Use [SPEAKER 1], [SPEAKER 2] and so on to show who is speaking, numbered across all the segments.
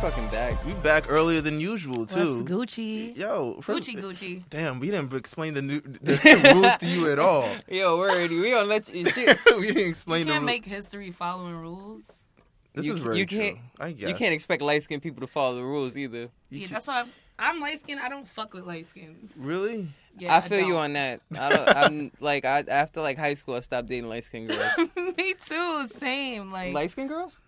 [SPEAKER 1] fucking back. We back earlier than usual
[SPEAKER 2] What's
[SPEAKER 1] too.
[SPEAKER 2] Gucci?
[SPEAKER 1] Yo, first-
[SPEAKER 2] Gucci, Gucci.
[SPEAKER 1] Damn, we didn't explain the new the, the rules to you at all.
[SPEAKER 3] Yo, word, we don't let you. Shit.
[SPEAKER 1] we didn't explain
[SPEAKER 2] You
[SPEAKER 1] the
[SPEAKER 2] can't
[SPEAKER 1] ru-
[SPEAKER 2] make history following rules.
[SPEAKER 1] This
[SPEAKER 3] you,
[SPEAKER 1] is very
[SPEAKER 3] you
[SPEAKER 1] true.
[SPEAKER 3] can't.
[SPEAKER 1] I guess
[SPEAKER 3] You can't expect light skinned people to follow the rules either.
[SPEAKER 1] You
[SPEAKER 2] yeah,
[SPEAKER 1] can't-
[SPEAKER 2] that's why I'm, I'm light skinned. I don't fuck with light skins.
[SPEAKER 1] really.
[SPEAKER 2] Yeah,
[SPEAKER 3] I feel you
[SPEAKER 2] don't.
[SPEAKER 3] on that. I don't, I'm like I after like high school, I stopped dating light skinned girls.
[SPEAKER 2] Me too. Same. Like
[SPEAKER 3] light skinned girls?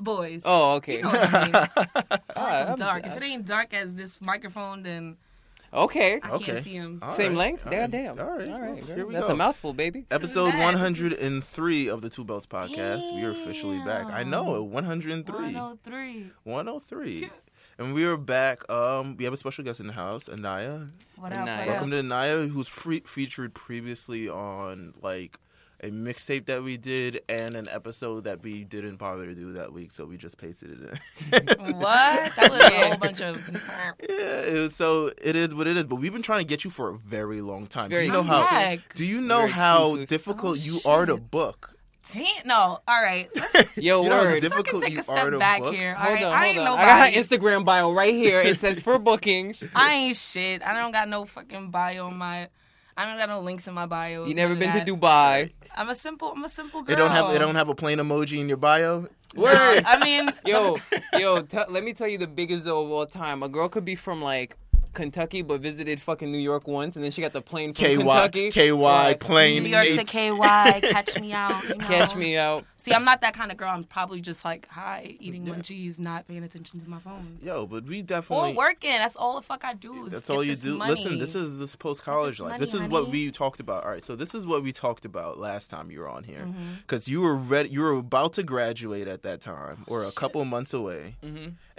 [SPEAKER 2] boys.
[SPEAKER 3] Oh, okay.
[SPEAKER 2] You know what I mean. I
[SPEAKER 3] Ah,
[SPEAKER 2] like 'em
[SPEAKER 3] I'm-
[SPEAKER 2] dark.
[SPEAKER 3] I-
[SPEAKER 2] if it ain't dark as this microphone, then
[SPEAKER 3] okay.
[SPEAKER 2] I
[SPEAKER 1] Okay.
[SPEAKER 2] can't see him.
[SPEAKER 1] All
[SPEAKER 3] Same
[SPEAKER 1] right,
[SPEAKER 3] length.
[SPEAKER 1] all
[SPEAKER 3] Damn,
[SPEAKER 1] right,
[SPEAKER 3] damn.
[SPEAKER 1] All right,
[SPEAKER 3] all right.
[SPEAKER 1] well,
[SPEAKER 3] girl.
[SPEAKER 1] here we
[SPEAKER 3] That's
[SPEAKER 1] go.
[SPEAKER 3] a mouthful, baby.
[SPEAKER 1] Episode
[SPEAKER 2] This is
[SPEAKER 1] one
[SPEAKER 2] bad.
[SPEAKER 1] hundred and three of the Two Belts podcast. We are officially back. I know
[SPEAKER 2] Damn.
[SPEAKER 1] one hundred and three.
[SPEAKER 2] 103.
[SPEAKER 1] One oh three. And we are back. Um, we have a special guest in the house, Anaya.
[SPEAKER 2] What
[SPEAKER 3] Nah,
[SPEAKER 2] up?
[SPEAKER 3] yeah.
[SPEAKER 1] Welcome to Anaya, who's free- featured previously on like a mixtape that we did and an episode that we didn't bother to do that week, so we just pasted it in.
[SPEAKER 2] What? That was a whole bunch of.
[SPEAKER 1] Yeah, it was, so it is what it is. But we've been trying to get you for a very long time.
[SPEAKER 3] Very
[SPEAKER 1] do you know
[SPEAKER 2] I'm
[SPEAKER 1] how?
[SPEAKER 2] back.
[SPEAKER 1] Do you know
[SPEAKER 3] Very
[SPEAKER 1] how
[SPEAKER 3] exclusive.
[SPEAKER 1] difficult
[SPEAKER 2] Oh,
[SPEAKER 1] you are to
[SPEAKER 2] shit.
[SPEAKER 1] book?
[SPEAKER 2] Ten? No. All right. Let's
[SPEAKER 3] Yo,
[SPEAKER 1] You know how
[SPEAKER 3] word.
[SPEAKER 1] diff-
[SPEAKER 2] fucking
[SPEAKER 1] Difficult
[SPEAKER 2] take
[SPEAKER 1] you
[SPEAKER 2] a
[SPEAKER 1] are to
[SPEAKER 2] step back
[SPEAKER 1] book?
[SPEAKER 2] here. All
[SPEAKER 3] Hold
[SPEAKER 2] right.
[SPEAKER 3] on,
[SPEAKER 2] I
[SPEAKER 3] hold
[SPEAKER 2] ain't
[SPEAKER 3] on.
[SPEAKER 2] nobody.
[SPEAKER 3] I got her Instagram bio right here. It says for bookings.
[SPEAKER 2] I ain't shit. I don't got no fucking bio on my. I don't got no links in my bio.
[SPEAKER 3] You never been to Dubai.
[SPEAKER 2] I'm a simple. I'm a simple girl.
[SPEAKER 1] It don't have. It don't have a plain emoji in your bio.
[SPEAKER 3] Word.
[SPEAKER 2] I mean,
[SPEAKER 3] Yo, yo, t- let me tell you the biggest though of all time. A girl could be from like Kentucky, but visited fucking New York once, and then she got the plane from
[SPEAKER 1] KY
[SPEAKER 3] Kentucky.
[SPEAKER 1] KY
[SPEAKER 3] Right.
[SPEAKER 1] plain.
[SPEAKER 2] New York to
[SPEAKER 1] H-
[SPEAKER 2] KY, catch me out. you know?
[SPEAKER 3] Catch me out.
[SPEAKER 2] See, I'm not that kind of girl. I'm probably just like, hi, eating munchies, not paying attention to my phone.
[SPEAKER 1] Yo, but we
[SPEAKER 2] Or
[SPEAKER 1] definitely.
[SPEAKER 2] working. That's all the fuck I do. is
[SPEAKER 1] That's
[SPEAKER 2] get
[SPEAKER 1] all you
[SPEAKER 2] this
[SPEAKER 1] do.
[SPEAKER 2] money.
[SPEAKER 1] Listen, this is this post college life.
[SPEAKER 2] money,
[SPEAKER 1] this is what
[SPEAKER 2] honey.
[SPEAKER 1] we talked about. All right, so this is what we talked about last time you were on here,
[SPEAKER 2] Mm-hmm.
[SPEAKER 1] because you were ready. You were about to graduate at that time, or
[SPEAKER 2] Oh,
[SPEAKER 1] a couple months away,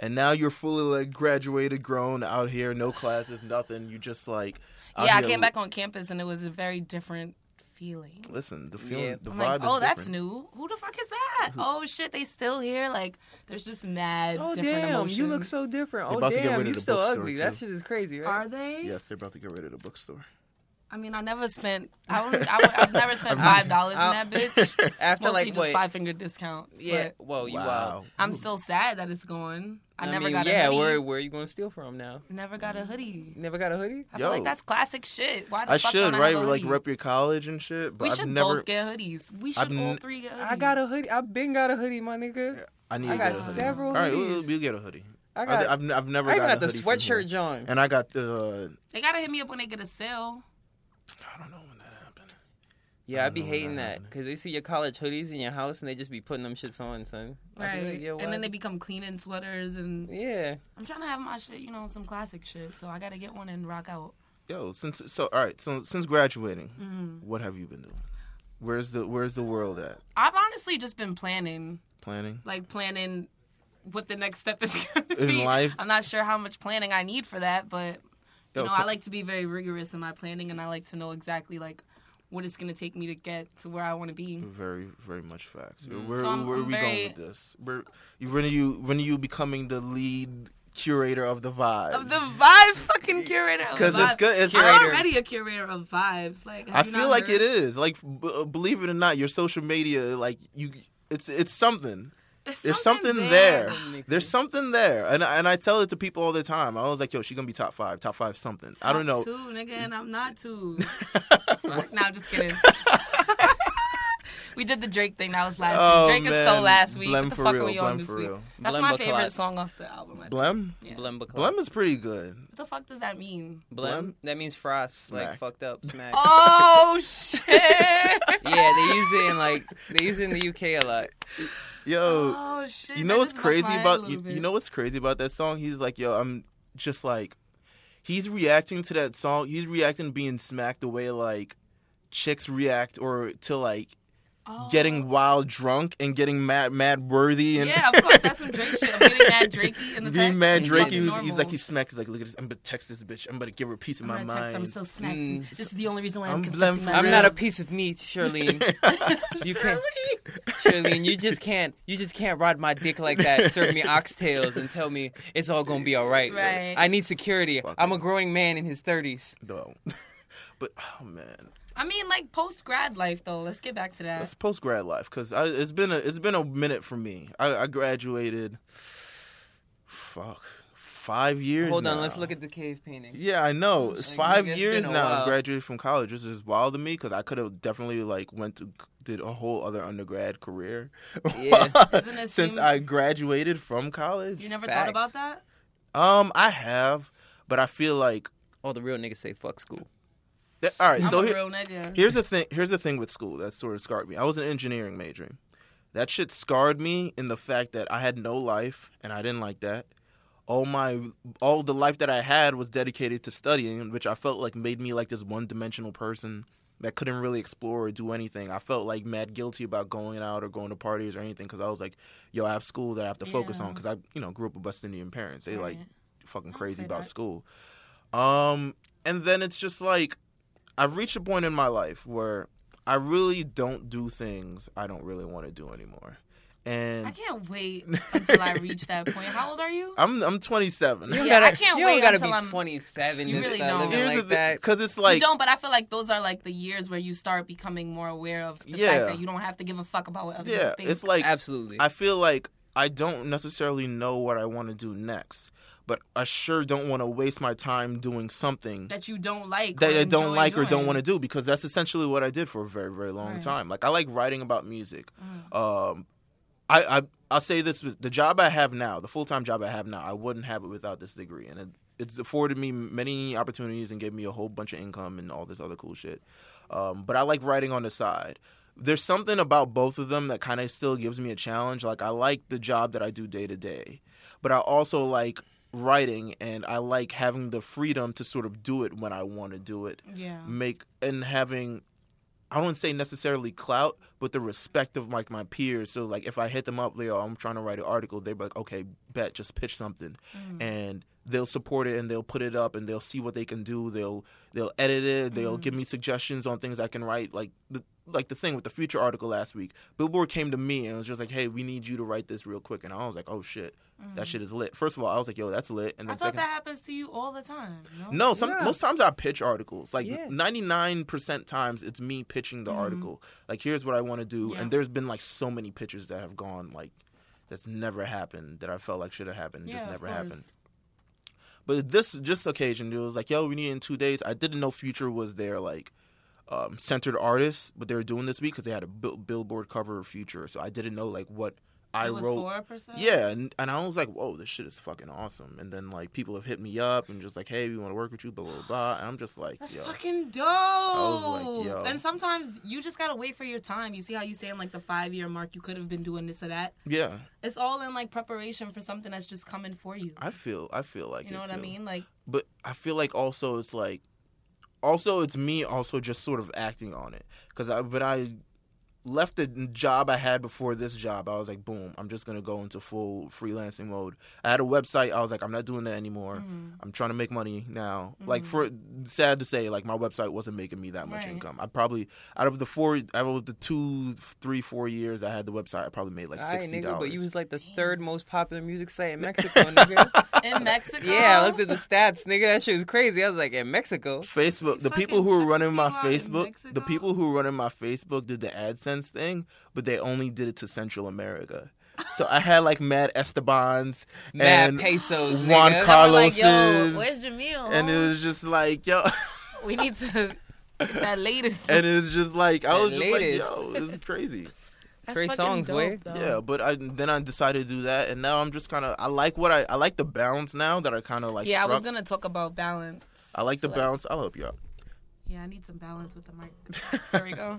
[SPEAKER 1] and now you're fully like graduated, grown, out here, no classes, nothing. You just like out
[SPEAKER 2] Yeah, I
[SPEAKER 1] here-
[SPEAKER 2] came back on campus and it was a very different feeling.
[SPEAKER 1] Listen, the feeling,
[SPEAKER 3] Yeah.
[SPEAKER 1] the
[SPEAKER 2] I'm
[SPEAKER 1] vibe
[SPEAKER 2] like,
[SPEAKER 1] is
[SPEAKER 2] oh, that's
[SPEAKER 1] different.
[SPEAKER 2] new. Who the fuck is that? Oh shit, they still here. Like, there's just mad.
[SPEAKER 3] Oh
[SPEAKER 2] different
[SPEAKER 3] damn, you look
[SPEAKER 2] emotions.
[SPEAKER 3] so different. Oh
[SPEAKER 1] about to get rid
[SPEAKER 3] damn,
[SPEAKER 1] of
[SPEAKER 3] you
[SPEAKER 1] the
[SPEAKER 3] still
[SPEAKER 1] bookstore,
[SPEAKER 3] ugly.
[SPEAKER 1] too.
[SPEAKER 3] That shit is crazy, right?
[SPEAKER 2] Are they?
[SPEAKER 1] Yes, they're about to get rid of the bookstore.
[SPEAKER 2] I mean, I never spent. I don't, I, would- I've never spent five dollars in that bitch.
[SPEAKER 3] After
[SPEAKER 2] Mostly
[SPEAKER 3] like
[SPEAKER 2] just
[SPEAKER 3] what?
[SPEAKER 2] five finger discounts.
[SPEAKER 3] yeah.
[SPEAKER 2] but
[SPEAKER 3] Well, you wow.
[SPEAKER 2] Oh, I'm still sad that it's gone. I,
[SPEAKER 3] I,
[SPEAKER 2] never
[SPEAKER 3] mean,
[SPEAKER 2] got
[SPEAKER 3] yeah.
[SPEAKER 2] a hoodie.
[SPEAKER 3] Where where you gonna steal from now?
[SPEAKER 2] Never got a hoodie.
[SPEAKER 3] You never got a hoodie?
[SPEAKER 2] I
[SPEAKER 1] Yo.
[SPEAKER 2] feel like that's classic shit. Why the
[SPEAKER 1] I
[SPEAKER 2] fuck
[SPEAKER 1] should,
[SPEAKER 2] don't
[SPEAKER 1] right?
[SPEAKER 2] I have a
[SPEAKER 1] like
[SPEAKER 2] hoodie?
[SPEAKER 1] rep your college and shit. But
[SPEAKER 2] we
[SPEAKER 1] I've
[SPEAKER 2] should
[SPEAKER 1] never.
[SPEAKER 2] both get hoodies. We should
[SPEAKER 1] I've
[SPEAKER 2] all
[SPEAKER 1] n-
[SPEAKER 2] three get hoodies.
[SPEAKER 3] I got a hoodie. I've been got a hoodie, my nigga.
[SPEAKER 1] I need
[SPEAKER 3] I
[SPEAKER 1] to
[SPEAKER 3] got
[SPEAKER 1] get a hoodie.
[SPEAKER 3] several
[SPEAKER 1] All right, we'll,
[SPEAKER 3] hoodies.
[SPEAKER 1] we'll get a hoodie.
[SPEAKER 3] I
[SPEAKER 1] I
[SPEAKER 3] got.
[SPEAKER 1] have I've never.
[SPEAKER 3] I even
[SPEAKER 1] gotten
[SPEAKER 3] got the
[SPEAKER 1] a hoodie from here.
[SPEAKER 3] sweatshirt, John.
[SPEAKER 1] And I got the.
[SPEAKER 2] They gotta hit me up when they get a sale.
[SPEAKER 1] I don't know when that happened.
[SPEAKER 3] Yeah,
[SPEAKER 1] I
[SPEAKER 3] I'd be
[SPEAKER 1] don't know when
[SPEAKER 3] hating
[SPEAKER 1] that
[SPEAKER 3] that
[SPEAKER 1] happened.
[SPEAKER 3] because they see your college hoodies in your house and they just be putting them shits on, son. I'd be
[SPEAKER 2] Right.
[SPEAKER 3] like, yo,
[SPEAKER 2] and then
[SPEAKER 3] why-
[SPEAKER 2] they become cleaning sweaters and
[SPEAKER 3] yeah.
[SPEAKER 2] I'm trying to have my shit, you know, some classic shit. So I gotta get one and rock out.
[SPEAKER 1] Yo, since so all right, so since graduating, what have you been doing? Where's the Where's the world at?
[SPEAKER 2] I've honestly just been planning,
[SPEAKER 1] Planning.
[SPEAKER 2] like planning what the next step is gonna
[SPEAKER 1] In
[SPEAKER 2] be.
[SPEAKER 1] life?
[SPEAKER 2] I'm not sure how much planning I need for that, but you
[SPEAKER 1] Yo,
[SPEAKER 2] know,
[SPEAKER 1] so-
[SPEAKER 2] I like to be very rigorous in my planning and I like to know exactly like what it's gonna take me to get to where I wanna be.
[SPEAKER 1] Very, very much facts. Where,
[SPEAKER 2] So I'm-
[SPEAKER 1] where are
[SPEAKER 2] I'm
[SPEAKER 1] we
[SPEAKER 2] very-
[SPEAKER 1] going with this? Where, you- when are you When are you becoming the lead curator of the vibe?
[SPEAKER 2] Of the vibe fucking curator of
[SPEAKER 1] 'Cause it's
[SPEAKER 2] vibes.
[SPEAKER 1] good- it's
[SPEAKER 2] I'm
[SPEAKER 1] curator.
[SPEAKER 2] already a curator of vibes. Like
[SPEAKER 1] I
[SPEAKER 2] have you not
[SPEAKER 1] feel like
[SPEAKER 2] heard?
[SPEAKER 1] it is. Like, b- believe it or not, your social media, like you, it's it's something. There's something there.
[SPEAKER 3] Nicky.
[SPEAKER 1] There's something there, and I- and I tell it to people all the time. I was like, "Yo, she gonna be top five, top five something." I don't know.
[SPEAKER 2] Two nigga, and I'm not two. Fuck, no, I'm just kidding. we did the Drake thing. That was last
[SPEAKER 1] Oh,
[SPEAKER 2] week. Drake is so
[SPEAKER 1] man.
[SPEAKER 2] last week.
[SPEAKER 1] Blem
[SPEAKER 2] what the
[SPEAKER 1] for
[SPEAKER 2] fuck
[SPEAKER 1] real,
[SPEAKER 2] are we on
[SPEAKER 1] blem
[SPEAKER 2] this
[SPEAKER 1] for
[SPEAKER 2] week?
[SPEAKER 1] real.
[SPEAKER 2] That's
[SPEAKER 3] Blemba
[SPEAKER 2] my favorite
[SPEAKER 3] clot.
[SPEAKER 2] song off the album. I think.
[SPEAKER 1] Blem,
[SPEAKER 2] Yeah.
[SPEAKER 3] Blemba
[SPEAKER 1] Blem is pretty good.
[SPEAKER 2] What the fuck does that mean?
[SPEAKER 3] Blem?
[SPEAKER 1] Blem?
[SPEAKER 3] That means frost, like
[SPEAKER 1] Smacked.
[SPEAKER 3] fucked up, smacked.
[SPEAKER 2] Oh shit!
[SPEAKER 3] Yeah, they use it in like they use it in the UK a lot.
[SPEAKER 1] Yo,
[SPEAKER 2] Oh shit!
[SPEAKER 1] you
[SPEAKER 2] that
[SPEAKER 1] know what's
[SPEAKER 2] just bust
[SPEAKER 1] crazy
[SPEAKER 2] my head a
[SPEAKER 1] about
[SPEAKER 2] little
[SPEAKER 1] you,
[SPEAKER 2] bit.
[SPEAKER 1] you know what's crazy about that song? He's like, "Yo, I'm just like," he's reacting to that song. He's reacting being smacked the way like chicks react or to like
[SPEAKER 2] Oh.
[SPEAKER 1] getting wild drunk and getting mad mad worthy and
[SPEAKER 2] Yeah, of course. That's some Drake shit. I'm getting mad Drakey in the
[SPEAKER 1] Being
[SPEAKER 2] text.
[SPEAKER 1] mad
[SPEAKER 2] It's
[SPEAKER 1] Drake,
[SPEAKER 2] fucking
[SPEAKER 1] he was, he's
[SPEAKER 2] normal.
[SPEAKER 1] like he smacked. He's like, look at this. I'm gonna text this bitch. I'm gonna give her a piece of
[SPEAKER 2] I'm
[SPEAKER 1] my
[SPEAKER 2] gonna text,
[SPEAKER 1] mind.
[SPEAKER 2] I'm so smacked.
[SPEAKER 3] Mm.
[SPEAKER 2] This is the only reason why
[SPEAKER 1] I'm
[SPEAKER 2] I'm,
[SPEAKER 1] blem
[SPEAKER 2] confessing
[SPEAKER 1] for
[SPEAKER 2] my
[SPEAKER 3] I'm
[SPEAKER 1] real.
[SPEAKER 3] not a piece of meat, Charlene. You can't, Charlene. You just can't. You just can't ride my dick like that. Serve me oxtails and tell me it's all gonna be all right.
[SPEAKER 2] Right.
[SPEAKER 3] I need security. I'm a growing man in his thirties.
[SPEAKER 1] No. but oh man,
[SPEAKER 3] Uh.
[SPEAKER 2] I mean, like post grad life though. Let's get back to that.
[SPEAKER 1] that's post grad life because it's been a it's been a minute for me. I, I graduated Fuck. Five years.
[SPEAKER 3] Hold on,
[SPEAKER 1] now.
[SPEAKER 3] let's look at the cave painting.
[SPEAKER 1] Yeah, I know. It's
[SPEAKER 3] Like,
[SPEAKER 1] five
[SPEAKER 3] nigga, it's
[SPEAKER 1] years
[SPEAKER 3] been a
[SPEAKER 1] now. I
[SPEAKER 3] while.
[SPEAKER 1] graduated from college, which is wild to me because I could have definitely like went to did a whole other undergrad career.
[SPEAKER 3] Yeah.
[SPEAKER 2] Doesn't it
[SPEAKER 1] Since
[SPEAKER 2] seem-
[SPEAKER 1] I graduated from college,
[SPEAKER 2] You never
[SPEAKER 3] Facts.
[SPEAKER 2] thought about that?
[SPEAKER 1] um, I have, but I feel like
[SPEAKER 3] All the real niggas say fuck school.
[SPEAKER 1] that- all right.
[SPEAKER 2] I'm
[SPEAKER 1] so
[SPEAKER 2] a
[SPEAKER 1] here-
[SPEAKER 2] real nigga.
[SPEAKER 1] here's the thing. Here's the thing with school that sort of scarred me. I was an engineering major. That shit scarred me in the fact that I had no life, and I didn't like that. All my, all the life that I had was dedicated to studying, which I felt like made me like this one-dimensional person that couldn't really explore or do anything. I felt like mad guilty about going out or going to parties or anything because I was like, "Yo, I have school that I have to focus
[SPEAKER 2] Yeah.
[SPEAKER 1] on." Because I, you know, grew up with West Indian parents. They like
[SPEAKER 2] Right.
[SPEAKER 1] fucking
[SPEAKER 2] I'll
[SPEAKER 1] crazy
[SPEAKER 2] say
[SPEAKER 1] about
[SPEAKER 2] that.
[SPEAKER 1] school. Um, and then it's just like I've reached a point in my life where I really don't do things I don't really want to do anymore.
[SPEAKER 2] I
[SPEAKER 1] And
[SPEAKER 2] can't wait until I reach that point. How old are you?
[SPEAKER 1] I'm I'm 27.
[SPEAKER 3] You don't
[SPEAKER 2] Yeah, I
[SPEAKER 3] gotta,
[SPEAKER 2] can't
[SPEAKER 3] you
[SPEAKER 2] wait
[SPEAKER 3] don't gotta
[SPEAKER 2] until
[SPEAKER 3] be
[SPEAKER 2] I'm-
[SPEAKER 3] 27
[SPEAKER 2] You
[SPEAKER 3] and
[SPEAKER 2] really
[SPEAKER 3] start
[SPEAKER 2] don't.
[SPEAKER 3] living
[SPEAKER 2] Here's
[SPEAKER 3] like that.
[SPEAKER 1] because it's
[SPEAKER 2] you
[SPEAKER 1] like
[SPEAKER 2] don't, but I feel like those are like the years where you start becoming more aware of the
[SPEAKER 1] Yeah.
[SPEAKER 2] fact that you don't have to give a fuck about what other people
[SPEAKER 1] yeah,
[SPEAKER 2] think.
[SPEAKER 1] it's like
[SPEAKER 3] Absolutely.
[SPEAKER 1] I feel like I don't necessarily know what I want to do next, but I sure don't want to waste my time doing something
[SPEAKER 2] that you don't like.
[SPEAKER 1] that
[SPEAKER 2] or
[SPEAKER 1] I don't
[SPEAKER 2] enjoy
[SPEAKER 1] like or don't
[SPEAKER 2] doing.
[SPEAKER 1] want to do because that's essentially what I did for a very very long
[SPEAKER 2] Right.
[SPEAKER 1] time. Like I like writing about music. Um, I, I I'll say this: with the job I have now, the full time job I have now, I wouldn't have it without this degree, and it, it's afforded me many opportunities and gave me a whole bunch of income and all this other cool shit. Um, but I like writing on the side. There's something about both of them that kind of still gives me a challenge. Like I like the job that I do day to day, but I also like writing and I like having the freedom to sort of do it when I want to do it
[SPEAKER 2] Yeah.
[SPEAKER 1] make and having I don't say necessarily clout, but the respect of like my peers. So like if I hit them up, yo, I'm trying to write an article, they'd be like, okay, bet, just pitch something,
[SPEAKER 2] Mm.
[SPEAKER 1] and they'll support it and they'll put it up and they'll see what they can do. They'll they'll edit it. They'll
[SPEAKER 2] Mm.
[SPEAKER 1] give me suggestions on things I can write. Like the like the thing with the future article last week, Billboard came to me and was just like, hey, we need you to write this real quick, and I was like, oh shit, that shit is lit. First of all, I was like, yo, that's lit, and
[SPEAKER 2] Mm. I
[SPEAKER 1] then
[SPEAKER 2] thought
[SPEAKER 1] second,
[SPEAKER 2] that happens to you all the time. No.
[SPEAKER 1] no, some
[SPEAKER 3] Yeah.
[SPEAKER 1] most times I pitch articles. Like
[SPEAKER 3] Yeah.
[SPEAKER 1] ninety nine percent times, it's me pitching the article. Like here's what I want to do,
[SPEAKER 2] Mm-hmm. Yeah.
[SPEAKER 1] and there's been like so many pitches that have gone like that's never happened that I felt like should have happened,
[SPEAKER 2] yeah,
[SPEAKER 1] just
[SPEAKER 2] of
[SPEAKER 1] never
[SPEAKER 2] course.
[SPEAKER 1] happened. But this just occasion, it was like, yo, we need it in two days. I didn't know Future was their like um, centered artist, but they were doing this week because they had a bill- billboard cover of Future, so I didn't know like what I
[SPEAKER 2] it was
[SPEAKER 1] wrote.
[SPEAKER 2] four percent.
[SPEAKER 1] Yeah, and, and I was like, whoa, this shit is fucking awesome. And then like people have hit me up and just like, hey, we want to work with you, blah blah blah. And I'm just like,
[SPEAKER 2] That's
[SPEAKER 1] yo,
[SPEAKER 2] fucking dope.
[SPEAKER 1] was like, yo.
[SPEAKER 2] And sometimes you just gotta wait for your time. You see how you say in like the five year mark, you could have been doing this or that.
[SPEAKER 1] yeah,
[SPEAKER 2] It's all in like preparation for something that's just coming for you.
[SPEAKER 1] I feel, I feel like
[SPEAKER 2] you know
[SPEAKER 1] it
[SPEAKER 2] what I
[SPEAKER 1] too.
[SPEAKER 2] mean? Like,
[SPEAKER 1] But I feel like also it's like, also it's me also just sort of acting on it because I when I left the job I had before this job, I was like, boom, I'm just gonna go into full freelancing mode. I had a website, I was like, I'm not doing that anymore.
[SPEAKER 2] mm.
[SPEAKER 1] I'm trying to make money now. Like for sad to say, like my website wasn't making me that much
[SPEAKER 2] Right.
[SPEAKER 1] income. I probably out of the four, out of the two, three, four years I had the website, I probably made like
[SPEAKER 3] All right,
[SPEAKER 1] sixty
[SPEAKER 3] nigga,
[SPEAKER 1] dollars.
[SPEAKER 3] but you was like the third most popular music site in Mexico, nigga.
[SPEAKER 2] in Mexico.
[SPEAKER 3] yeah, I looked
[SPEAKER 2] Oh.
[SPEAKER 3] at the stats, nigga. That shit was crazy. I was like, in Mexico,
[SPEAKER 1] Facebook, the
[SPEAKER 2] fucking
[SPEAKER 1] people who were
[SPEAKER 2] check
[SPEAKER 1] running
[SPEAKER 2] you
[SPEAKER 1] my
[SPEAKER 2] out in
[SPEAKER 1] Facebook, the
[SPEAKER 2] Mexico?
[SPEAKER 1] people who were running my Facebook did the AdSense thing, but they only did it to Central America. So I had like mad Estebans
[SPEAKER 3] mad
[SPEAKER 1] and
[SPEAKER 3] pesos,
[SPEAKER 1] Juan
[SPEAKER 3] nigga.
[SPEAKER 2] I'm
[SPEAKER 1] Carlos
[SPEAKER 2] like, yo,
[SPEAKER 1] is-
[SPEAKER 2] where's Jamil?
[SPEAKER 1] and it
[SPEAKER 2] homie?
[SPEAKER 1] was just like yo,
[SPEAKER 2] we need to get that latest.
[SPEAKER 1] and it was just like I
[SPEAKER 3] The
[SPEAKER 1] was just like
[SPEAKER 3] latest.
[SPEAKER 1] yo, this is crazy.
[SPEAKER 2] That's
[SPEAKER 3] Trey
[SPEAKER 2] fucking
[SPEAKER 3] Songz,
[SPEAKER 2] dope,
[SPEAKER 3] way.
[SPEAKER 2] though.
[SPEAKER 1] Yeah, but I then I decided to do that, and now I'm just kind of I like what I I like the balance now that I kind of like.
[SPEAKER 2] yeah, I was
[SPEAKER 1] struck.
[SPEAKER 2] gonna talk about balance.
[SPEAKER 1] I like the
[SPEAKER 2] Like-
[SPEAKER 1] balance. I'll help you out.
[SPEAKER 2] Yeah, I need some balance with the mic. There we go.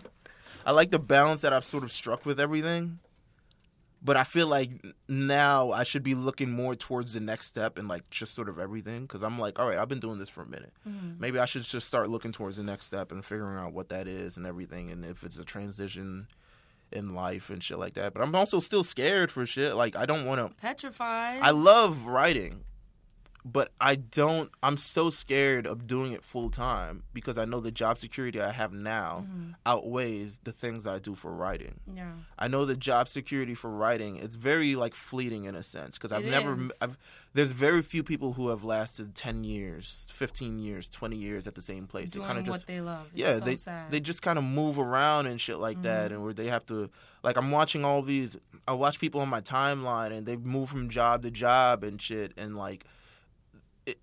[SPEAKER 1] I like the balance that I've sort of struck with everything. But I feel like now I should be looking more towards the next step and like just sort of everything because I'm like, all right, I've been doing this for a minute.
[SPEAKER 2] Mm-hmm.
[SPEAKER 1] Maybe I should just start looking towards the next step and figuring out what that is and everything and if it's a transition in life and shit like that. But I'm also still scared for shit. Like I don't want to.
[SPEAKER 2] Petrified.
[SPEAKER 1] I love writing, but I don't. I'm so scared of doing it full time because I know the job security I have now
[SPEAKER 2] Mm-hmm.
[SPEAKER 1] outweighs the things I do for writing.
[SPEAKER 2] Yeah.
[SPEAKER 1] I know the job security for writing. It's very like fleeting in a sense because I've
[SPEAKER 2] It
[SPEAKER 1] never.
[SPEAKER 2] is.
[SPEAKER 1] I've, there's very few people who have lasted ten years, fifteen years, twenty years at the same place.
[SPEAKER 2] Doing
[SPEAKER 1] they kind of
[SPEAKER 2] what
[SPEAKER 1] just
[SPEAKER 2] they love. It's
[SPEAKER 1] yeah,
[SPEAKER 2] so
[SPEAKER 1] they
[SPEAKER 2] sad. Mm-hmm.
[SPEAKER 1] they just kind of move around and shit like that, and where they have to like I'm watching all these. I watch people on my timeline, and they move from job to job and shit, and like. it-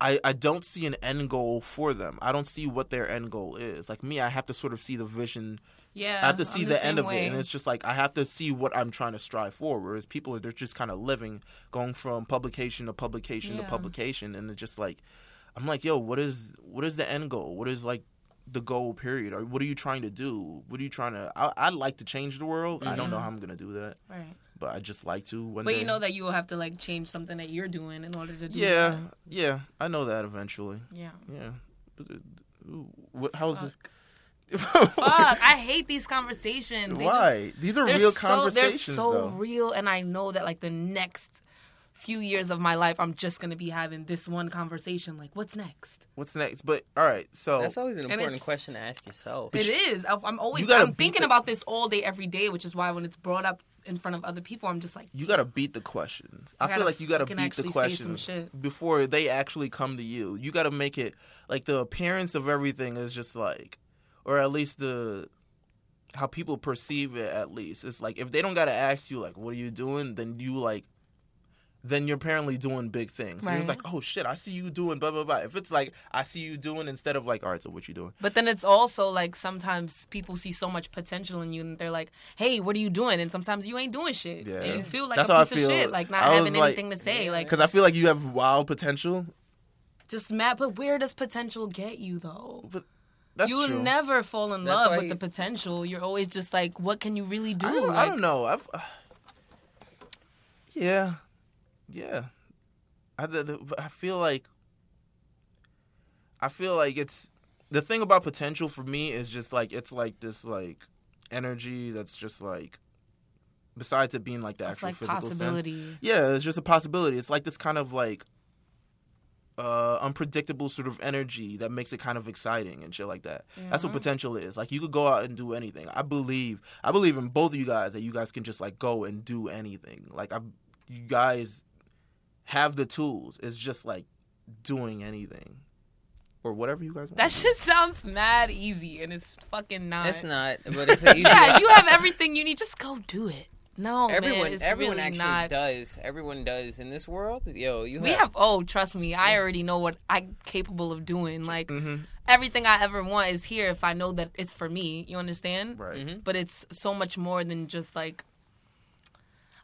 [SPEAKER 1] I, I don't see an end goal for them. I don't see what their end goal is. Like me, I have to sort of see the vision
[SPEAKER 2] yeah.
[SPEAKER 1] I have to
[SPEAKER 2] Um, I'm
[SPEAKER 1] see the, end
[SPEAKER 2] same
[SPEAKER 1] of it, and
[SPEAKER 2] way.
[SPEAKER 1] it's just like I have to see what I'm trying to strive for. Whereas people are they're just kind of living, going from publication to publication to
[SPEAKER 2] Yeah.
[SPEAKER 1] publication, and it's just like I'm like, yo, what is what is the end goal? What is like the goal period? Or what are you trying to do? What are you trying to? I, I'd like to change the world. I don't know how I'm gonna do that,
[SPEAKER 2] right.
[SPEAKER 1] but I just like to. One
[SPEAKER 2] Mm-hmm. But
[SPEAKER 1] day.
[SPEAKER 2] you know that you will have to like change something that you're doing in order to do
[SPEAKER 1] yeah,
[SPEAKER 2] that.
[SPEAKER 1] yeah, I know that eventually.
[SPEAKER 2] Yeah.
[SPEAKER 1] Yeah, But, uh, what? How's it?
[SPEAKER 2] Fuck, I hate these conversations. They Just,
[SPEAKER 1] Why? These are
[SPEAKER 2] they're
[SPEAKER 1] real
[SPEAKER 2] so, They're
[SPEAKER 1] conversations,
[SPEAKER 2] so
[SPEAKER 1] though.
[SPEAKER 2] real, and I know that like the next few years of my life, I'm just gonna be having this one conversation. Like, what's next?
[SPEAKER 1] What's next? But all right, so
[SPEAKER 3] That's always an important
[SPEAKER 2] it's-
[SPEAKER 3] question to ask yourself.
[SPEAKER 2] It is. I'm- I'm always.
[SPEAKER 1] You gotta
[SPEAKER 2] I'm
[SPEAKER 1] beat
[SPEAKER 2] thinking
[SPEAKER 1] the-
[SPEAKER 2] about this all day, every day, which is why when it's brought up in front of other people, I'm just like,
[SPEAKER 1] you gotta beat the questions. I,
[SPEAKER 2] I
[SPEAKER 1] feel
[SPEAKER 2] gotta
[SPEAKER 1] like you gotta
[SPEAKER 2] fucking
[SPEAKER 1] beat the
[SPEAKER 2] actually say some
[SPEAKER 1] questions
[SPEAKER 2] shit.
[SPEAKER 1] before they actually come to you. You gotta make it like the appearance of everything is just like, or at least the how people perceive it. At least it's like if they don't gotta ask you like, what are you doing? Then you like. Then you're apparently doing big things. So It's
[SPEAKER 2] Right.
[SPEAKER 1] like, oh shit, I see you doing blah blah blah. If it's like I see you doing instead of like, all right, so what you doing?
[SPEAKER 2] But then it's also like sometimes people see so much potential in you, and they're like, "Hey, what are you doing?" And sometimes you ain't doing shit,
[SPEAKER 1] Yeah.
[SPEAKER 2] and you feel like
[SPEAKER 1] That's how I
[SPEAKER 2] a piece of
[SPEAKER 1] feel.
[SPEAKER 2] shit, like not
[SPEAKER 1] I was
[SPEAKER 2] having
[SPEAKER 1] like-
[SPEAKER 2] anything to say. Like,
[SPEAKER 1] Because I feel like you have wild potential.
[SPEAKER 2] just mad. But where does potential get you though?
[SPEAKER 1] That's
[SPEAKER 2] You'll
[SPEAKER 1] true.
[SPEAKER 2] never fall in
[SPEAKER 3] That's
[SPEAKER 2] love
[SPEAKER 3] why
[SPEAKER 2] with
[SPEAKER 3] he-
[SPEAKER 2] the potential. You're always just like, "What can you really do?"
[SPEAKER 1] I don't, I
[SPEAKER 2] Like,
[SPEAKER 1] don't know. I've, uh, yeah, yeah. I th- th- I feel like I feel like it's the thing about potential for me is just like it's like this like energy that's just like besides it being like the
[SPEAKER 2] it's
[SPEAKER 1] actual
[SPEAKER 2] like
[SPEAKER 1] physical sense.
[SPEAKER 2] possibility.
[SPEAKER 1] Yeah, it's just a possibility. It's like this kind of like uh unpredictable sort of energy that makes it kind of exciting and shit like that. That's what potential is. Like you could go out and do anything. I believe I believe in both of you guys that you guys can just like go and do anything. Like I you guys have the tools. It's just like doing anything or whatever you guys want.
[SPEAKER 2] That shit sounds mad easy, and it's fucking not.
[SPEAKER 3] It's not, but it's an easy.
[SPEAKER 2] Yeah, you have everything you need. Just go do it. No, man,
[SPEAKER 3] everyone.
[SPEAKER 2] it's
[SPEAKER 3] everyone
[SPEAKER 2] really
[SPEAKER 3] actually
[SPEAKER 2] not.
[SPEAKER 3] does. Everyone does in this world. Yo, you
[SPEAKER 2] We have oh, trust me, I already know what I'm capable of doing. Like everything I ever want is here if I know that it's for me. You understand?
[SPEAKER 1] right.
[SPEAKER 2] Mm-hmm. But it's so much more than just like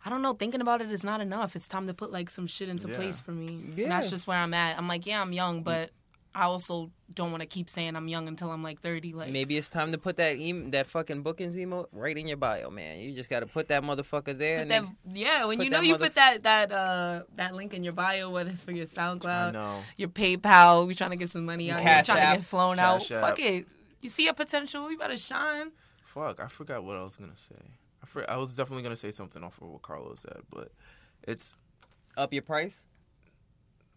[SPEAKER 2] I don't know, thinking about it is not enough. It's time to put like some shit into
[SPEAKER 1] Yeah. Mm-hmm.
[SPEAKER 2] place for me.
[SPEAKER 3] Yeah.
[SPEAKER 2] And that's just where I'm at. I'm like, yeah, I'm young, but I also don't want to keep saying I'm young until I'm like 30 like
[SPEAKER 3] Maybe it's time to put that em- that fucking bookings emo right in your bio, man. You just got to put that motherfucker there. and
[SPEAKER 2] Put that,
[SPEAKER 3] then-
[SPEAKER 2] yeah, when
[SPEAKER 3] put
[SPEAKER 2] you know
[SPEAKER 3] that
[SPEAKER 2] you
[SPEAKER 3] mother-
[SPEAKER 2] put that that uh that link in your bio, whether it's for
[SPEAKER 1] I
[SPEAKER 2] your SoundCloud,
[SPEAKER 1] know.
[SPEAKER 2] your PayPal. We trying to get some money out. here.
[SPEAKER 3] Cash
[SPEAKER 2] trying
[SPEAKER 3] App.
[SPEAKER 2] to get flown
[SPEAKER 1] Cash
[SPEAKER 2] out.
[SPEAKER 1] App.
[SPEAKER 2] Fuck it. You see your potential. You better shine.
[SPEAKER 1] Fuck, I forgot what I was going to say. I, for, I was definitely going to say something off of what Carlos said, but it's
[SPEAKER 3] up your price.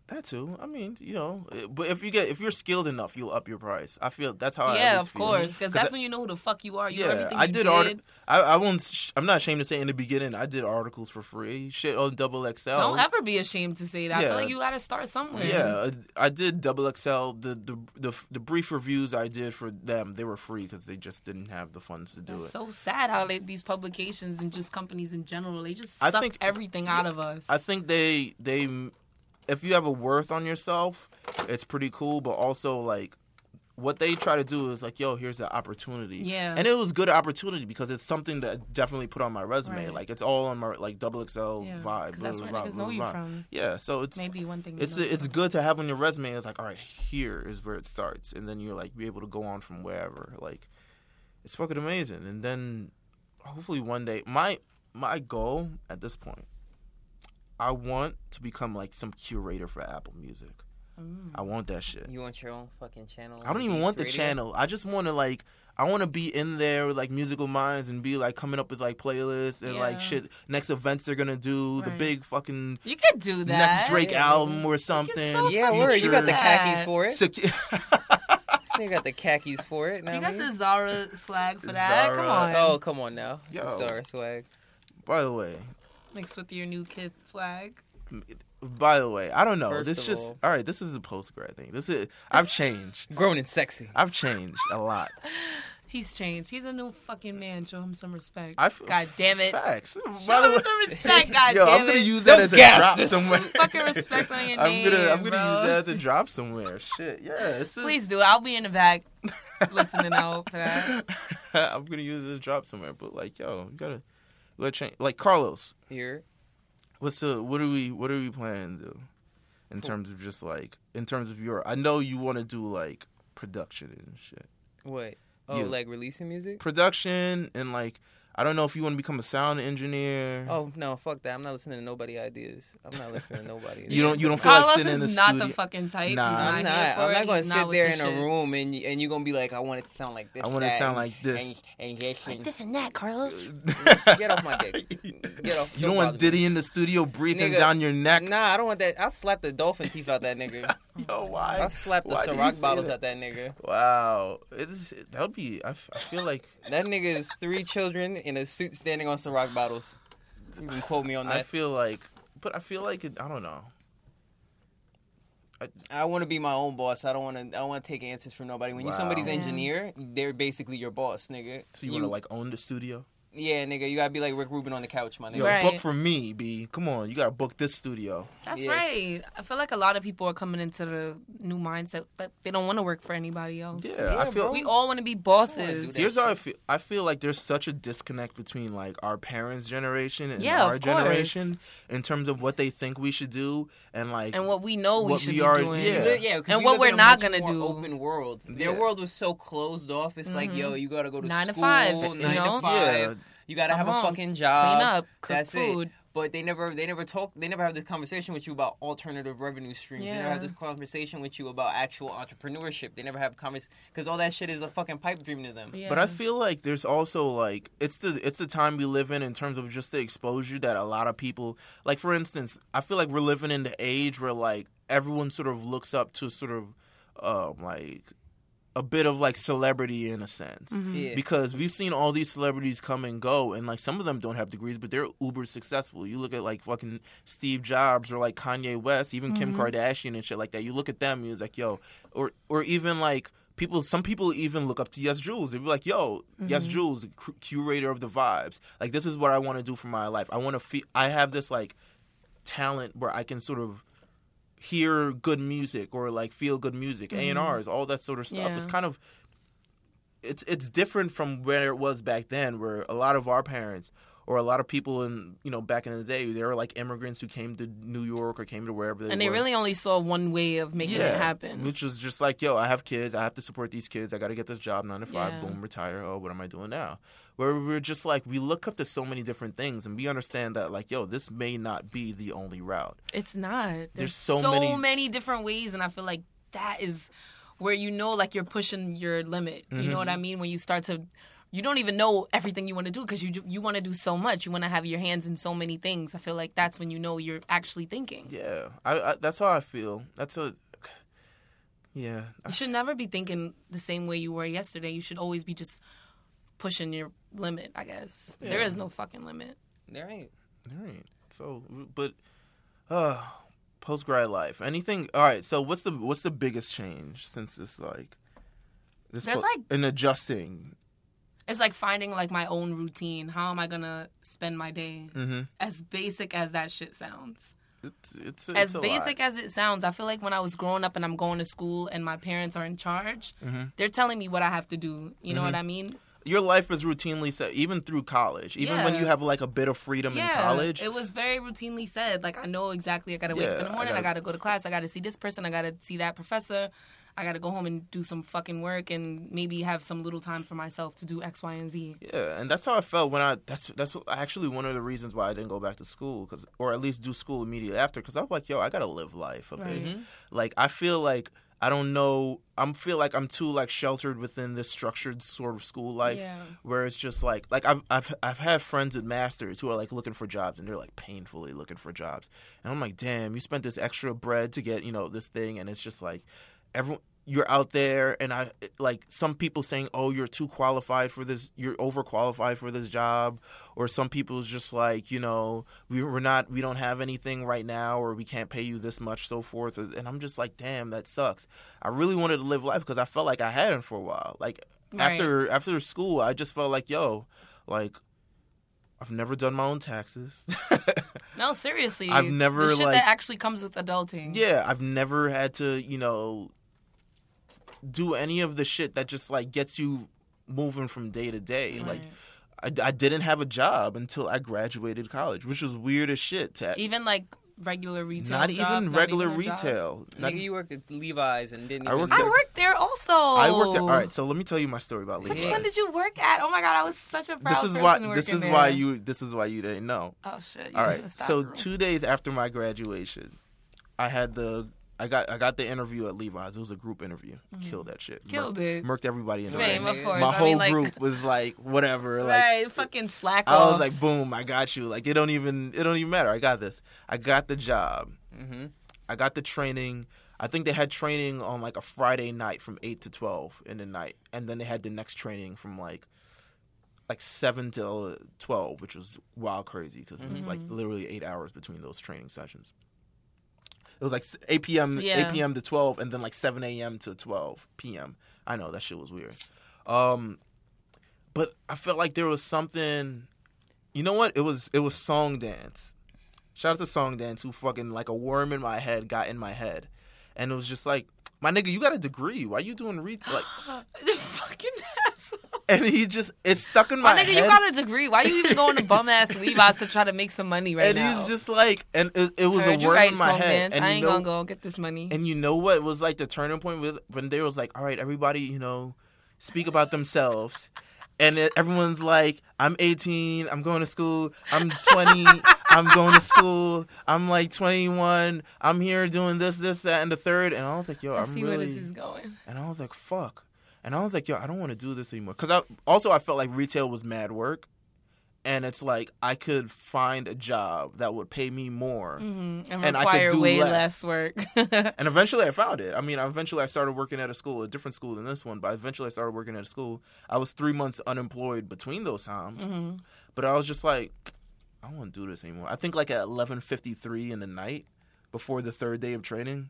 [SPEAKER 1] That too. I mean, you know, uh, but if you get if you're skilled enough, you'll up your price. I feel that's how. I at
[SPEAKER 2] yeah,
[SPEAKER 1] least
[SPEAKER 2] of
[SPEAKER 1] feel.
[SPEAKER 2] course, because
[SPEAKER 1] I-
[SPEAKER 2] that's when you know who the fuck you are. You know
[SPEAKER 1] yeah,
[SPEAKER 2] everything
[SPEAKER 1] I
[SPEAKER 2] you
[SPEAKER 1] did. Art- I, I won't. Sh- I'm not ashamed to say in the beginning I did articles for free. Shit on Double XL.
[SPEAKER 2] Don't ever be ashamed to say that. I
[SPEAKER 1] Yeah.
[SPEAKER 2] feel like you got to start somewhere.
[SPEAKER 1] Yeah, I, I did Double XL. The, the the the brief reviews I did for them, they were free because they just didn't have the funds to do
[SPEAKER 2] It's
[SPEAKER 1] it.
[SPEAKER 2] so sad how they, these publications and just companies in general they just
[SPEAKER 1] I
[SPEAKER 2] suck
[SPEAKER 1] think-
[SPEAKER 2] everything out of us.
[SPEAKER 1] I think they they if you have a worth on yourself, it's pretty cool. But also like what they try to do is like, yo, here's the opportunity.
[SPEAKER 2] Yeah.
[SPEAKER 1] And it was good opportunity because it's something that I definitely put on my resume.
[SPEAKER 2] Right.
[SPEAKER 1] Like it's all on my like double XL
[SPEAKER 2] Yeah,
[SPEAKER 1] vibe. blah,
[SPEAKER 2] 'cause that's
[SPEAKER 1] blah,
[SPEAKER 2] where
[SPEAKER 1] blah,
[SPEAKER 2] niggas
[SPEAKER 1] blah,
[SPEAKER 2] know you
[SPEAKER 1] blah.
[SPEAKER 2] from.
[SPEAKER 1] Yeah. So it's
[SPEAKER 2] maybe one thing. they
[SPEAKER 1] it's
[SPEAKER 2] know
[SPEAKER 1] it's
[SPEAKER 2] from.
[SPEAKER 1] good to have on your resume. It's like, all right, here is where it starts, and then you're like be able to go on from wherever. Like, it's fucking amazing. And then hopefully one day, my my goal at this point, I want to become like some curator for Apple Music.
[SPEAKER 2] Mm.
[SPEAKER 1] I want that shit.
[SPEAKER 3] You want your own fucking channel?
[SPEAKER 1] I don't even want the channel. I just want to like I want to be in there with like musical minds and be like coming up with like playlists and
[SPEAKER 2] Yeah.
[SPEAKER 1] like shit next events they're gonna do the
[SPEAKER 2] Right.
[SPEAKER 1] big fucking
[SPEAKER 2] You could do that.
[SPEAKER 1] next Drake
[SPEAKER 3] Yeah.
[SPEAKER 1] album or something.
[SPEAKER 2] so
[SPEAKER 3] Yeah, word. You got the
[SPEAKER 2] Future.
[SPEAKER 3] khakis for it.
[SPEAKER 1] Sec-
[SPEAKER 3] This nigga got the khakis for it. Now
[SPEAKER 2] You got the Zara slag for that. Come
[SPEAKER 1] Zara.
[SPEAKER 2] on.
[SPEAKER 3] Oh, come on now.
[SPEAKER 1] Yo.
[SPEAKER 3] Sorry, swag.
[SPEAKER 1] by the way,
[SPEAKER 2] Mixed with your new kid swag.
[SPEAKER 1] by the way, I don't know.
[SPEAKER 3] First
[SPEAKER 1] this
[SPEAKER 3] of
[SPEAKER 1] just
[SPEAKER 3] all-
[SPEAKER 1] all right. This is the post grad thing. This is I've changed.
[SPEAKER 3] Grown and sexy.
[SPEAKER 1] I've changed a lot.
[SPEAKER 2] He's changed. He's a new fucking man. Show him some respect.
[SPEAKER 1] I f-
[SPEAKER 2] God damn it.
[SPEAKER 1] Facts.
[SPEAKER 2] Show
[SPEAKER 1] By the
[SPEAKER 2] him
[SPEAKER 1] way,
[SPEAKER 2] some respect, god
[SPEAKER 1] yo,
[SPEAKER 2] damn
[SPEAKER 1] I'm
[SPEAKER 2] it.
[SPEAKER 1] gonna use that
[SPEAKER 3] Don't
[SPEAKER 1] as a
[SPEAKER 3] gas
[SPEAKER 1] drop
[SPEAKER 3] this.
[SPEAKER 1] somewhere.
[SPEAKER 2] Fucking respect on your
[SPEAKER 1] I'm
[SPEAKER 2] name.
[SPEAKER 1] gonna I'm gonna
[SPEAKER 2] bro.
[SPEAKER 1] use that as a drop somewhere. Shit, yeah. It's just,
[SPEAKER 2] Please do. I'll be in the back listening out for that.
[SPEAKER 1] I'm gonna use this drop somewhere, but like, yo, you gotta, you gotta change. Like Carlos,
[SPEAKER 3] Here.
[SPEAKER 1] what's the what are we what are we planning to do in terms of just like in terms of your? I know you want to do like production and shit,
[SPEAKER 3] What? Oh,
[SPEAKER 1] You.
[SPEAKER 3] like releasing music?
[SPEAKER 1] production and like I don't know if you want to become a sound engineer.
[SPEAKER 3] Oh no, fuck that. I'm not listening to nobody ideas. I'm not listening to nobody.
[SPEAKER 1] You don't- you don't feel like
[SPEAKER 2] Carlos
[SPEAKER 1] sitting
[SPEAKER 2] is
[SPEAKER 1] in the
[SPEAKER 2] not the
[SPEAKER 1] studio.
[SPEAKER 2] fucking type.
[SPEAKER 1] Nah.
[SPEAKER 2] He's not
[SPEAKER 3] I'm
[SPEAKER 2] here
[SPEAKER 3] not.
[SPEAKER 2] for
[SPEAKER 3] I'm
[SPEAKER 2] it.
[SPEAKER 3] not gonna
[SPEAKER 2] He's
[SPEAKER 3] sit
[SPEAKER 2] with
[SPEAKER 3] there
[SPEAKER 2] the
[SPEAKER 3] in a
[SPEAKER 2] shit.
[SPEAKER 3] room and y- and you're gonna be like, I want it to sound like this.
[SPEAKER 1] I want it to
[SPEAKER 3] that,
[SPEAKER 1] sound
[SPEAKER 3] and-
[SPEAKER 1] like this.
[SPEAKER 3] And, and yes, and
[SPEAKER 2] This and that, Carlos.
[SPEAKER 3] Get off my dick. Get off.
[SPEAKER 1] You don't
[SPEAKER 3] bother
[SPEAKER 1] want
[SPEAKER 3] me.
[SPEAKER 1] Diddy in the studio breathing
[SPEAKER 3] Nigga,
[SPEAKER 1] down your neck.
[SPEAKER 3] Nah, I don't want that. I'll slap the dolphin teeth out that nigga.
[SPEAKER 1] Yo, why?
[SPEAKER 3] I'll slap the
[SPEAKER 1] why do you
[SPEAKER 3] Ciroc
[SPEAKER 1] say
[SPEAKER 3] bottles
[SPEAKER 1] that?
[SPEAKER 3] out that nigga.
[SPEAKER 1] Wow, it's, that would be. I, f- I feel like
[SPEAKER 3] That nigga is three children in a suit standing on Ciroc bottles. You can quote me on
[SPEAKER 1] I
[SPEAKER 3] that.
[SPEAKER 1] feel like, but I feel like it, I don't know.
[SPEAKER 3] I want to be my own boss. I don't want to. I want to take answers from nobody. When you're somebody's
[SPEAKER 1] Wow. Yeah.
[SPEAKER 3] engineer, they're basically your boss, nigga.
[SPEAKER 1] So you, want to like own the studio?
[SPEAKER 3] yeah, nigga, you gotta be like Rick Rubin on the couch, my
[SPEAKER 1] Yo,
[SPEAKER 3] nigga.
[SPEAKER 2] Right.
[SPEAKER 1] book for me, B. Come on, you gotta book this studio.
[SPEAKER 2] That's
[SPEAKER 3] Yeah.
[SPEAKER 2] right. I feel like a lot of people are coming into the new mindset that they don't want to work for anybody else.
[SPEAKER 1] Yeah,
[SPEAKER 3] Yeah,
[SPEAKER 1] I feel.
[SPEAKER 3] bro.
[SPEAKER 2] We all want to be
[SPEAKER 3] I wanna do
[SPEAKER 2] bosses.
[SPEAKER 3] that.
[SPEAKER 1] Here's how I feel. I feel like there's such a disconnect between like our parents' generation and
[SPEAKER 2] Yeah, of
[SPEAKER 1] our generation in terms of what they think we should do and like
[SPEAKER 2] And what we know we
[SPEAKER 1] What
[SPEAKER 2] should
[SPEAKER 1] we
[SPEAKER 2] be
[SPEAKER 1] are-
[SPEAKER 2] doing.
[SPEAKER 1] yeah.
[SPEAKER 3] Yeah, yeah 'cause
[SPEAKER 2] And
[SPEAKER 3] we
[SPEAKER 2] what
[SPEAKER 3] live
[SPEAKER 2] we're
[SPEAKER 3] in a
[SPEAKER 2] not
[SPEAKER 3] much
[SPEAKER 2] gonna
[SPEAKER 3] more
[SPEAKER 2] do. Mm-hmm.
[SPEAKER 3] Open world. Their
[SPEAKER 1] Yeah.
[SPEAKER 3] world was so closed off. It's like, yo, you gotta go to
[SPEAKER 2] Nine to
[SPEAKER 3] school,
[SPEAKER 2] five,
[SPEAKER 3] nine
[SPEAKER 2] you know?
[SPEAKER 3] to five.
[SPEAKER 1] Yeah.
[SPEAKER 3] You gotta
[SPEAKER 2] Come
[SPEAKER 3] have
[SPEAKER 2] home,
[SPEAKER 3] a fucking job.
[SPEAKER 2] clean up, cook
[SPEAKER 3] That's
[SPEAKER 2] food.
[SPEAKER 3] It. But they never, they never talk. They never have this conversation with you about alternative revenue streams. They never
[SPEAKER 2] Yeah.
[SPEAKER 3] have this conversation with you about actual entrepreneurship. They never have convers because all that shit is a fucking pipe dream to them.
[SPEAKER 2] Yeah.
[SPEAKER 1] But I feel like there's also like it's the it's the time we live in in terms of just the exposure that a lot of people like. For instance, I feel like we're living in the age where like everyone sort of looks up to sort of um, like a bit of like celebrity in a sense
[SPEAKER 3] Yeah.
[SPEAKER 1] because we've seen all these celebrities come and go, and like some of them don't have degrees, but they're uber successful. You look at like fucking Steve Jobs or like Kanye West, even Kim Kardashian and shit like that. You look at them, and it's like yo, or or even like people. Some people even look up to Yes Jules. They'd be like, yo, Yes Jules, cr- curator of the vibes. Like this is what I want to do for my life. I want to feel. I have this like talent where I can sort of hear good music or like feel good music, A and R's, all that sort of stuff.
[SPEAKER 2] Yeah.
[SPEAKER 1] It's kind of it's it's different from where it was back then, where a lot of our parents or a lot of people in you know back in the day, they were like immigrants who came to New York or came to wherever they
[SPEAKER 2] and they
[SPEAKER 1] were.
[SPEAKER 2] really only saw one way of making it happen.
[SPEAKER 1] Which was just like, yo, I have kids. I have to support these kids. I got to get this job nine to five.
[SPEAKER 2] Yeah.
[SPEAKER 1] Boom, retire. Oh, what am I doing now? Where we're just like, we look up to so many different things, and we understand that like, yo, this may not be the only route.
[SPEAKER 2] It's not. There's,
[SPEAKER 1] so
[SPEAKER 2] so,
[SPEAKER 1] many-
[SPEAKER 2] many... different ways, and I feel like that is where you know, like you're pushing your limit. You know what I mean? When you start to, you don't even know everything you want to do because you ju- you want to do so much. You want to have your hands in so many things. I feel like that's when you know you're actually thinking.
[SPEAKER 1] Yeah, I, I that's how I feel. That's a yeah.
[SPEAKER 2] You should never be thinking the same way you were yesterday. You should always be just pushing your limit. I guess there is no fucking limit.
[SPEAKER 3] There ain't.
[SPEAKER 1] All right. So, but uh post grad life. Anything? All right. So, what's the what's the biggest change since this like this
[SPEAKER 2] There's,
[SPEAKER 1] po-
[SPEAKER 2] like-
[SPEAKER 1] an adjusting.
[SPEAKER 2] It's like finding like my own routine. How am I gonna spend my day? As basic as that shit sounds.
[SPEAKER 1] It's it's, it's
[SPEAKER 2] as
[SPEAKER 1] a
[SPEAKER 2] basic
[SPEAKER 1] lot.
[SPEAKER 2] as it sounds, I feel like when I was growing up and I'm going to school and my parents are in charge,
[SPEAKER 1] Mm-hmm.
[SPEAKER 2] they're telling me what I have to do. You know what I mean?
[SPEAKER 1] Your life is routinely set, even through college. Even when
[SPEAKER 2] Yeah.
[SPEAKER 1] you have like a bit of freedom in college,
[SPEAKER 2] It was very routinely said. Like I know exactly I gotta wake
[SPEAKER 1] Yeah,
[SPEAKER 2] up in the
[SPEAKER 1] I
[SPEAKER 2] morning, I gotta,
[SPEAKER 1] gotta-
[SPEAKER 2] go to class, I gotta see this person, I gotta see that professor, I gotta go home and do some fucking work and maybe have some little time for myself to do X, Y, and Z.
[SPEAKER 1] Yeah, and that's how I felt when I. That's that's actually one of the reasons why I didn't go back to school, cause or at least do school immediately after, because I was like, yo, I gotta live life. Okay,
[SPEAKER 2] Right.
[SPEAKER 1] like I feel like I don't know. I'm feel like I'm too like sheltered within this structured sort of school life,
[SPEAKER 2] Yeah.
[SPEAKER 1] where it's just like like I've I've I've had friends with masters who are like looking for jobs and they're like painfully looking for jobs, and I'm like, damn, you spent this extra bread to get you know this thing, and it's just like everyone you're out there and i like some people saying oh you're too qualified for this you're overqualified for this job or some people's just like you know we, we're not we don't have anything right now or we can't pay you this much so forth and i'm just like damn that sucks i really wanted to live life because i felt like i hadn't for a while like
[SPEAKER 2] Right.
[SPEAKER 1] after after school i just felt like yo like i've never done my own taxes
[SPEAKER 2] No, seriously.
[SPEAKER 1] I've never,
[SPEAKER 2] the shit
[SPEAKER 1] like-
[SPEAKER 2] that actually comes with adulting.
[SPEAKER 1] Yeah, I've never had to, you know, do any of the shit that just like gets you moving from day to day. Like, I, I didn't have a job until I graduated college, which was weird as shit. To,
[SPEAKER 2] Even like regular retail.
[SPEAKER 1] not
[SPEAKER 2] job,
[SPEAKER 1] even
[SPEAKER 2] not
[SPEAKER 1] regular
[SPEAKER 2] even a job.
[SPEAKER 1] retail. Not-
[SPEAKER 3] Nigga, you worked at Levi's and didn't.
[SPEAKER 1] I
[SPEAKER 3] even
[SPEAKER 1] worked
[SPEAKER 2] I
[SPEAKER 1] at-
[SPEAKER 2] worked there also.
[SPEAKER 1] I worked. At, all right, so let me tell you my story about
[SPEAKER 2] Which
[SPEAKER 1] Levi's.
[SPEAKER 2] one did you work at? Oh my god, I was such a proud
[SPEAKER 1] This is
[SPEAKER 2] person
[SPEAKER 1] why.
[SPEAKER 2] working
[SPEAKER 1] This is
[SPEAKER 2] there.
[SPEAKER 1] why you. This is why you didn't know.
[SPEAKER 2] Oh shit! you
[SPEAKER 1] All
[SPEAKER 2] were a
[SPEAKER 1] right.
[SPEAKER 2] staff
[SPEAKER 1] So
[SPEAKER 2] girl.
[SPEAKER 1] two days after my graduation, I had the I got I got the interview at Levi's. It was a group interview. Killed that shit.
[SPEAKER 2] Mm-hmm. Killed
[SPEAKER 1] Murked-
[SPEAKER 2] it.
[SPEAKER 1] Murked everybody in the
[SPEAKER 2] Same,
[SPEAKER 1] room.
[SPEAKER 2] of course.
[SPEAKER 1] My
[SPEAKER 2] I
[SPEAKER 1] whole
[SPEAKER 2] mean, like,
[SPEAKER 1] group was like, whatever. Like
[SPEAKER 2] right, fucking slack
[SPEAKER 1] I was
[SPEAKER 2] offs.
[SPEAKER 1] like, boom, I got you. Like it don't even it don't even matter. I got this. I got the job.
[SPEAKER 3] Mhm.
[SPEAKER 1] I got the training. I think they had training on like a Friday night from eight to twelve in the night, and then they had the next training from like like seven till twelve, which was wild crazy because it was like literally eight hours between those training sessions. It was like s- eight p.m.
[SPEAKER 2] Yeah.
[SPEAKER 1] eight p.m. to twelve, and then like seven a.m. to twelve p.m. I know that shit was weird, um, but I felt like there was something. You know what? It was it was song dance. Shout out to Song Dance, who fucking like a worm in my head got in my head, and it was just like, my nigga, you got a degree. Why you doing re like?
[SPEAKER 2] the fucking asshole.
[SPEAKER 1] And he just it stuck in my
[SPEAKER 2] My nigga,
[SPEAKER 1] head.
[SPEAKER 2] you got a degree. Why you even going to bum ass Levi's to try to make some money right
[SPEAKER 1] and
[SPEAKER 2] now?
[SPEAKER 1] he's just like, and it, it was
[SPEAKER 2] Heard
[SPEAKER 1] a
[SPEAKER 2] you
[SPEAKER 1] worm
[SPEAKER 2] right,
[SPEAKER 1] in my
[SPEAKER 2] Song
[SPEAKER 1] head.
[SPEAKER 2] Dance.
[SPEAKER 1] And
[SPEAKER 2] I
[SPEAKER 1] you
[SPEAKER 2] ain't
[SPEAKER 1] know,
[SPEAKER 2] gonna go get this money.
[SPEAKER 1] And you know what was like the turning point with when they was like, all right, everybody, you know, speak about themselves. And it- everyone's like, I'm 18, I'm going to school, I'm 20, I'm going to school, I'm like 21, I'm here doing this, this, that, and the third. And I was like, yo,
[SPEAKER 2] I
[SPEAKER 1] I'm
[SPEAKER 2] see
[SPEAKER 1] really.
[SPEAKER 2] where this is going.
[SPEAKER 1] And I was like, fuck. And I was like, yo, I don't want to do this anymore. Because I also I felt like retail was mad work. And it's like I could find a job that would pay me more.
[SPEAKER 2] Mm-hmm. And,
[SPEAKER 1] And I could
[SPEAKER 2] require
[SPEAKER 1] do
[SPEAKER 2] way
[SPEAKER 1] less.
[SPEAKER 2] less, work.
[SPEAKER 1] And eventually I found it. I mean, eventually I started working at a school, a different school than this one, but eventually I started working at a school. I was three months unemployed between those times.
[SPEAKER 2] Mhm.
[SPEAKER 1] But I was just like, I don't want to do this anymore. I think like at eleven fifty three in the night, before the third day of training,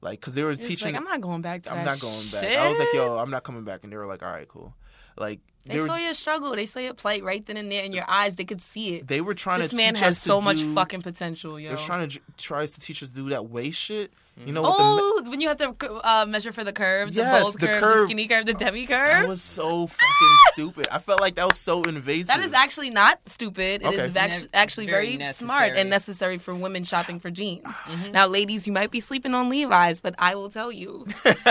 [SPEAKER 1] like because they were
[SPEAKER 2] It's
[SPEAKER 1] teaching.
[SPEAKER 2] like, I'm not going back to
[SPEAKER 1] I'm
[SPEAKER 2] that
[SPEAKER 1] not going back.
[SPEAKER 2] shit.
[SPEAKER 1] I was like, yo, I'm not coming back. And they were like, all right, cool. Like they,
[SPEAKER 2] They
[SPEAKER 1] were
[SPEAKER 2] saw your struggle. They saw your plight right then and there in your eyes. They could see it.
[SPEAKER 1] they were trying
[SPEAKER 2] This
[SPEAKER 1] to
[SPEAKER 2] man
[SPEAKER 1] teach
[SPEAKER 2] has
[SPEAKER 1] us
[SPEAKER 2] so
[SPEAKER 1] to
[SPEAKER 2] much
[SPEAKER 1] do-
[SPEAKER 2] fucking potential, yo.
[SPEAKER 1] They're trying to tries to teach us to do that waist shit. You know what the
[SPEAKER 2] Oh, when you have to uh, measure for the curve,
[SPEAKER 1] Yes,
[SPEAKER 2] the bold
[SPEAKER 1] the
[SPEAKER 2] curve,
[SPEAKER 1] curve. Oh,
[SPEAKER 2] the skinny curve, the demi
[SPEAKER 1] that
[SPEAKER 2] curve.
[SPEAKER 1] was so fucking stupid. I felt like that was so invasive.
[SPEAKER 2] That is actually not stupid. It is
[SPEAKER 1] Okay.
[SPEAKER 2] vac-
[SPEAKER 3] Ne-
[SPEAKER 2] actually
[SPEAKER 3] very
[SPEAKER 2] very, smart and necessary Mm-hmm. for women shopping for jeans. Now, ladies, you might be sleeping on Levi's, but I will tell you,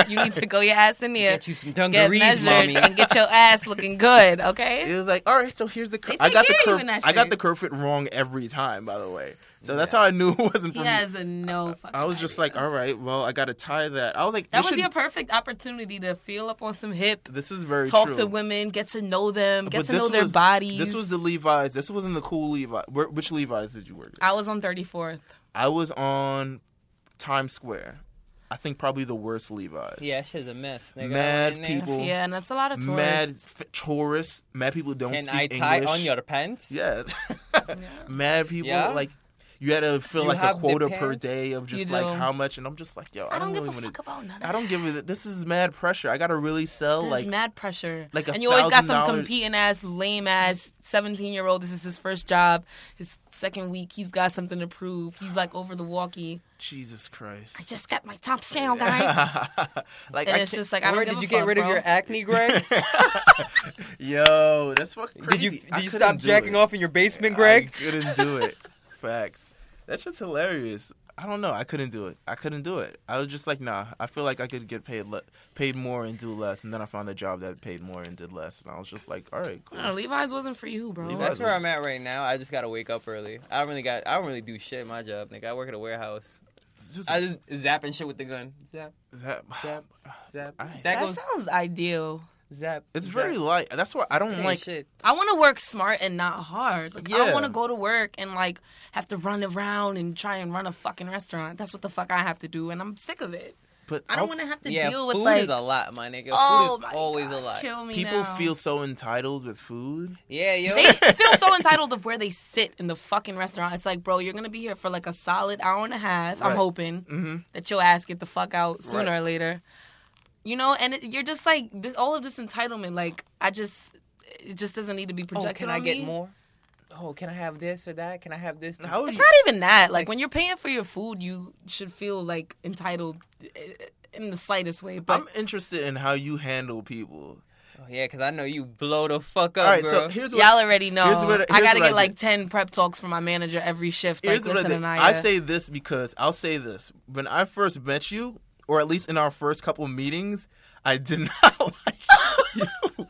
[SPEAKER 2] you need to go your ass in there,
[SPEAKER 3] Get you some
[SPEAKER 2] get
[SPEAKER 3] dungarees,
[SPEAKER 2] measured,
[SPEAKER 3] mommy.
[SPEAKER 2] and get your ass looking good. Okay.
[SPEAKER 1] It was like, all right, so here's the curve.
[SPEAKER 2] They
[SPEAKER 1] I
[SPEAKER 2] take
[SPEAKER 1] got the
[SPEAKER 2] care of you
[SPEAKER 1] curve.
[SPEAKER 2] in that
[SPEAKER 1] I got
[SPEAKER 2] shit.
[SPEAKER 1] the curve fit wrong every time, by the way. So that's how I knew it wasn't for
[SPEAKER 2] He
[SPEAKER 1] me.
[SPEAKER 2] has a no. Fucking
[SPEAKER 1] I was just
[SPEAKER 2] idea.
[SPEAKER 1] like, all right, well, I got to tie that. I was like,
[SPEAKER 2] that
[SPEAKER 1] this
[SPEAKER 2] was
[SPEAKER 1] should-
[SPEAKER 2] your perfect opportunity to feel up on some hip,
[SPEAKER 1] This is very
[SPEAKER 2] talk
[SPEAKER 1] true.
[SPEAKER 2] to women, get to know them, get
[SPEAKER 1] But
[SPEAKER 2] to
[SPEAKER 1] this
[SPEAKER 2] know their
[SPEAKER 1] was-
[SPEAKER 2] bodies.
[SPEAKER 1] This was the Levi's. This wasn't the cool Levi. Where, which Levi's did you work at?
[SPEAKER 2] I was on 34th.
[SPEAKER 1] I was on Times Square. I think probably the worst Levi's.
[SPEAKER 3] Yeah, that shit's a mess, nigga. I
[SPEAKER 1] Mad
[SPEAKER 3] went in there.
[SPEAKER 1] people. Cool.
[SPEAKER 2] Yeah, and that's a lot of tourists.
[SPEAKER 1] Mad f- tourists. Mad people who don't
[SPEAKER 3] Can
[SPEAKER 1] speak
[SPEAKER 3] I tie
[SPEAKER 1] English.
[SPEAKER 3] on your pants?
[SPEAKER 1] Yes. Mad people
[SPEAKER 3] Yeah.
[SPEAKER 1] like you had to fill
[SPEAKER 3] You
[SPEAKER 1] like a
[SPEAKER 3] have the
[SPEAKER 1] quota per
[SPEAKER 3] pants?
[SPEAKER 1] day of just
[SPEAKER 2] You
[SPEAKER 1] like
[SPEAKER 2] do.
[SPEAKER 1] how much, and I'm just like, yo, I,
[SPEAKER 2] I don't,
[SPEAKER 1] really
[SPEAKER 2] give a
[SPEAKER 1] want
[SPEAKER 2] fuck
[SPEAKER 1] to.
[SPEAKER 2] about none of
[SPEAKER 1] I don't give a. This is mad pressure. I gotta really sell.
[SPEAKER 2] There's
[SPEAKER 1] like
[SPEAKER 2] mad pressure.
[SPEAKER 1] like a
[SPEAKER 2] and you always got some
[SPEAKER 1] $1,000
[SPEAKER 2] competing ass, lame ass, seventeen year old. This is his first job, his second week. He's got something to prove. He's like over the walkie.
[SPEAKER 1] Jesus Christ.
[SPEAKER 2] Just got my top sale, guys.
[SPEAKER 1] like
[SPEAKER 2] and
[SPEAKER 1] I can't-
[SPEAKER 2] it's just like I
[SPEAKER 3] Where
[SPEAKER 2] don't
[SPEAKER 3] did
[SPEAKER 2] give
[SPEAKER 3] you get
[SPEAKER 2] a fuck,
[SPEAKER 3] rid of
[SPEAKER 2] bro.
[SPEAKER 3] your acne, Greg?
[SPEAKER 1] yo, that's fucking
[SPEAKER 3] did
[SPEAKER 1] crazy.
[SPEAKER 3] you
[SPEAKER 1] I
[SPEAKER 3] did you
[SPEAKER 1] couldn't
[SPEAKER 3] stop
[SPEAKER 1] do
[SPEAKER 3] jacking
[SPEAKER 1] it.
[SPEAKER 3] off in your basement, Greg?
[SPEAKER 1] I couldn't do it. Facts. That shit's hilarious. I don't know. I couldn't do it. I couldn't do it. I was just like, nah. I feel like I could get paid le- paid more and do less. And then I found a job that paid more and did less. And I was just like, all right, cool.
[SPEAKER 2] No, Levi's wasn't for you, bro.
[SPEAKER 1] Levi's
[SPEAKER 3] That's where I'm at right now. I just gotta wake up early. I don't really got. I don't really do shit. in My job, nigga. I work at a warehouse.
[SPEAKER 1] It's just-
[SPEAKER 3] I just zapping shit with the gun. Zap,
[SPEAKER 1] that-
[SPEAKER 3] zap, zap.
[SPEAKER 1] I-
[SPEAKER 3] that
[SPEAKER 2] That
[SPEAKER 3] goes
[SPEAKER 2] sounds ideal.
[SPEAKER 3] zap.
[SPEAKER 1] it's
[SPEAKER 3] zap.
[SPEAKER 1] very light. That's why I don't
[SPEAKER 3] Ain't
[SPEAKER 1] like.
[SPEAKER 3] shit.
[SPEAKER 2] I want to work smart and not hard. Like, I
[SPEAKER 1] Yeah.
[SPEAKER 2] don't want to go to work and like have to run around and try and run a fucking restaurant. That's what the fuck I have to do, and I'm sick of it.
[SPEAKER 1] But
[SPEAKER 2] I don't
[SPEAKER 1] also-
[SPEAKER 2] want to have to
[SPEAKER 3] Yeah,
[SPEAKER 2] deal with
[SPEAKER 3] food
[SPEAKER 2] like
[SPEAKER 3] is a lot, my nigga.
[SPEAKER 2] oh
[SPEAKER 3] food
[SPEAKER 2] my
[SPEAKER 3] is always
[SPEAKER 2] God,
[SPEAKER 3] a lot.
[SPEAKER 2] Kill me
[SPEAKER 1] People
[SPEAKER 2] now.
[SPEAKER 1] feel so entitled with food.
[SPEAKER 3] Yeah, yo. Oh,
[SPEAKER 2] they feel so entitled of where they sit in the fucking restaurant. It's like, bro, you're gonna be here for like a solid hour and a half. I'm
[SPEAKER 1] Right.
[SPEAKER 2] hoping
[SPEAKER 1] Mhm.
[SPEAKER 2] that your ass get the fuck out sooner
[SPEAKER 1] Right.
[SPEAKER 2] or later. You know, and it, you're just like this, all of this entitlement. Like, I just, it just doesn't need to be
[SPEAKER 3] oh,
[SPEAKER 2] projected.
[SPEAKER 3] can I
[SPEAKER 2] on
[SPEAKER 3] get
[SPEAKER 2] me.
[SPEAKER 3] more? Oh, can I have this or that? Can I have this?
[SPEAKER 1] How would
[SPEAKER 2] It's
[SPEAKER 1] you?
[SPEAKER 2] not even that. Like, when you're paying for your food, you should feel like entitled eh, in the slightest way. But
[SPEAKER 1] I'm interested in how you handle people.
[SPEAKER 3] Oh, yeah, because I know you blow the fuck up,
[SPEAKER 1] All right,
[SPEAKER 3] bro.
[SPEAKER 1] so here's what
[SPEAKER 2] y'all already know.
[SPEAKER 1] here's what-
[SPEAKER 2] I
[SPEAKER 1] here's
[SPEAKER 2] gotta
[SPEAKER 1] what I
[SPEAKER 2] get like
[SPEAKER 1] did.
[SPEAKER 2] ten prep talks from my manager every shift. Like,
[SPEAKER 1] Here's what
[SPEAKER 2] listen,
[SPEAKER 1] I, did.
[SPEAKER 2] Anaya,
[SPEAKER 1] I say this because I'll say this. When I first met you, or at least in our first couple meetings, I did not like you.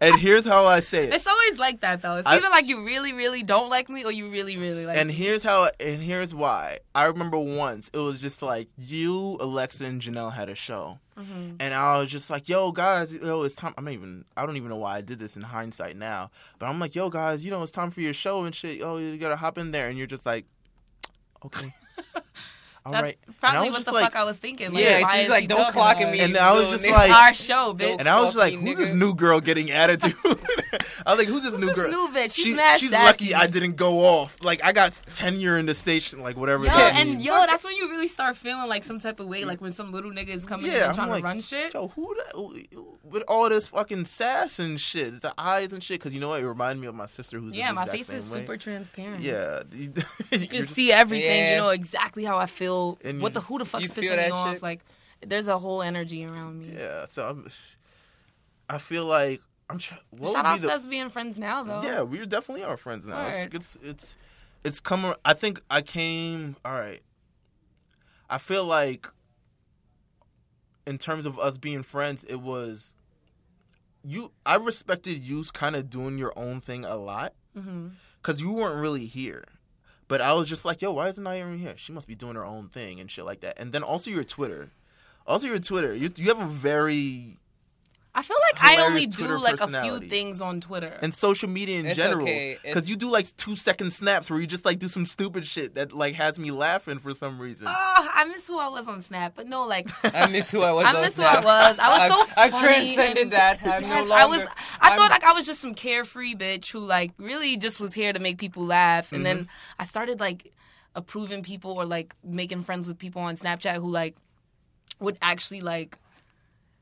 [SPEAKER 1] and here's how I say it.
[SPEAKER 2] It's always like that though. It's
[SPEAKER 1] I-
[SPEAKER 2] either like you really, really don't like me, or you really, really like
[SPEAKER 1] And
[SPEAKER 2] me.
[SPEAKER 1] here's how. And here's why. I remember once it was just like you, Alexa, and Janelle had a show,
[SPEAKER 2] Mm-hmm.
[SPEAKER 1] and I was just like, "Yo, guys, yo, it's time." I'm not even. I don't even know why I did this in hindsight now, but I'm like, "Yo, guys, you know, it's time for your show and shit. Oh, you gotta hop in there." And you're just like, "Okay, all
[SPEAKER 2] That's
[SPEAKER 1] right." And I
[SPEAKER 2] probably
[SPEAKER 1] was
[SPEAKER 2] what
[SPEAKER 1] just
[SPEAKER 2] the
[SPEAKER 1] like,
[SPEAKER 2] fuck I was thinking.
[SPEAKER 3] yeah,
[SPEAKER 2] why
[SPEAKER 3] she's
[SPEAKER 2] is
[SPEAKER 3] like,
[SPEAKER 2] he
[SPEAKER 3] don't
[SPEAKER 2] talking
[SPEAKER 3] clock
[SPEAKER 2] to
[SPEAKER 3] at
[SPEAKER 2] us?
[SPEAKER 3] me.
[SPEAKER 1] And
[SPEAKER 3] you
[SPEAKER 1] I was
[SPEAKER 3] little
[SPEAKER 1] just
[SPEAKER 3] nigga.
[SPEAKER 1] like-
[SPEAKER 2] It's our show, bitch.
[SPEAKER 3] Don't
[SPEAKER 1] And I was like,
[SPEAKER 3] Fucking
[SPEAKER 1] "Who's this
[SPEAKER 3] nigga.
[SPEAKER 1] new girl getting attitude?" I was like, "Who's this new
[SPEAKER 2] this
[SPEAKER 1] girl?"
[SPEAKER 2] new bitch? She's
[SPEAKER 1] She-
[SPEAKER 2] mad
[SPEAKER 1] she's
[SPEAKER 2] sassy.
[SPEAKER 1] lucky I didn't go off. Like I got tenure in the station, like whatever.
[SPEAKER 2] Yo,
[SPEAKER 1] that
[SPEAKER 2] and
[SPEAKER 1] means.
[SPEAKER 2] yo, that's when you really start feeling like some type of way, like when some little nigga is coming in and trying to run shit.
[SPEAKER 1] Yo, who that, with all this fucking sass and shit, the eyes and shit. Because you know what, it reminded me of my sister who's
[SPEAKER 2] Yeah,
[SPEAKER 1] the
[SPEAKER 2] my
[SPEAKER 1] exact
[SPEAKER 2] face
[SPEAKER 1] same
[SPEAKER 2] is
[SPEAKER 1] way.
[SPEAKER 2] super transparent.
[SPEAKER 1] Yeah, you can
[SPEAKER 2] you can see everything.
[SPEAKER 3] Yeah.
[SPEAKER 2] You know exactly how I feel.
[SPEAKER 1] And
[SPEAKER 2] what
[SPEAKER 1] you-
[SPEAKER 2] the who the fuck's
[SPEAKER 3] you
[SPEAKER 2] pissing
[SPEAKER 3] feel
[SPEAKER 2] me
[SPEAKER 3] that
[SPEAKER 2] off?
[SPEAKER 3] shit?
[SPEAKER 2] Like, there's a whole energy around me.
[SPEAKER 1] Yeah, so I'm. I feel like I'm. Try- what
[SPEAKER 2] Shout
[SPEAKER 1] would
[SPEAKER 2] out
[SPEAKER 1] be
[SPEAKER 2] to
[SPEAKER 1] the?
[SPEAKER 2] us being friends now, though.
[SPEAKER 1] Yeah, we definitely are friends now. It's,
[SPEAKER 2] Word.
[SPEAKER 1] it's it's it's come. ar- I think I came. All right. I feel like in terms of us being friends, it was you. I respected you kind of doing your own thing a lot
[SPEAKER 2] hmm
[SPEAKER 1] because you weren't really here. But I was just like, yo, why isn't I even here? She must be doing her own thing and shit like that. And then also your Twitter. Also your Twitter. You, you have a very
[SPEAKER 2] I feel like I
[SPEAKER 1] Hilarious
[SPEAKER 2] only
[SPEAKER 1] Twitter
[SPEAKER 2] do like a few
[SPEAKER 1] personality.
[SPEAKER 2] things on Twitter.
[SPEAKER 1] and social media in
[SPEAKER 3] It's
[SPEAKER 1] general
[SPEAKER 3] okay. It's-
[SPEAKER 1] because you do like two second snaps where you just like do some stupid shit that like has me laughing for some reason.
[SPEAKER 2] Oh, I miss who I was on Snap, but no, like
[SPEAKER 3] I miss who I was.
[SPEAKER 2] I
[SPEAKER 3] on
[SPEAKER 2] miss who
[SPEAKER 3] Snap.
[SPEAKER 2] I was. I was so
[SPEAKER 3] I've, I've
[SPEAKER 2] funny
[SPEAKER 3] transcended
[SPEAKER 2] and-
[SPEAKER 3] that. I'm
[SPEAKER 2] yes,
[SPEAKER 3] no longer.
[SPEAKER 2] I was. I
[SPEAKER 3] I'm-
[SPEAKER 2] thought like I was just some carefree bitch who like really just was here to make people laugh, and then
[SPEAKER 3] Mm-hmm.
[SPEAKER 2] I started like approving people or like making friends with people on Snapchat who like would actually like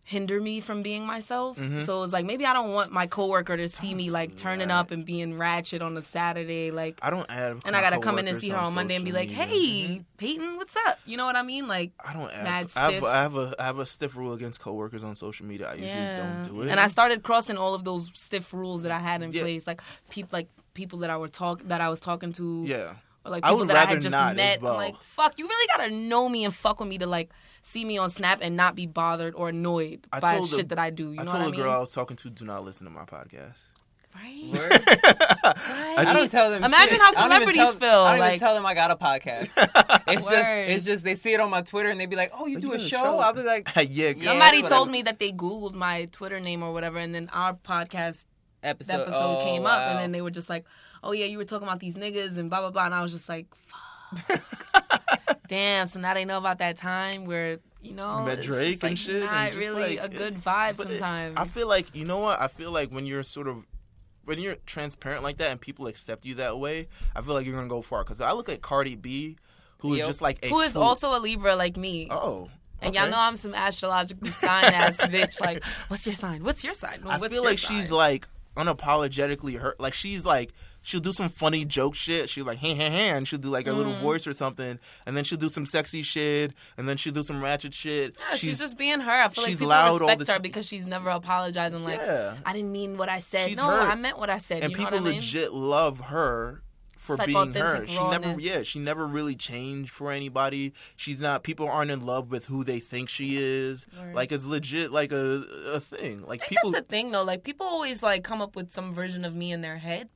[SPEAKER 2] hinder me from being myself.
[SPEAKER 3] Mm-hmm.
[SPEAKER 2] So it was like maybe I don't want my coworker to see me like turning up and being ratchet on a Saturday, like.
[SPEAKER 1] I don't add.
[SPEAKER 2] and I gotta come in and see her on Monday and be like,
[SPEAKER 3] Mm-hmm.
[SPEAKER 2] "Hey, Peyton, what's up?" You know what I mean? Like,
[SPEAKER 1] I don't add.
[SPEAKER 2] mad
[SPEAKER 1] I, have,
[SPEAKER 2] stiff.
[SPEAKER 1] I have a I have a stiff rule against coworkers on social media. I usually don't do it.
[SPEAKER 2] And I started crossing all of those stiff rules that I had in
[SPEAKER 1] Yeah.
[SPEAKER 2] place, like people like people that I were talk that I was talking to,
[SPEAKER 1] yeah.
[SPEAKER 2] or like
[SPEAKER 1] I
[SPEAKER 2] people
[SPEAKER 1] would
[SPEAKER 2] that I
[SPEAKER 1] rather
[SPEAKER 2] had just
[SPEAKER 1] not as
[SPEAKER 2] met.
[SPEAKER 1] well.
[SPEAKER 2] I'm like, fuck, you really gotta know me and fuck with me to like see me on Snap and not be bothered or annoyed
[SPEAKER 1] I
[SPEAKER 2] by
[SPEAKER 1] told the-
[SPEAKER 2] shit that I do. You
[SPEAKER 1] I
[SPEAKER 2] know
[SPEAKER 1] told
[SPEAKER 2] what I
[SPEAKER 1] a
[SPEAKER 2] mean?
[SPEAKER 1] girl I was talking to, do not listen to my podcast.
[SPEAKER 2] Right?
[SPEAKER 3] Word? I don't
[SPEAKER 2] Right?
[SPEAKER 3] tell them.
[SPEAKER 2] Imagine
[SPEAKER 3] shit.
[SPEAKER 2] how
[SPEAKER 3] I don't even
[SPEAKER 2] celebrities
[SPEAKER 3] tell-
[SPEAKER 2] feel,
[SPEAKER 3] I don't even
[SPEAKER 2] like-
[SPEAKER 3] tell them I got a podcast. It's just,
[SPEAKER 2] Word.
[SPEAKER 3] it's just they see it on my Twitter and they be like, "Oh, you do a
[SPEAKER 1] doing a
[SPEAKER 3] show?"
[SPEAKER 1] show?
[SPEAKER 3] I'll be like,
[SPEAKER 1] yeah,
[SPEAKER 3] Yeah.
[SPEAKER 2] Somebody
[SPEAKER 3] that's what
[SPEAKER 2] told
[SPEAKER 3] I-
[SPEAKER 2] me that they Googled my Twitter name or whatever, and then our podcast
[SPEAKER 3] "Episode,
[SPEAKER 2] episode
[SPEAKER 3] oh,
[SPEAKER 2] came up,
[SPEAKER 3] wow.
[SPEAKER 2] and then they were just like, "Oh yeah, you were talking about these niggas and blah blah blah," and I was just like, "Fuck, damn!" So now they know about that time where you know
[SPEAKER 1] Met
[SPEAKER 2] it's
[SPEAKER 1] Drake
[SPEAKER 2] just,
[SPEAKER 1] and
[SPEAKER 2] like,
[SPEAKER 1] shit,
[SPEAKER 2] Not
[SPEAKER 1] and just,
[SPEAKER 2] really
[SPEAKER 1] like,
[SPEAKER 2] a good
[SPEAKER 1] it-
[SPEAKER 2] vibe
[SPEAKER 1] But it-
[SPEAKER 2] sometimes.
[SPEAKER 1] I feel like you know what? I feel like when you're sort of when you're transparent like that and people accept you that way, I feel like you're gonna go far. Because I look at Cardi B, who is
[SPEAKER 3] Yep.
[SPEAKER 1] just like a
[SPEAKER 2] who is
[SPEAKER 1] fool.
[SPEAKER 2] also a Libra like me.
[SPEAKER 1] oh,
[SPEAKER 2] And y'all
[SPEAKER 1] okay.
[SPEAKER 2] know I'm some astrological sign ass bitch. Like, what's your sign? What's your sign?
[SPEAKER 1] I
[SPEAKER 2] What's
[SPEAKER 1] feel
[SPEAKER 2] your
[SPEAKER 1] like she's
[SPEAKER 2] sign?"
[SPEAKER 1] like unapologetically hurt. Like she's like she'll do some funny joke shit. She's like hey hey hey, and she'll do like a little
[SPEAKER 2] Mm.
[SPEAKER 1] voice or something, and then she'll do some sexy shit, and then she'll do some ratchet shit.
[SPEAKER 2] Yeah, she's, just being her. I feel like
[SPEAKER 1] she's
[SPEAKER 2] people
[SPEAKER 1] loud all
[SPEAKER 2] respect
[SPEAKER 1] the
[SPEAKER 2] her
[SPEAKER 1] ti-
[SPEAKER 2] because she's never apologizing. Like,
[SPEAKER 1] Yeah.
[SPEAKER 2] I didn't mean what I said.
[SPEAKER 1] She's
[SPEAKER 2] no,
[SPEAKER 1] her.
[SPEAKER 2] I meant what I said.
[SPEAKER 1] and
[SPEAKER 2] you know
[SPEAKER 1] people
[SPEAKER 2] what I mean?
[SPEAKER 1] legit love her. for
[SPEAKER 2] It's like
[SPEAKER 1] being her.
[SPEAKER 2] authentic
[SPEAKER 1] She never,
[SPEAKER 2] rawness.
[SPEAKER 1] yeah, she never really changed for anybody. She's not. People aren't in love with who they think she is.
[SPEAKER 2] Word.
[SPEAKER 1] Like it's legit, like a a thing. Like
[SPEAKER 2] I think
[SPEAKER 1] people,
[SPEAKER 2] that's the thing though. Like people always like come up with some version of me in their head.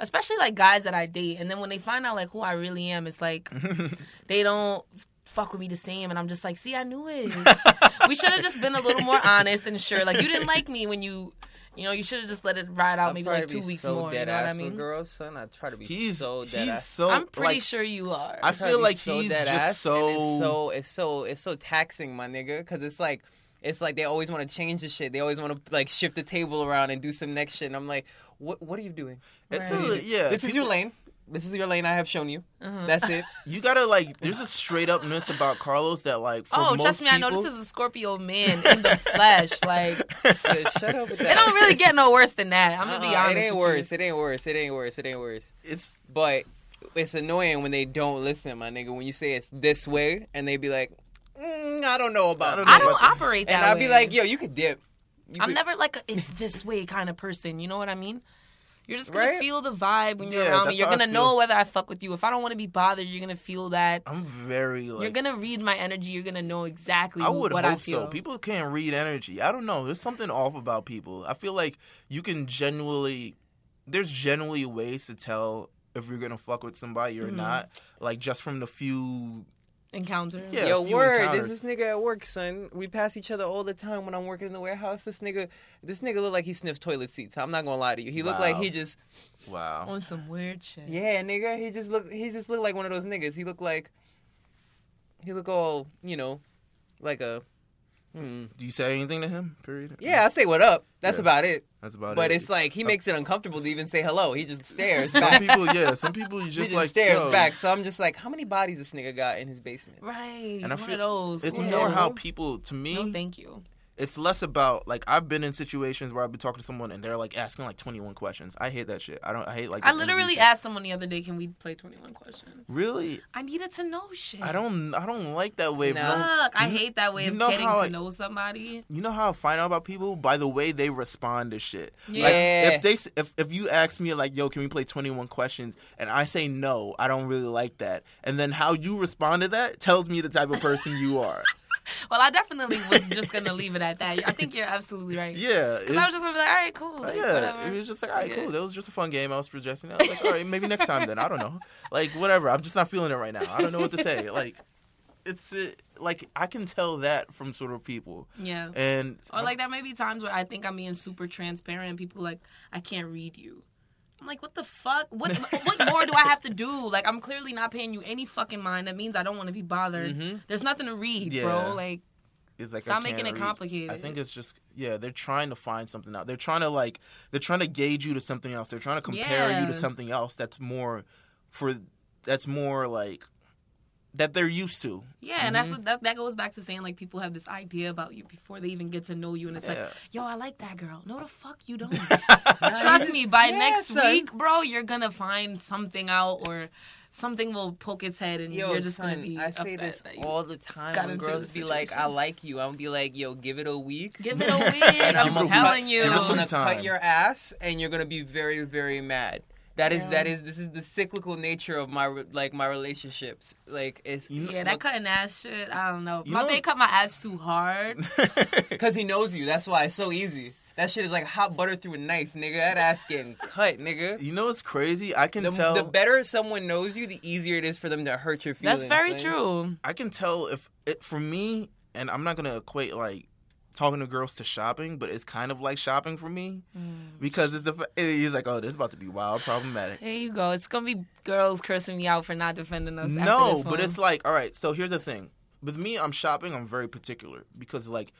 [SPEAKER 2] Especially like guys that I date and then when they find out like who I really am, it's like they don't fuck with me the same and I'm just like, see, I knew it. we should have just been a little more honest and sure. Like you didn't like me when you you know, you should have just let it ride out
[SPEAKER 3] I'm
[SPEAKER 2] maybe
[SPEAKER 3] probably
[SPEAKER 2] like two
[SPEAKER 3] be
[SPEAKER 2] weeks
[SPEAKER 3] so
[SPEAKER 2] more. You
[SPEAKER 3] Dead
[SPEAKER 2] know
[SPEAKER 3] ass
[SPEAKER 2] what I
[SPEAKER 3] with
[SPEAKER 2] mean?
[SPEAKER 3] girls, son. I try to be
[SPEAKER 1] he's
[SPEAKER 3] so dead
[SPEAKER 1] he's
[SPEAKER 3] ass.
[SPEAKER 1] so.
[SPEAKER 2] I'm pretty
[SPEAKER 1] like,
[SPEAKER 2] sure you are.
[SPEAKER 1] I
[SPEAKER 3] I
[SPEAKER 1] feel
[SPEAKER 3] try to be
[SPEAKER 1] like
[SPEAKER 3] so
[SPEAKER 1] he's
[SPEAKER 3] dead
[SPEAKER 1] just
[SPEAKER 3] ass, and
[SPEAKER 1] so.
[SPEAKER 3] it's so it's so it's so taxing, my nigga, because it's like it's like they always want to change the shit. They always want to like shift the table around and do some next shit. And I'm like, what what are you doing?
[SPEAKER 1] It's
[SPEAKER 2] Right.
[SPEAKER 1] a, yeah.
[SPEAKER 3] this is your
[SPEAKER 1] people-
[SPEAKER 3] lane. This is your lane. I have shown you.
[SPEAKER 2] Uh-huh.
[SPEAKER 3] That's it.
[SPEAKER 1] You gotta like. There's a straight upness about Carlos that like. For
[SPEAKER 2] Oh,
[SPEAKER 1] most
[SPEAKER 2] trust me, I know
[SPEAKER 1] people-
[SPEAKER 2] this is a Scorpio man in the flesh. Like
[SPEAKER 3] Shit, Shut up with that.
[SPEAKER 2] it don't really get no worse than that. I'm gonna be
[SPEAKER 3] Uh-uh,
[SPEAKER 2] honest.
[SPEAKER 3] It ain't
[SPEAKER 2] with
[SPEAKER 3] worse. It ain't worse. It ain't worse. It ain't worse.
[SPEAKER 1] It's
[SPEAKER 3] But it's annoying when they don't listen, my nigga. When you say it's this way and they be like, mm, I don't know about.
[SPEAKER 1] I don't
[SPEAKER 2] You. I
[SPEAKER 3] this."
[SPEAKER 1] know
[SPEAKER 2] don't operate that
[SPEAKER 3] And
[SPEAKER 2] way.
[SPEAKER 3] I'll be like, Yo, you could dip. You
[SPEAKER 2] I'm
[SPEAKER 3] could-
[SPEAKER 2] never like a it's this way kind of person. You know what I mean? You're just gonna
[SPEAKER 3] Right?
[SPEAKER 2] feel the vibe when you're
[SPEAKER 1] Yeah,
[SPEAKER 2] around me.
[SPEAKER 1] that's
[SPEAKER 2] You're
[SPEAKER 1] how I
[SPEAKER 2] gonna know
[SPEAKER 1] feel.
[SPEAKER 2] whether I fuck with you. If I don't want to be bothered, you're gonna feel that.
[SPEAKER 1] I'm very like.
[SPEAKER 2] you're gonna read my energy. You're gonna know exactly
[SPEAKER 1] I
[SPEAKER 2] who-
[SPEAKER 1] would
[SPEAKER 2] what
[SPEAKER 1] hope
[SPEAKER 2] I feel.
[SPEAKER 1] so. People can't read energy. I don't know. There's something off about people. I feel like you can genuinely. There's generally ways to tell if you're gonna fuck with somebody or
[SPEAKER 2] Mhm.
[SPEAKER 1] not, like just from the few.
[SPEAKER 2] Encounter.
[SPEAKER 1] Yeah,
[SPEAKER 3] Yo,
[SPEAKER 1] a few
[SPEAKER 3] word,
[SPEAKER 1] encounters.
[SPEAKER 3] there's this nigga at work, son. We pass each other all the time when I'm working in the warehouse. This nigga, this nigga look like he sniffs toilet seats. I'm not gonna lie to you. He looked like
[SPEAKER 1] Wow.
[SPEAKER 3] he just,
[SPEAKER 1] Wow.
[SPEAKER 2] On some weird shit.
[SPEAKER 3] yeah, nigga. He just look, he just looked like one of those niggas. He looked like, he look all, you know, like a, hmm.
[SPEAKER 1] Do you say anything to him? Period.
[SPEAKER 3] yeah. I say what up. That's
[SPEAKER 1] Yeah.
[SPEAKER 3] about it.
[SPEAKER 1] That's about
[SPEAKER 3] But
[SPEAKER 1] it. Uh,
[SPEAKER 3] it's like he makes it uncomfortable to even say hello. He just stares
[SPEAKER 1] some
[SPEAKER 3] back.
[SPEAKER 1] people. Yeah, some people you
[SPEAKER 3] he
[SPEAKER 1] just
[SPEAKER 3] just
[SPEAKER 1] like
[SPEAKER 3] stares
[SPEAKER 1] yo.
[SPEAKER 3] back. So I'm just like, how many bodies this nigga got in his basement?
[SPEAKER 2] Right.
[SPEAKER 1] And I
[SPEAKER 2] one
[SPEAKER 1] feel-
[SPEAKER 2] of those.
[SPEAKER 1] It's
[SPEAKER 2] Ooh,
[SPEAKER 1] more
[SPEAKER 2] no.
[SPEAKER 1] how people to me.
[SPEAKER 2] No, thank you.
[SPEAKER 1] it's less about like I've been in situations where I've been talking to someone and they're like asking like 21 questions. I hate that shit. I don't. I hate like.
[SPEAKER 2] I
[SPEAKER 1] this interview
[SPEAKER 2] literally
[SPEAKER 1] shit.
[SPEAKER 2] asked someone the other day, "Can we play 21 questions?"
[SPEAKER 1] Really,
[SPEAKER 2] I needed to know shit.
[SPEAKER 1] I don't. I don't like that way. of
[SPEAKER 3] No.
[SPEAKER 1] knowing-
[SPEAKER 2] Fuck, I
[SPEAKER 1] you-
[SPEAKER 2] hate that way
[SPEAKER 1] you
[SPEAKER 2] of
[SPEAKER 1] know
[SPEAKER 2] getting
[SPEAKER 1] how
[SPEAKER 2] to
[SPEAKER 1] I-
[SPEAKER 2] know somebody.
[SPEAKER 1] You know how I find out about people by the way they respond to shit. Like,
[SPEAKER 3] Yeah.
[SPEAKER 1] if they s- if if you ask me like, "Yo, can we play 21 questions?" and I say no, I don't really like that. And then how you respond to that tells me the type of person you are.
[SPEAKER 2] Well, I definitely was just gonna leave it at that. I think you're absolutely right.
[SPEAKER 1] Yeah.
[SPEAKER 2] Because I was just gonna be like, all right, cool.
[SPEAKER 1] But
[SPEAKER 2] Like,
[SPEAKER 1] yeah,
[SPEAKER 2] whatever.
[SPEAKER 1] it was just like, all right,
[SPEAKER 2] Yeah.
[SPEAKER 1] cool. That was just a fun game. I was projecting. I was like, all right, maybe next time then. I don't know. Like, whatever. I'm just not feeling it right now. I don't know what to say. Like, it's uh, like I can tell that from sort of people.
[SPEAKER 2] yeah.
[SPEAKER 1] And
[SPEAKER 2] Or like there may be times where I think I'm being super transparent. and People like, I can't read you. I'm like, what the fuck? What what more do I have to do? Like, I'm clearly not paying you any fucking mind. That means I don't want to be bothered.
[SPEAKER 1] Mm-hmm.
[SPEAKER 3] Mhm.
[SPEAKER 2] The's nothing to read,
[SPEAKER 1] Yeah.
[SPEAKER 2] bro. Like,
[SPEAKER 1] it's like I
[SPEAKER 2] stop making
[SPEAKER 1] can't
[SPEAKER 2] it
[SPEAKER 1] read.
[SPEAKER 2] complicated.
[SPEAKER 1] I think it's just yeah, they're trying to find something out. They're trying to like they're trying to gauge you to something else. They're trying to compare you to
[SPEAKER 2] Yeah.
[SPEAKER 1] something else that's more for that's more like that they're used to.
[SPEAKER 2] yeah, and that's what that, that goes back to saying like people have this idea about you before they even get to know you, and it's
[SPEAKER 1] Yeah.
[SPEAKER 2] like, yo, I like that girl. No, the fuck you don't. Trust me, by
[SPEAKER 3] Yeah,
[SPEAKER 2] next
[SPEAKER 3] son.
[SPEAKER 2] week, bro, you're gonna find something out or something will poke its head and
[SPEAKER 3] Yo,
[SPEAKER 2] you're just
[SPEAKER 3] son,
[SPEAKER 2] gonna be
[SPEAKER 3] I
[SPEAKER 2] upset
[SPEAKER 3] say this
[SPEAKER 2] that you-
[SPEAKER 3] all the time
[SPEAKER 2] got
[SPEAKER 3] when
[SPEAKER 2] into
[SPEAKER 3] girls
[SPEAKER 2] the
[SPEAKER 3] be like, "I
[SPEAKER 2] situation.
[SPEAKER 3] like you," I'm be like, "Yo, give it a week."
[SPEAKER 2] Give it a week.
[SPEAKER 3] and
[SPEAKER 2] I'm,
[SPEAKER 1] Give it a
[SPEAKER 2] telling
[SPEAKER 3] cut,
[SPEAKER 2] you.
[SPEAKER 3] and I'm
[SPEAKER 1] Give it
[SPEAKER 3] gonna
[SPEAKER 1] some time.
[SPEAKER 3] cut your ass, and you're gonna be very, very mad. That is,
[SPEAKER 2] Yeah.
[SPEAKER 3] that is, this is the cyclical nature of my re- like my relationships. Like it's
[SPEAKER 1] You
[SPEAKER 2] yeah, that cutting ass shit. I don't know.
[SPEAKER 1] You
[SPEAKER 2] my
[SPEAKER 1] know-
[SPEAKER 2] babe cut my ass too hard.
[SPEAKER 3] because he knows you. That's why it's so easy. That shit is like hot butter through a knife, nigga. That ass getting cut, nigga.
[SPEAKER 1] you know what's crazy? I can
[SPEAKER 3] The,
[SPEAKER 1] tell
[SPEAKER 3] the better someone knows you, the easier it is for them to hurt your feelings.
[SPEAKER 2] That's very
[SPEAKER 3] son.
[SPEAKER 2] true.
[SPEAKER 1] I can tell if it for me, and I'm not gonna equate like talking to girls to shopping, but it's kind of like shopping for me because it's the fa- it- he's like, oh, this is about to be wild, problematic.
[SPEAKER 2] There you go. It's gonna be girls cursing me out for not defending us. after
[SPEAKER 1] No,
[SPEAKER 2] this
[SPEAKER 1] but
[SPEAKER 2] one.
[SPEAKER 1] it's like, all right. So here's the thing: with me, I'm shopping. I'm very particular because like.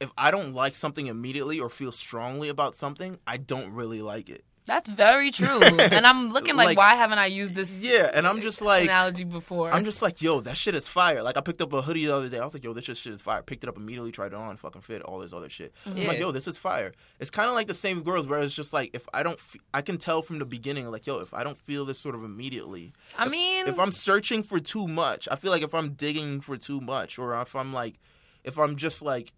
[SPEAKER 1] If I don't like something immediately or feel strongly about something, I don't really like it.
[SPEAKER 2] that's very true. and I'm looking like,
[SPEAKER 1] Like-
[SPEAKER 2] why haven't I used this?
[SPEAKER 1] Yeah, and I'm just like,
[SPEAKER 2] analogy before.
[SPEAKER 1] I'm just like, yo, that shit is fire. Like I picked up a hoodie the other day. I was like, yo, this just shit is fire. Picked it up immediately, tried it on, fucking fit, all this other shit. I'm like,
[SPEAKER 3] Yeah.
[SPEAKER 1] yo, this is fire. It's kind of like the same with girls, where it's just like, if I don't, fe- I can tell from the beginning, like, yo, if I don't feel this sort of immediately,
[SPEAKER 2] I mean,
[SPEAKER 1] if I'm searching for too much, I feel like if I'm digging for too much, or if I'm like, if I'm just like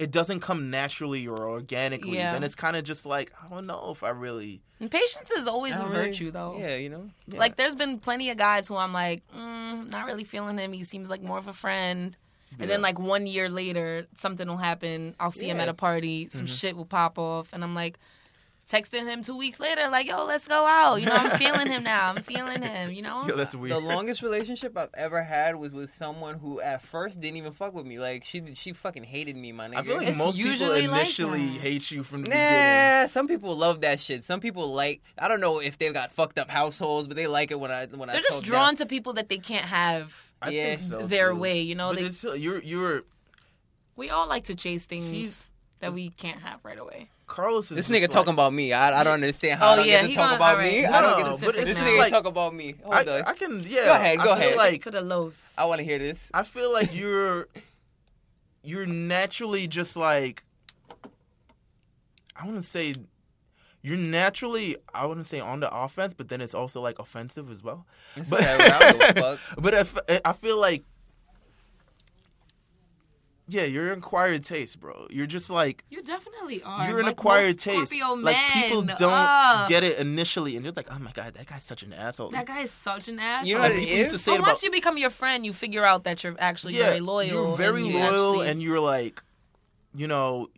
[SPEAKER 1] it doesn't come naturally or organically,
[SPEAKER 2] Yeah.
[SPEAKER 1] then it's kind of just like I don't know if I really.
[SPEAKER 2] And patience is always a
[SPEAKER 3] Not really-
[SPEAKER 2] virtue, though.
[SPEAKER 3] Yeah, you know.
[SPEAKER 1] Yeah.
[SPEAKER 2] Like there's been plenty of guys who I'm like, mm, not really feeling him. He seems like more of a friend. And then
[SPEAKER 1] Yeah.
[SPEAKER 2] like one year later, something will happen. I'll see him
[SPEAKER 3] Yeah.
[SPEAKER 2] at a party.
[SPEAKER 1] Mm-hmm.
[SPEAKER 2] Some shit will pop off, and I'm like, texting him two weeks later, like, yo, let's go out. You know, I'm feeling him now. I'm feeling him. You know.
[SPEAKER 1] Yo, that's weird.
[SPEAKER 3] The longest relationship I've ever had was with someone who at first didn't even fuck with me. Like she she fucking hated me, my nigga.
[SPEAKER 1] I feel like
[SPEAKER 2] It's
[SPEAKER 1] most people
[SPEAKER 2] usually like
[SPEAKER 1] initially
[SPEAKER 2] that.
[SPEAKER 1] hate you from the beginning.
[SPEAKER 3] Nah, some people love that shit. Some people like I don't know if they've got fucked up households, but they like it when I when I
[SPEAKER 2] They're just
[SPEAKER 3] told them.
[SPEAKER 2] drawn to people that they can't have
[SPEAKER 1] I
[SPEAKER 3] Yeah.
[SPEAKER 1] think so
[SPEAKER 2] their
[SPEAKER 1] too.
[SPEAKER 2] way. You know,
[SPEAKER 1] But
[SPEAKER 2] they,
[SPEAKER 1] it's still- you're you're
[SPEAKER 2] we all like to chase things
[SPEAKER 1] he's
[SPEAKER 2] that we can't have right away.
[SPEAKER 1] Carlos is
[SPEAKER 3] This
[SPEAKER 1] just
[SPEAKER 3] nigga
[SPEAKER 1] like,
[SPEAKER 3] talking about me. I, I don't understand how
[SPEAKER 2] Oh,
[SPEAKER 3] I don't
[SPEAKER 2] yeah,
[SPEAKER 3] get to
[SPEAKER 2] he
[SPEAKER 3] talk
[SPEAKER 2] gone-
[SPEAKER 3] about
[SPEAKER 2] alright.
[SPEAKER 3] me. I don't
[SPEAKER 1] No,
[SPEAKER 3] get to
[SPEAKER 1] but
[SPEAKER 3] this
[SPEAKER 1] it's
[SPEAKER 3] nigga
[SPEAKER 1] just like-
[SPEAKER 3] talk about me. Hold on.
[SPEAKER 1] I,
[SPEAKER 3] I,
[SPEAKER 1] I can yeah.
[SPEAKER 3] Go ahead,
[SPEAKER 1] I
[SPEAKER 3] go
[SPEAKER 1] feel
[SPEAKER 3] ahead.
[SPEAKER 1] Like
[SPEAKER 2] to the lows.
[SPEAKER 3] want to hear this.
[SPEAKER 1] I feel like you're you're naturally just like I wouldn't say you're naturally I wouldn't say on the offense, but then it's also like offensive as well.
[SPEAKER 3] It's
[SPEAKER 1] But-
[SPEAKER 3] whatever, I don't give a fuck.
[SPEAKER 1] But if, eh, I feel like yeah, you're an acquired taste, bro. You're just like
[SPEAKER 2] You definitely are.
[SPEAKER 1] you're an
[SPEAKER 2] Like
[SPEAKER 1] acquired
[SPEAKER 2] most
[SPEAKER 1] taste.
[SPEAKER 2] Scorpio
[SPEAKER 1] Like people
[SPEAKER 2] men.
[SPEAKER 1] don't
[SPEAKER 2] Ugh.
[SPEAKER 1] get it initially, and you're like, oh my god, that guy's such an asshole.
[SPEAKER 2] That guy is such an asshole.
[SPEAKER 3] You know
[SPEAKER 1] And
[SPEAKER 3] what it
[SPEAKER 1] people used to
[SPEAKER 3] is?
[SPEAKER 1] say
[SPEAKER 2] but
[SPEAKER 1] about
[SPEAKER 2] once you become your friend, you figure out that you're actually very loyal.
[SPEAKER 1] You're very
[SPEAKER 2] and you
[SPEAKER 1] loyal,
[SPEAKER 2] actually-
[SPEAKER 1] and you're like, you know,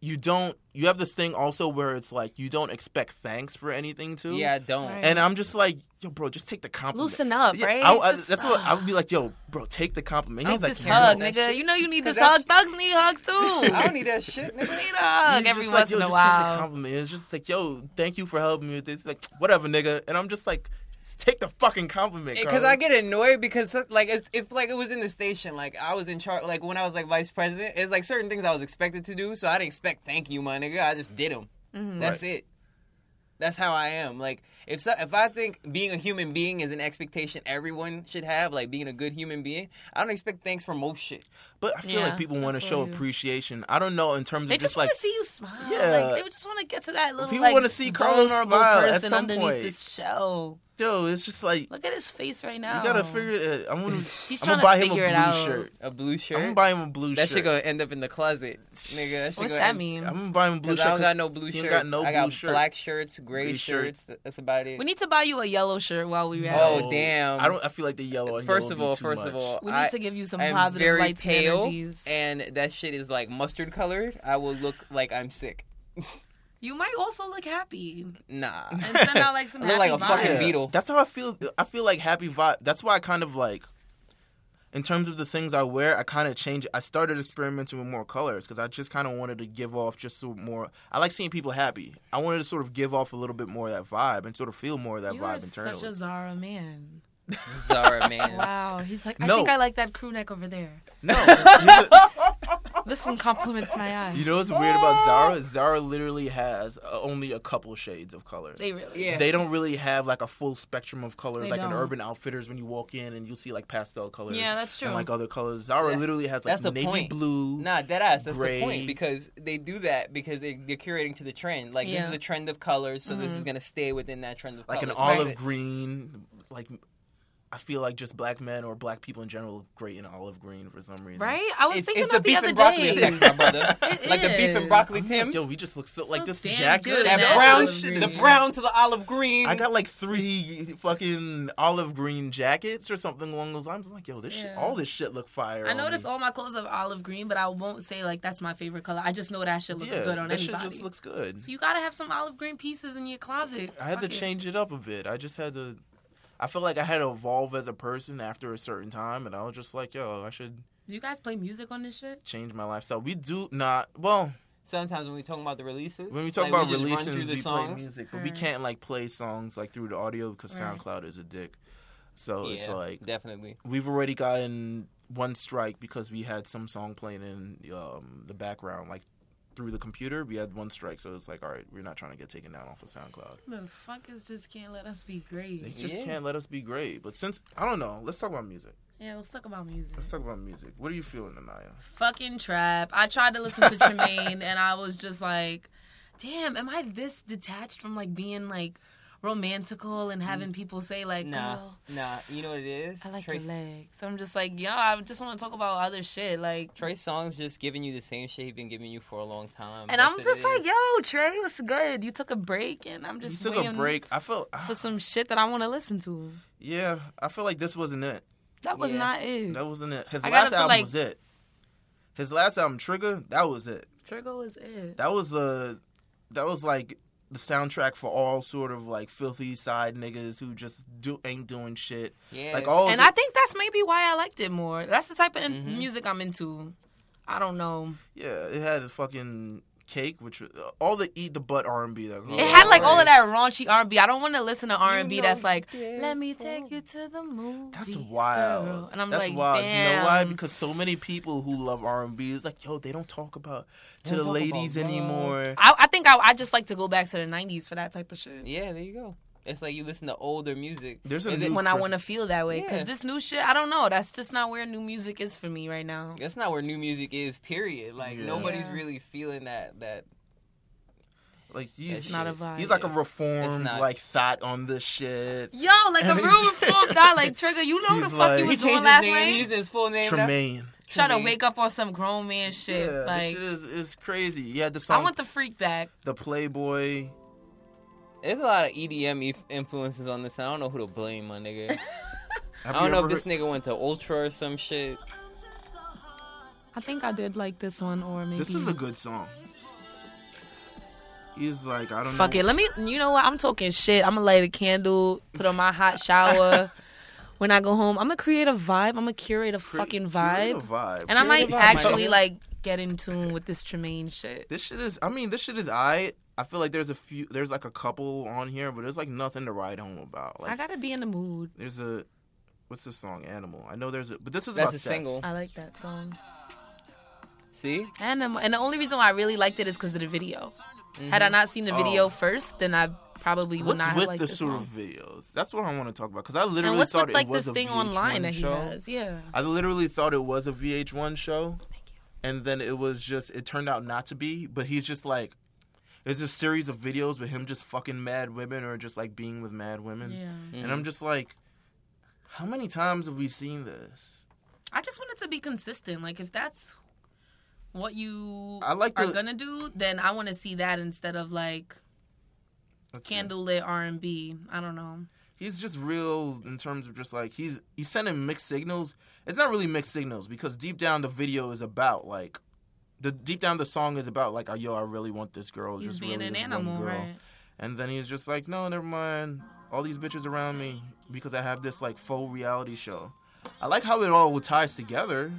[SPEAKER 1] you don't. You have this thing also where it's like you don't expect thanks for anything too.
[SPEAKER 3] Yeah, I don't.
[SPEAKER 2] Right.
[SPEAKER 1] And I'm just like, yo, bro, just take the compliment.
[SPEAKER 2] loosen up,
[SPEAKER 1] Yeah,
[SPEAKER 2] right?
[SPEAKER 1] I, I,
[SPEAKER 2] Just,
[SPEAKER 1] that's what
[SPEAKER 2] ugh,
[SPEAKER 1] I would be like, yo, bro, take the compliment.
[SPEAKER 2] Take
[SPEAKER 1] He's like,
[SPEAKER 2] this
[SPEAKER 1] "Yeah,
[SPEAKER 2] hug,
[SPEAKER 1] no."
[SPEAKER 3] that
[SPEAKER 2] nigga.
[SPEAKER 3] shit-
[SPEAKER 2] You know you need
[SPEAKER 3] Cause
[SPEAKER 2] this
[SPEAKER 3] that-
[SPEAKER 2] hug. Thugs need hugs too.
[SPEAKER 3] I
[SPEAKER 2] I
[SPEAKER 3] don't need that shit, nigga.
[SPEAKER 2] need a hug
[SPEAKER 1] He's
[SPEAKER 2] every
[SPEAKER 1] just like, yo, just
[SPEAKER 2] once in a
[SPEAKER 1] Take the
[SPEAKER 2] while.
[SPEAKER 1] compliment. It's just like, yo, thank you for helping me with this. Like, whatever, nigga. And I'm just like, "Just take the fucking compliment.
[SPEAKER 3] Because
[SPEAKER 1] Carlos."
[SPEAKER 3] I get annoyed because like it's, if like it was in the station, like I was in charge, like when I was like vice president, it's like certain things I was expected to do, so I didn't expect thank you, my nigga. I just did them.
[SPEAKER 2] Mm-hmm.
[SPEAKER 3] That's
[SPEAKER 1] Right.
[SPEAKER 3] it. That's how I am. Like if so, if I think being a human being is an expectation everyone should have, like being a good human being, I don't expect thanks for most shit.
[SPEAKER 1] But I feel
[SPEAKER 2] Yeah,
[SPEAKER 1] like people want
[SPEAKER 2] I
[SPEAKER 1] to
[SPEAKER 2] feel
[SPEAKER 1] show
[SPEAKER 2] you.
[SPEAKER 1] appreciation. I don't know in terms of
[SPEAKER 2] They just,
[SPEAKER 1] like
[SPEAKER 2] want to see you smile.
[SPEAKER 1] Yeah.
[SPEAKER 2] Like, they just want to get to that little
[SPEAKER 1] People
[SPEAKER 2] like,
[SPEAKER 1] wanna see Carlos
[SPEAKER 2] vulnerable
[SPEAKER 1] smile at
[SPEAKER 2] person
[SPEAKER 1] some
[SPEAKER 2] underneath
[SPEAKER 1] point.
[SPEAKER 2] this shell.
[SPEAKER 1] yo, it's just like
[SPEAKER 2] Look at his face right now.
[SPEAKER 1] you
[SPEAKER 3] Oh.
[SPEAKER 1] gotta figure it. uh, I'm gonna,
[SPEAKER 2] He's
[SPEAKER 1] I'm gonna
[SPEAKER 2] trying to
[SPEAKER 1] buy him a
[SPEAKER 2] figure
[SPEAKER 1] blue
[SPEAKER 2] it out.
[SPEAKER 1] shirt.
[SPEAKER 3] A blue
[SPEAKER 1] I'm gonna
[SPEAKER 3] shirt.
[SPEAKER 1] buy him a blue
[SPEAKER 3] that shit
[SPEAKER 1] shirt.
[SPEAKER 3] gonna end up in the closet, nigga. That shit
[SPEAKER 2] What's
[SPEAKER 3] gonna
[SPEAKER 2] that
[SPEAKER 3] end-
[SPEAKER 2] mean?
[SPEAKER 1] I'm gonna buy him a blue
[SPEAKER 3] 'Cause
[SPEAKER 1] shirt.
[SPEAKER 3] I don't
[SPEAKER 1] 'cause
[SPEAKER 3] got no blue
[SPEAKER 1] he
[SPEAKER 3] shirts.
[SPEAKER 1] ain't got no
[SPEAKER 3] I got
[SPEAKER 1] blue shirt.
[SPEAKER 3] black shirts, gray
[SPEAKER 1] Green shirt.
[SPEAKER 3] shirts. Th- That's about it.
[SPEAKER 2] We need to buy you a yellow shirt while we're at
[SPEAKER 3] Oh,
[SPEAKER 2] it.
[SPEAKER 1] No.
[SPEAKER 3] damn.
[SPEAKER 1] I don't. I feel like the yellow. and
[SPEAKER 3] First
[SPEAKER 1] yellow
[SPEAKER 3] of
[SPEAKER 1] would be
[SPEAKER 3] all,
[SPEAKER 1] too
[SPEAKER 3] first
[SPEAKER 1] much.
[SPEAKER 3] of all,
[SPEAKER 2] We need
[SPEAKER 3] I,
[SPEAKER 2] to give you some
[SPEAKER 3] I am
[SPEAKER 2] positive
[SPEAKER 3] very
[SPEAKER 2] lights
[SPEAKER 3] pale,
[SPEAKER 2] and energies.
[SPEAKER 3] and that shit is like mustard colored. I will look like I'm sick.
[SPEAKER 2] you might also look happy
[SPEAKER 3] Nah.
[SPEAKER 2] and send out like some
[SPEAKER 3] I look
[SPEAKER 2] happy
[SPEAKER 3] like a fucking
[SPEAKER 2] vibes.
[SPEAKER 3] beetle.
[SPEAKER 1] That's how I feel. I feel like happy vibe. That's why I kind of like. In terms of the things I wear, I kind of change. I started experimenting with more colors because I just kind of wanted to give off just so more. I like seeing people happy. I wanted to sort of give off a little bit more of that vibe and sort of feel more of that
[SPEAKER 2] You are
[SPEAKER 1] vibe internally.
[SPEAKER 2] such a Zara man.
[SPEAKER 3] Zara man.
[SPEAKER 2] Wow, he's like, I
[SPEAKER 1] No.
[SPEAKER 2] think I like that crew neck over there.
[SPEAKER 1] No, here's the-
[SPEAKER 2] This one compliments my eyes.
[SPEAKER 1] You know what's weird about Zara? Zara literally has uh, only a couple shades of color.
[SPEAKER 2] they really, yeah.
[SPEAKER 1] They don't really have like a full spectrum of colors,
[SPEAKER 2] They
[SPEAKER 1] like in
[SPEAKER 2] don't.
[SPEAKER 1] Urban Outfitters. When you walk in and you'll see like pastel colors,
[SPEAKER 2] Yeah, that's
[SPEAKER 1] and
[SPEAKER 2] true.
[SPEAKER 1] like other colors. Zara literally has like
[SPEAKER 3] That's the
[SPEAKER 1] navy
[SPEAKER 3] point.
[SPEAKER 1] blue.
[SPEAKER 3] Nah, dead ass. That's the
[SPEAKER 1] Gray.
[SPEAKER 3] point because they do that because they, they're curating to the trend. Like this
[SPEAKER 2] Yeah.
[SPEAKER 3] is
[SPEAKER 2] Mm-hmm.
[SPEAKER 3] the trend of colors, so this is gonna stay within that trend of
[SPEAKER 1] like an
[SPEAKER 3] colors.
[SPEAKER 1] olive
[SPEAKER 3] Right.
[SPEAKER 1] green. Like I feel like just black men or black people in general look great in olive green for some reason.
[SPEAKER 2] right? I was
[SPEAKER 3] It's,
[SPEAKER 2] thinking
[SPEAKER 3] it's the
[SPEAKER 2] that the,
[SPEAKER 3] beef
[SPEAKER 2] other
[SPEAKER 3] and broccoli
[SPEAKER 2] day.
[SPEAKER 3] effect, my brother.
[SPEAKER 2] It
[SPEAKER 3] like the beef
[SPEAKER 2] is.
[SPEAKER 3] and broccoli
[SPEAKER 1] I'm like,
[SPEAKER 3] Tim's.
[SPEAKER 1] Yo, we just look so, like this
[SPEAKER 2] damn
[SPEAKER 1] jacket.
[SPEAKER 2] good
[SPEAKER 1] yo,
[SPEAKER 3] that
[SPEAKER 2] in that
[SPEAKER 3] brown,
[SPEAKER 2] olive
[SPEAKER 3] shit-
[SPEAKER 2] green.
[SPEAKER 3] the brown to the olive green.
[SPEAKER 1] I got like three fucking olive green jackets or something along those lines. I'm like, yo, this shit,
[SPEAKER 2] Yeah.
[SPEAKER 1] all this shit look fire.
[SPEAKER 2] I
[SPEAKER 1] on me.
[SPEAKER 2] notice all my clothes are olive green, but I won't say like that's my favorite color. I just know that shit looks good on
[SPEAKER 1] that
[SPEAKER 2] anybody.
[SPEAKER 1] shit just looks good.
[SPEAKER 2] so you gotta have some olive green pieces in your closet.
[SPEAKER 1] I had to
[SPEAKER 2] Fuck it.
[SPEAKER 1] change it up a bit. I just had to. I felt like I had to evolve as a person after a certain time, and I was just like, yo, I should
[SPEAKER 2] Do you guys play music on this shit?
[SPEAKER 1] change my lifestyle. We do not. Well,
[SPEAKER 3] Sometimes when we talk about the releases,
[SPEAKER 1] when we talk
[SPEAKER 3] like,
[SPEAKER 1] about
[SPEAKER 3] just run
[SPEAKER 1] releasing,
[SPEAKER 3] through
[SPEAKER 1] we
[SPEAKER 3] the
[SPEAKER 1] play
[SPEAKER 3] songs.
[SPEAKER 1] music, but we
[SPEAKER 2] Right.
[SPEAKER 1] can't like play songs like through the audio because
[SPEAKER 2] Right.
[SPEAKER 1] SoundCloud is a dick. So
[SPEAKER 3] yeah,
[SPEAKER 1] it's like
[SPEAKER 3] definitely.
[SPEAKER 1] we've already gotten one strike because we had some song playing in um, the background, like through the computer. We had one strike, so it's like, all right, we're not trying to get taken down off of SoundCloud.
[SPEAKER 2] Motherfuckers just can't let us be
[SPEAKER 1] They
[SPEAKER 2] great.
[SPEAKER 1] just
[SPEAKER 3] Yeah.
[SPEAKER 1] can't let us be great. But since I don't know, let's talk about music.
[SPEAKER 2] Yeah, let's talk about music.
[SPEAKER 1] Let's talk about music. What are you feeling, Anaya?
[SPEAKER 2] fucking trap. I tried to listen to Tremaine and I was just like, damn, am I this detached from like being like romantical and
[SPEAKER 1] Mm.
[SPEAKER 2] having people say like,
[SPEAKER 3] Nah,
[SPEAKER 2] "Girl,
[SPEAKER 3] nah. You know what it is?
[SPEAKER 2] I like
[SPEAKER 3] Trey,
[SPEAKER 2] your legs." I'm just like, "Yeah, I just want to talk about other shit." Like,
[SPEAKER 3] Trey Songz just giving you the same shit he's been giving you for a long time.
[SPEAKER 2] and
[SPEAKER 3] That's
[SPEAKER 2] I'm
[SPEAKER 3] what
[SPEAKER 2] just
[SPEAKER 3] it is.
[SPEAKER 2] like, "Yo, Trey, what's good? You took a break, and I'm
[SPEAKER 1] You
[SPEAKER 2] just
[SPEAKER 1] took a
[SPEAKER 2] waiting
[SPEAKER 1] break. I felt. ah,
[SPEAKER 2] for some shit that I want to listen to."
[SPEAKER 1] Yeah, I feel like this wasn't it.
[SPEAKER 2] That was
[SPEAKER 3] Yeah.
[SPEAKER 2] not it.
[SPEAKER 1] That wasn't it. His
[SPEAKER 2] I got
[SPEAKER 1] last
[SPEAKER 2] into,
[SPEAKER 1] album
[SPEAKER 2] like-
[SPEAKER 1] was it. His last album, Trigger, that was it.
[SPEAKER 2] Trigger was it.
[SPEAKER 1] That was uh that was like the soundtrack for all sort of like filthy side niggas who just do ain't doing shit.
[SPEAKER 3] yeah.
[SPEAKER 1] Like all
[SPEAKER 2] and
[SPEAKER 1] the-
[SPEAKER 2] I think that's maybe why I liked it more. That's the type of in-
[SPEAKER 1] Mm-hmm.
[SPEAKER 3] Mhm.
[SPEAKER 2] music I'm into. I don't know.
[SPEAKER 1] yeah, it had a fucking cake, which was, all the eat the butt R and B that.
[SPEAKER 3] It
[SPEAKER 2] It had like all
[SPEAKER 1] Right.
[SPEAKER 2] of that raunchy R&B. I don't want to listen to R&B
[SPEAKER 3] know
[SPEAKER 2] that's
[SPEAKER 3] you
[SPEAKER 2] like,
[SPEAKER 3] did
[SPEAKER 2] "Let me
[SPEAKER 3] for
[SPEAKER 2] take
[SPEAKER 3] me."
[SPEAKER 2] you to the movies."
[SPEAKER 1] That's wild.
[SPEAKER 2] girl." And I'm
[SPEAKER 1] That's
[SPEAKER 2] like,
[SPEAKER 1] wild.
[SPEAKER 2] "Damn."
[SPEAKER 1] You know why? Because so many people who love R and B is like, yo, they don't talk about to
[SPEAKER 3] Don't
[SPEAKER 1] the
[SPEAKER 3] talk about
[SPEAKER 1] ladies
[SPEAKER 3] love.
[SPEAKER 1] anymore.
[SPEAKER 2] I, I think I, I just like to go back to the '90s for that type of shit.
[SPEAKER 3] Yeah, there you go. It's like you listen to older music.
[SPEAKER 1] There's a
[SPEAKER 3] And
[SPEAKER 1] new-
[SPEAKER 2] When I want to feel that way, because
[SPEAKER 3] Yeah.
[SPEAKER 2] this new shit, I don't know. That's just not where new music is for me right now.
[SPEAKER 3] That's not where new music is. Period. Like
[SPEAKER 1] Yeah.
[SPEAKER 3] nobody's
[SPEAKER 2] Yeah.
[SPEAKER 3] really feeling that. That
[SPEAKER 1] Like he's
[SPEAKER 3] It's
[SPEAKER 2] not a
[SPEAKER 3] shit.
[SPEAKER 2] vibe.
[SPEAKER 1] he's like a
[SPEAKER 3] yeah.
[SPEAKER 1] reformed
[SPEAKER 3] not.
[SPEAKER 1] like thought on this shit.
[SPEAKER 2] Yo, like a
[SPEAKER 1] And
[SPEAKER 2] real
[SPEAKER 1] he's-
[SPEAKER 2] reformed guy, like Trigger. You know
[SPEAKER 1] He's
[SPEAKER 2] the fuck
[SPEAKER 1] like-
[SPEAKER 2] you
[SPEAKER 1] He
[SPEAKER 2] was
[SPEAKER 3] changed
[SPEAKER 2] doing last
[SPEAKER 3] name.
[SPEAKER 2] night.
[SPEAKER 3] He used his full name. now.
[SPEAKER 1] Tremaine.
[SPEAKER 2] trying to
[SPEAKER 3] Tremaine.
[SPEAKER 2] wake up on some grown man shit.
[SPEAKER 1] Yeah, this
[SPEAKER 2] like,
[SPEAKER 1] shit is, is crazy. You had the
[SPEAKER 2] I
[SPEAKER 1] song
[SPEAKER 2] want the freak back.
[SPEAKER 1] the Playboy.
[SPEAKER 3] There's a lot of E EDM inf- influences on this. And I don't know who to blame, my nigga. I
[SPEAKER 1] Have
[SPEAKER 3] don't
[SPEAKER 1] you
[SPEAKER 3] know
[SPEAKER 1] ever
[SPEAKER 3] if this
[SPEAKER 1] heard-
[SPEAKER 3] nigga went to Ultra or some shit.
[SPEAKER 2] I think I did like this one, or maybe
[SPEAKER 1] This is a good song. He's like, I don't
[SPEAKER 2] Fuck
[SPEAKER 1] know.
[SPEAKER 2] it. Let me. You know what? I'm talking shit. I'm gonna light a candle. Put on my hot shower. when I go home, I'm gonna create a vibe. I'm gonna curate a fucking vibe,
[SPEAKER 1] Create a vibe.
[SPEAKER 2] and I might
[SPEAKER 3] vibe, my
[SPEAKER 2] actually
[SPEAKER 3] nigga.
[SPEAKER 2] like get in tune with this Tremaine shit.
[SPEAKER 1] This shit is. I mean, this shit is. I. I feel like there's a few. There's like a couple on here, but there's like nothing to write home about. Like
[SPEAKER 2] I gotta be in the mood.
[SPEAKER 1] there's a. What's the song? Animal. I know there's a. But this is
[SPEAKER 3] That's
[SPEAKER 1] about
[SPEAKER 3] a
[SPEAKER 1] sex.
[SPEAKER 3] single.
[SPEAKER 2] I like that song.
[SPEAKER 3] See?
[SPEAKER 2] And I'm, and the only reason why I really liked it is because of the video. Had I not seen the
[SPEAKER 1] Mm-hmm.
[SPEAKER 2] video
[SPEAKER 1] Oh.
[SPEAKER 2] first, then I probably would
[SPEAKER 1] What's
[SPEAKER 2] not have
[SPEAKER 1] with
[SPEAKER 2] liked
[SPEAKER 1] the
[SPEAKER 2] this
[SPEAKER 1] sort
[SPEAKER 2] song.
[SPEAKER 1] of videos? That's what I want to talk about because I literally
[SPEAKER 2] and what's
[SPEAKER 1] thought
[SPEAKER 2] with like
[SPEAKER 1] it was
[SPEAKER 2] this
[SPEAKER 1] a
[SPEAKER 2] thing
[SPEAKER 1] VH1
[SPEAKER 2] online that he
[SPEAKER 1] show.
[SPEAKER 2] has? Yeah.
[SPEAKER 1] I literally thought it was a VH1 show. And then it was just, it turned out not to be, but he's just like, it's this series of videos with him just fucking mad women or just like being with mad women.
[SPEAKER 2] Yeah.
[SPEAKER 1] And I'm just like, how many times have we seen this?
[SPEAKER 2] I just want it to be consistent. Like if that's what you
[SPEAKER 1] I like
[SPEAKER 2] are
[SPEAKER 1] the-
[SPEAKER 2] gonna do, then I want to see that instead of like
[SPEAKER 1] Let's see.
[SPEAKER 2] candlelit R and B. I don't know.
[SPEAKER 1] He's just real in terms of just like, he's, he's sending mixed signals. It's not really mixed signals because deep down the video is about like, the deep down the song is about like, oh, yo, I really want this girl.
[SPEAKER 2] He's
[SPEAKER 1] just
[SPEAKER 2] being
[SPEAKER 1] really
[SPEAKER 2] an
[SPEAKER 1] this one
[SPEAKER 2] animal,
[SPEAKER 1] girl.
[SPEAKER 2] right?
[SPEAKER 1] And then he's just like, no, never mind. All these bitches around me because I have this like faux reality show. I like how it all ties together.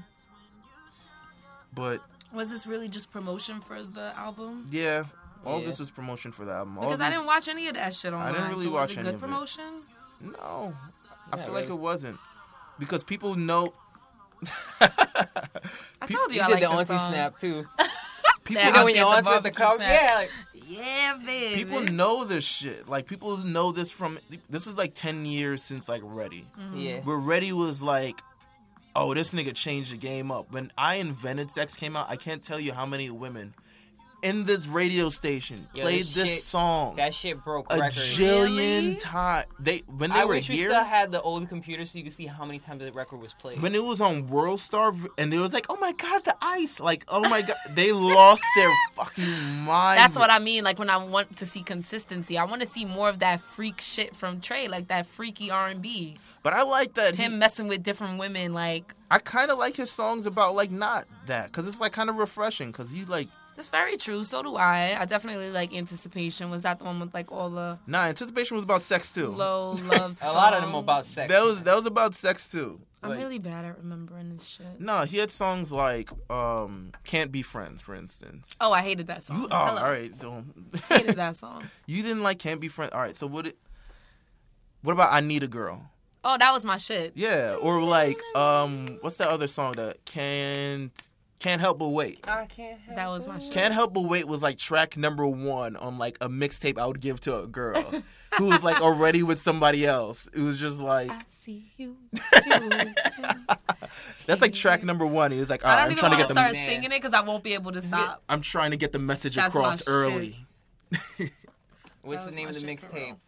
[SPEAKER 1] But
[SPEAKER 2] Was this really just promotion for the album?
[SPEAKER 1] yeah, all
[SPEAKER 3] Yeah.
[SPEAKER 1] this was promotion for the album. All
[SPEAKER 2] Because I
[SPEAKER 1] these-
[SPEAKER 2] didn't watch any of that shit online.
[SPEAKER 1] didn't really
[SPEAKER 2] so
[SPEAKER 1] watch
[SPEAKER 2] was it
[SPEAKER 1] any
[SPEAKER 2] good
[SPEAKER 1] of it.
[SPEAKER 2] promotion?
[SPEAKER 1] No, I
[SPEAKER 3] Yeah,
[SPEAKER 1] feel
[SPEAKER 3] right.
[SPEAKER 1] like it wasn't because people know.
[SPEAKER 2] I told you,
[SPEAKER 3] He
[SPEAKER 2] I
[SPEAKER 3] did
[SPEAKER 2] like
[SPEAKER 3] the
[SPEAKER 2] that
[SPEAKER 3] auntie
[SPEAKER 2] song.
[SPEAKER 3] snap too.
[SPEAKER 1] people
[SPEAKER 2] That
[SPEAKER 3] You know when
[SPEAKER 2] auntie
[SPEAKER 3] your
[SPEAKER 2] at
[SPEAKER 3] auntie at the
[SPEAKER 2] barbecue
[SPEAKER 3] car?
[SPEAKER 2] snap.
[SPEAKER 3] Yeah. Like,
[SPEAKER 2] yeah, baby.
[SPEAKER 1] people know this shit. Like people know this from. This is like ten years since like Ready.
[SPEAKER 3] Yeah.
[SPEAKER 1] where Reddy was like, "Oh, this nigga changed the game up." When I invented sex came out, I can't tell you how many women in this radio station
[SPEAKER 3] Yo,
[SPEAKER 1] played
[SPEAKER 3] this
[SPEAKER 1] this
[SPEAKER 3] shit-
[SPEAKER 1] song
[SPEAKER 3] That shit broke
[SPEAKER 1] a
[SPEAKER 3] records.
[SPEAKER 2] Really?
[SPEAKER 1] jillion times. They when they
[SPEAKER 3] I
[SPEAKER 1] were
[SPEAKER 3] wish we
[SPEAKER 1] here.
[SPEAKER 3] still had the old computer so you could see how many times the record was played.
[SPEAKER 1] when it was on World Star, and it was like, oh my god, the ice! Like, oh my god, they lost their fucking mind.
[SPEAKER 2] That's what I mean. Like when I want to see consistency, I want to see more of that freak shit from Trey, like that freaky R and B.
[SPEAKER 1] But I like that he-
[SPEAKER 2] Him messing with different women, like
[SPEAKER 1] I kind of like his songs about like not that, cause it's like kind of refreshing, cause he's like
[SPEAKER 2] it's very true. So do I. I definitely like anticipation. Was that the one with like all the
[SPEAKER 1] nah. Anticipation was about sex too.
[SPEAKER 2] low love?
[SPEAKER 3] a lot of them
[SPEAKER 2] songs?
[SPEAKER 3] about sex.
[SPEAKER 1] That was that was about sex too.
[SPEAKER 2] I'm
[SPEAKER 1] Like-
[SPEAKER 2] really bad at remembering this shit.
[SPEAKER 1] No, he had songs like um, "Can't Be Friends," for instance.
[SPEAKER 2] Oh, I hated that song.
[SPEAKER 1] You, oh,
[SPEAKER 2] Hello.
[SPEAKER 1] all right, don't.
[SPEAKER 2] I hated that song.
[SPEAKER 1] you didn't like "Can't Be Friends." All right, so what? It, what about "I Need a Girl"?
[SPEAKER 2] Oh, that was my shit.
[SPEAKER 1] Yeah, or like um, what's that other song that can't can't help but wait?
[SPEAKER 3] I can't. Have
[SPEAKER 2] That was my shit.
[SPEAKER 1] Can't help but wait was like track number one on like a mixtape I would give to a girl who was like already with somebody else. It was just like
[SPEAKER 2] I see you.
[SPEAKER 1] that's like track number one. He was like, all
[SPEAKER 2] I
[SPEAKER 1] right,
[SPEAKER 2] don't
[SPEAKER 1] I'm
[SPEAKER 2] even
[SPEAKER 1] trying to
[SPEAKER 2] want
[SPEAKER 1] get
[SPEAKER 2] to
[SPEAKER 1] the
[SPEAKER 2] start
[SPEAKER 3] Nah.
[SPEAKER 2] singing it because I won't be able to stop.
[SPEAKER 1] I'm trying to get the message
[SPEAKER 2] That's my
[SPEAKER 1] across
[SPEAKER 2] shit.
[SPEAKER 1] early.
[SPEAKER 3] What's the
[SPEAKER 2] That was
[SPEAKER 3] name
[SPEAKER 2] my
[SPEAKER 3] of the
[SPEAKER 2] shit for
[SPEAKER 3] mixtape?
[SPEAKER 2] real.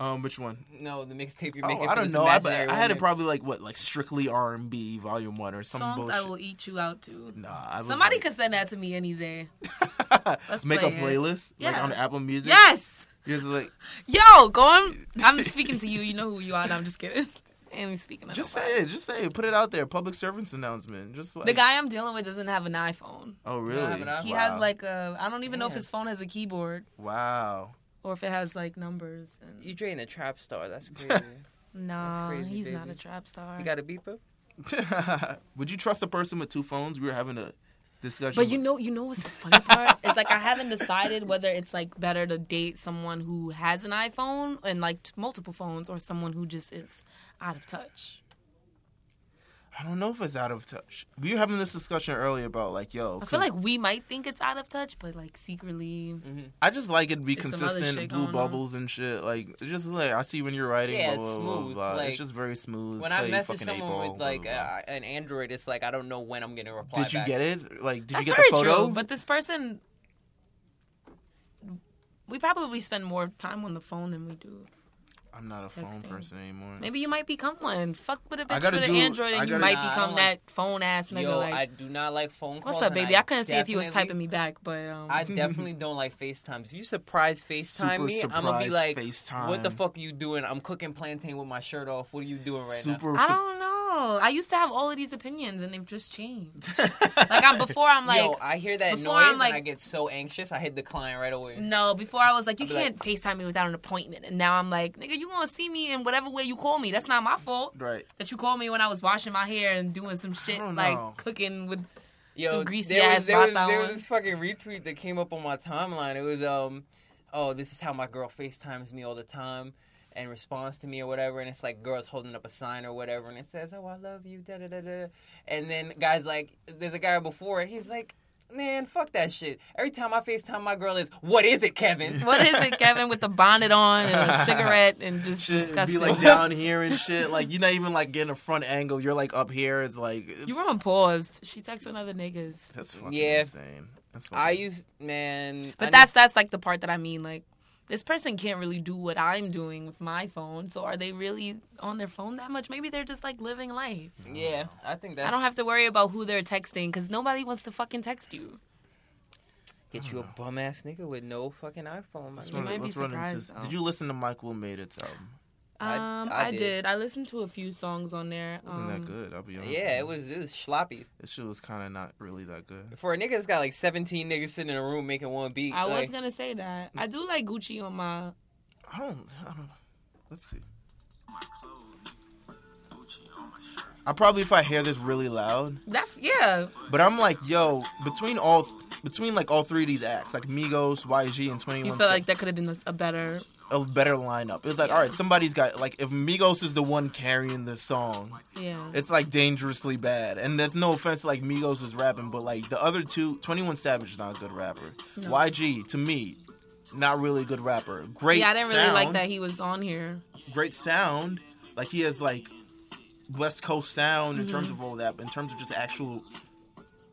[SPEAKER 1] Um, which one?
[SPEAKER 3] No, the mixtape you're making.
[SPEAKER 1] Oh,
[SPEAKER 3] for
[SPEAKER 1] I don't
[SPEAKER 3] this
[SPEAKER 1] know. I,
[SPEAKER 3] imaginary
[SPEAKER 1] bet- I had it
[SPEAKER 3] woman.
[SPEAKER 1] probably like what, like strictly R and B, Volume One, or some
[SPEAKER 2] Songs
[SPEAKER 1] bullshit.
[SPEAKER 2] I will eat you out to.
[SPEAKER 1] Nah, I was
[SPEAKER 2] Somebody
[SPEAKER 1] like,
[SPEAKER 2] could send that to me any day. Let's
[SPEAKER 1] make
[SPEAKER 2] play
[SPEAKER 1] a
[SPEAKER 2] it.
[SPEAKER 1] playlist like
[SPEAKER 2] Yeah.
[SPEAKER 1] on Apple Music.
[SPEAKER 2] Yes.
[SPEAKER 1] Just like,
[SPEAKER 2] Yo, go on. I'm speaking to you. You know who you are. And I'm just kidding. And I'm speaking. to
[SPEAKER 1] just
[SPEAKER 2] nobody.
[SPEAKER 1] say it. Just say it. Put it out there. Public servants announcement. Just like
[SPEAKER 2] The guy I'm dealing with doesn't have an iPhone.
[SPEAKER 1] Oh
[SPEAKER 3] I
[SPEAKER 1] really?
[SPEAKER 3] have an
[SPEAKER 2] He
[SPEAKER 1] Wow.
[SPEAKER 2] has like a. I don't even know if
[SPEAKER 3] Damn.
[SPEAKER 2] his phone has a keyboard
[SPEAKER 1] wow.
[SPEAKER 2] or if it has like numbers. And...
[SPEAKER 3] You drain a trap star. That's crazy.
[SPEAKER 2] Nah,
[SPEAKER 3] crazy,
[SPEAKER 2] he's not
[SPEAKER 3] baby.
[SPEAKER 2] a trap star.
[SPEAKER 3] you got a beeper?
[SPEAKER 1] Would you trust a person with two phones? We were having a discussion.
[SPEAKER 2] But you know, you know what's the funny part? it's like I haven't decided whether it's like better to date someone who has an iPhone and like t- multiple phones, or someone who just is out of touch.
[SPEAKER 1] I don't know if it's out of touch. We were having this discussion earlier about like, yo,
[SPEAKER 2] I feel
[SPEAKER 1] 'cause
[SPEAKER 2] like we might think it's out of touch, but like secretly,
[SPEAKER 3] Mm-hmm.
[SPEAKER 1] I just like it to be
[SPEAKER 2] There's some other
[SPEAKER 1] consistent,
[SPEAKER 2] shit
[SPEAKER 1] blue
[SPEAKER 2] going on.
[SPEAKER 1] bubbles and shit. Like it's just like I see when you're writing,
[SPEAKER 3] Yeah,
[SPEAKER 1] blah,
[SPEAKER 3] it's
[SPEAKER 1] blah, blah,
[SPEAKER 3] smooth,
[SPEAKER 1] blah.
[SPEAKER 3] like,
[SPEAKER 1] it's just very smooth.
[SPEAKER 3] When I
[SPEAKER 1] play
[SPEAKER 3] message
[SPEAKER 1] fucking eight
[SPEAKER 3] someone
[SPEAKER 1] ball,
[SPEAKER 3] with
[SPEAKER 1] blah,
[SPEAKER 3] like
[SPEAKER 1] blah, blah.
[SPEAKER 3] Uh, an Android, it's like I don't know when I'm gonna reply.
[SPEAKER 1] did you
[SPEAKER 3] back.
[SPEAKER 1] get it? Like, did
[SPEAKER 2] that's
[SPEAKER 1] you get
[SPEAKER 2] very
[SPEAKER 1] the photo?
[SPEAKER 2] true. But this person, we probably spend more time on the phone than we do.
[SPEAKER 1] I'm not a phone
[SPEAKER 2] Texting.
[SPEAKER 1] person anymore.
[SPEAKER 2] Maybe you might become one. Fuck with a bitch
[SPEAKER 1] gotta
[SPEAKER 2] with an
[SPEAKER 1] do-
[SPEAKER 2] Android,
[SPEAKER 1] I
[SPEAKER 2] and you
[SPEAKER 1] gotta-
[SPEAKER 2] might
[SPEAKER 3] Nah, I
[SPEAKER 2] become
[SPEAKER 3] don't
[SPEAKER 2] that
[SPEAKER 3] like-
[SPEAKER 2] phone ass nigga.
[SPEAKER 3] Yo,
[SPEAKER 2] like,
[SPEAKER 3] I do not like phone calls.
[SPEAKER 2] what's up,
[SPEAKER 3] and
[SPEAKER 2] baby? I couldn't see if he was
[SPEAKER 3] definitely-
[SPEAKER 2] typing me back, but um,
[SPEAKER 3] I definitely don't like FaceTime. If you surprise FaceTime
[SPEAKER 1] Super
[SPEAKER 3] me, I'm gonna be
[SPEAKER 1] surprise
[SPEAKER 3] like, "What the
[SPEAKER 1] FaceTime.
[SPEAKER 3] fuck are you doing? I'm cooking plantain with my shirt off. What are you doing right now?"
[SPEAKER 1] super.
[SPEAKER 2] I don't know. I used to have all of these opinions, and they've just changed. Like I'm before, I'm like.
[SPEAKER 3] Yo, I hear that
[SPEAKER 2] before
[SPEAKER 3] noise
[SPEAKER 2] I'm
[SPEAKER 3] and I
[SPEAKER 2] like-
[SPEAKER 3] get so anxious. I hit decline right away.
[SPEAKER 2] no, before I was like, you
[SPEAKER 3] I'll be
[SPEAKER 2] can't FaceTime me without an appointment. And now I'm like, nigga, you gonna see me in whatever way you call me. That's not my fault.
[SPEAKER 1] right.
[SPEAKER 2] That you called me when I was washing my hair and doing some shit
[SPEAKER 1] don't
[SPEAKER 2] like
[SPEAKER 1] know.
[SPEAKER 2] cooking with
[SPEAKER 3] Yo,
[SPEAKER 2] Some greasy
[SPEAKER 3] there
[SPEAKER 2] ass
[SPEAKER 3] was, there was,
[SPEAKER 2] bata
[SPEAKER 3] there
[SPEAKER 2] on.
[SPEAKER 3] was this fucking retweet that came up on my timeline. It was um, oh, this is how my girl FaceTimes me all the time and responds to me or whatever. And it's like girls holding up a sign or whatever, and it says, "Oh, I love you." Da da da da. And then guys like, there's a guy before it. He's like, "Man, fuck that shit." Every time I FaceTime my girl is, "What is it, Kevin?"
[SPEAKER 2] what is it, Kevin, with the bonnet on and a cigarette and just
[SPEAKER 1] Shit
[SPEAKER 2] disgusting.
[SPEAKER 1] be like down here and shit. Like you're not even like getting a front angle. You're like up here. It's like it's,
[SPEAKER 2] you were on paused. She texting other niggas.
[SPEAKER 1] That's fucking
[SPEAKER 3] Yeah.
[SPEAKER 1] insane. That's
[SPEAKER 3] I
[SPEAKER 1] fucking-
[SPEAKER 3] used man,
[SPEAKER 2] But
[SPEAKER 3] I
[SPEAKER 2] that's that's like the part that I mean. Like this person can't really do what I'm doing with my phone. So are they really on their phone that much? Maybe they're just like living life.
[SPEAKER 3] need- yeah. I think that's
[SPEAKER 2] I don't have to worry about who they're texting because nobody wants to fucking text you.
[SPEAKER 3] get you a bum ass nigga with no fucking iPhone. my
[SPEAKER 1] Let's
[SPEAKER 3] nigga.
[SPEAKER 1] run-
[SPEAKER 2] might be
[SPEAKER 1] let's run into-
[SPEAKER 2] surprised, though.
[SPEAKER 1] Did you listen to Michael Maidit's album?
[SPEAKER 3] I-
[SPEAKER 2] Um,
[SPEAKER 3] I
[SPEAKER 2] I,
[SPEAKER 3] did.
[SPEAKER 2] did. I listened to a few songs on there.
[SPEAKER 1] It wasn't
[SPEAKER 2] um,
[SPEAKER 1] that good. I'll be honest.
[SPEAKER 3] Yeah, it was it was sloppy.
[SPEAKER 1] This shit was kind of not really that good.
[SPEAKER 3] For a nigga that's got like 17 niggas sitting in a room making one beat.
[SPEAKER 2] I
[SPEAKER 3] like,
[SPEAKER 2] was gonna say that. I do like Gucci on my.
[SPEAKER 1] I don't. I don't. Let's see. I probably if I hear this really loud,
[SPEAKER 2] That's yeah.
[SPEAKER 1] but I'm like, yo, between all between like all three of these acts, like Migos, YG, and Twenty
[SPEAKER 2] You
[SPEAKER 1] One,
[SPEAKER 2] feel like that could have been a better.
[SPEAKER 1] a better lineup. It's like, all right, somebody's got like if Migos is the one carrying this song,
[SPEAKER 2] Yeah.
[SPEAKER 1] it's like dangerously bad. And that's no offense, like Migos is rapping, but like the other two, 21 Savage is not a good rapper. YG to me, not really a good rapper. Great.
[SPEAKER 2] yeah, I didn't really
[SPEAKER 1] sound,
[SPEAKER 2] like that he was on here.
[SPEAKER 1] great sound. Like he has like West Coast sound in terms
[SPEAKER 3] Mm-hmm.
[SPEAKER 1] of all that, but in terms of just actual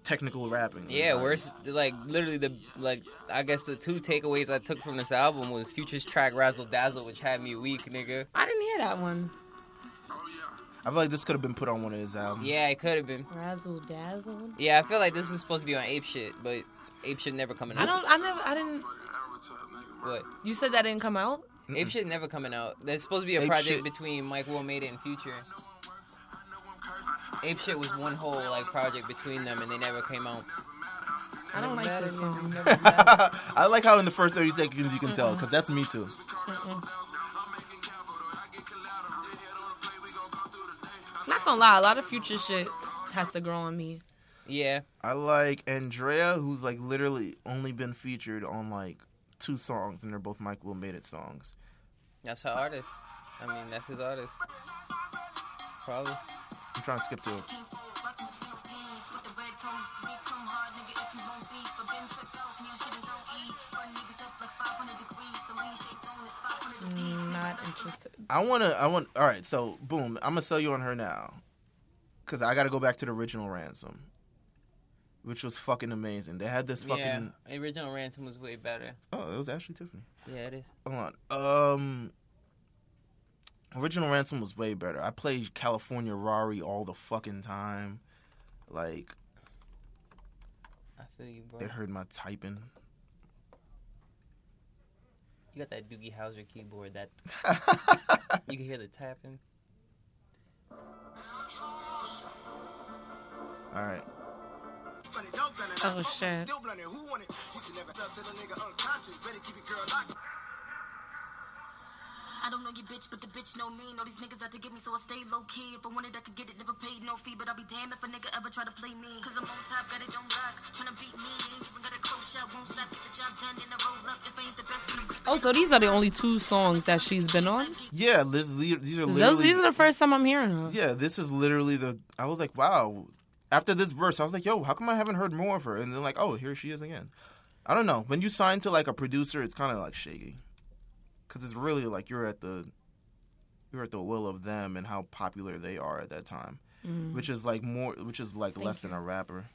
[SPEAKER 1] technical rapping.
[SPEAKER 3] yeah,
[SPEAKER 1] like,
[SPEAKER 3] worse. Like literally the like I guess the two takeaways I took from this album was Future's track Razzle Dazzle, which had me weak, nigga.
[SPEAKER 2] I didn't hear that one.
[SPEAKER 1] I feel like this could have been put on one of his albums.
[SPEAKER 3] Yeah, it could have been.
[SPEAKER 2] Razzle dazzle.
[SPEAKER 3] Yeah, I feel like this was supposed to be on Ape Shit, but Ape Shit never coming
[SPEAKER 2] I
[SPEAKER 3] out.
[SPEAKER 2] don't. I never. I didn't.
[SPEAKER 3] What?
[SPEAKER 2] You said that didn't come out.
[SPEAKER 3] Ape Shit never coming out. There's supposed to be a
[SPEAKER 1] Ape
[SPEAKER 3] project
[SPEAKER 1] Shit-
[SPEAKER 3] between Mike Will Made It and Future. Ape Shit was one whole like project between them, and they never came out.
[SPEAKER 2] I don't like this song.
[SPEAKER 1] I like how in the first 30 seconds you can tell, because that's me too.
[SPEAKER 2] Not gonna lie, a lot of future shit has to grow on me.
[SPEAKER 3] Yeah,
[SPEAKER 1] I like Andrea, who's like literally only been featured on like two songs, and they're both Mike Will Made It songs.
[SPEAKER 3] that's her artist. I mean, that's his artist. Probably.
[SPEAKER 1] I'm trying to skip to it.
[SPEAKER 2] Mm, Not interested.
[SPEAKER 1] I wanna, I want. All right, so boom, I'm gonna sell you on her now, cause I gotta go back to the original Ransom, which was fucking amazing. They had this fucking.
[SPEAKER 3] Yeah, original ransom was way better.
[SPEAKER 1] Oh, it was actually Tiffany.
[SPEAKER 3] Yeah, it is.
[SPEAKER 1] Hold on. Um, Original Ransom was way better. I played California Rari all the fucking time. Like
[SPEAKER 3] I feel you, bro.
[SPEAKER 1] they heard my typing.
[SPEAKER 3] You got that Doogie Howser keyboard that you can hear the tapping.
[SPEAKER 1] all right.
[SPEAKER 2] Oh, shit.
[SPEAKER 4] I don't know your bitch, but the bitch know me. Know these niggas out to get me, so I stay low key. If I wanted, I could get it, never paid no fee. But I'll be damned if a nigga ever try to play me. Cause I'm on top, got it on lock. Tryna beat me, ain't even got a close shot. Won't stop, get the job done, then I roll up. If I ain't the best, then I'm
[SPEAKER 2] Oh, so these are the only two songs that she's been on.
[SPEAKER 1] Yeah, this, these are literally
[SPEAKER 2] Those, these are the first time I'm hearing her.
[SPEAKER 1] yeah, this is literally the. I was like, wow. After this verse, I was like, yo, how come I haven't heard more of her? And then like, oh, here she is again. I don't know. When you sign to like a producer, it's kind of like shaky, because it's really like you're at the, you're at the will of them and how popular they are at that time,
[SPEAKER 2] Mm.
[SPEAKER 1] which is like more, which is like less than a rapper.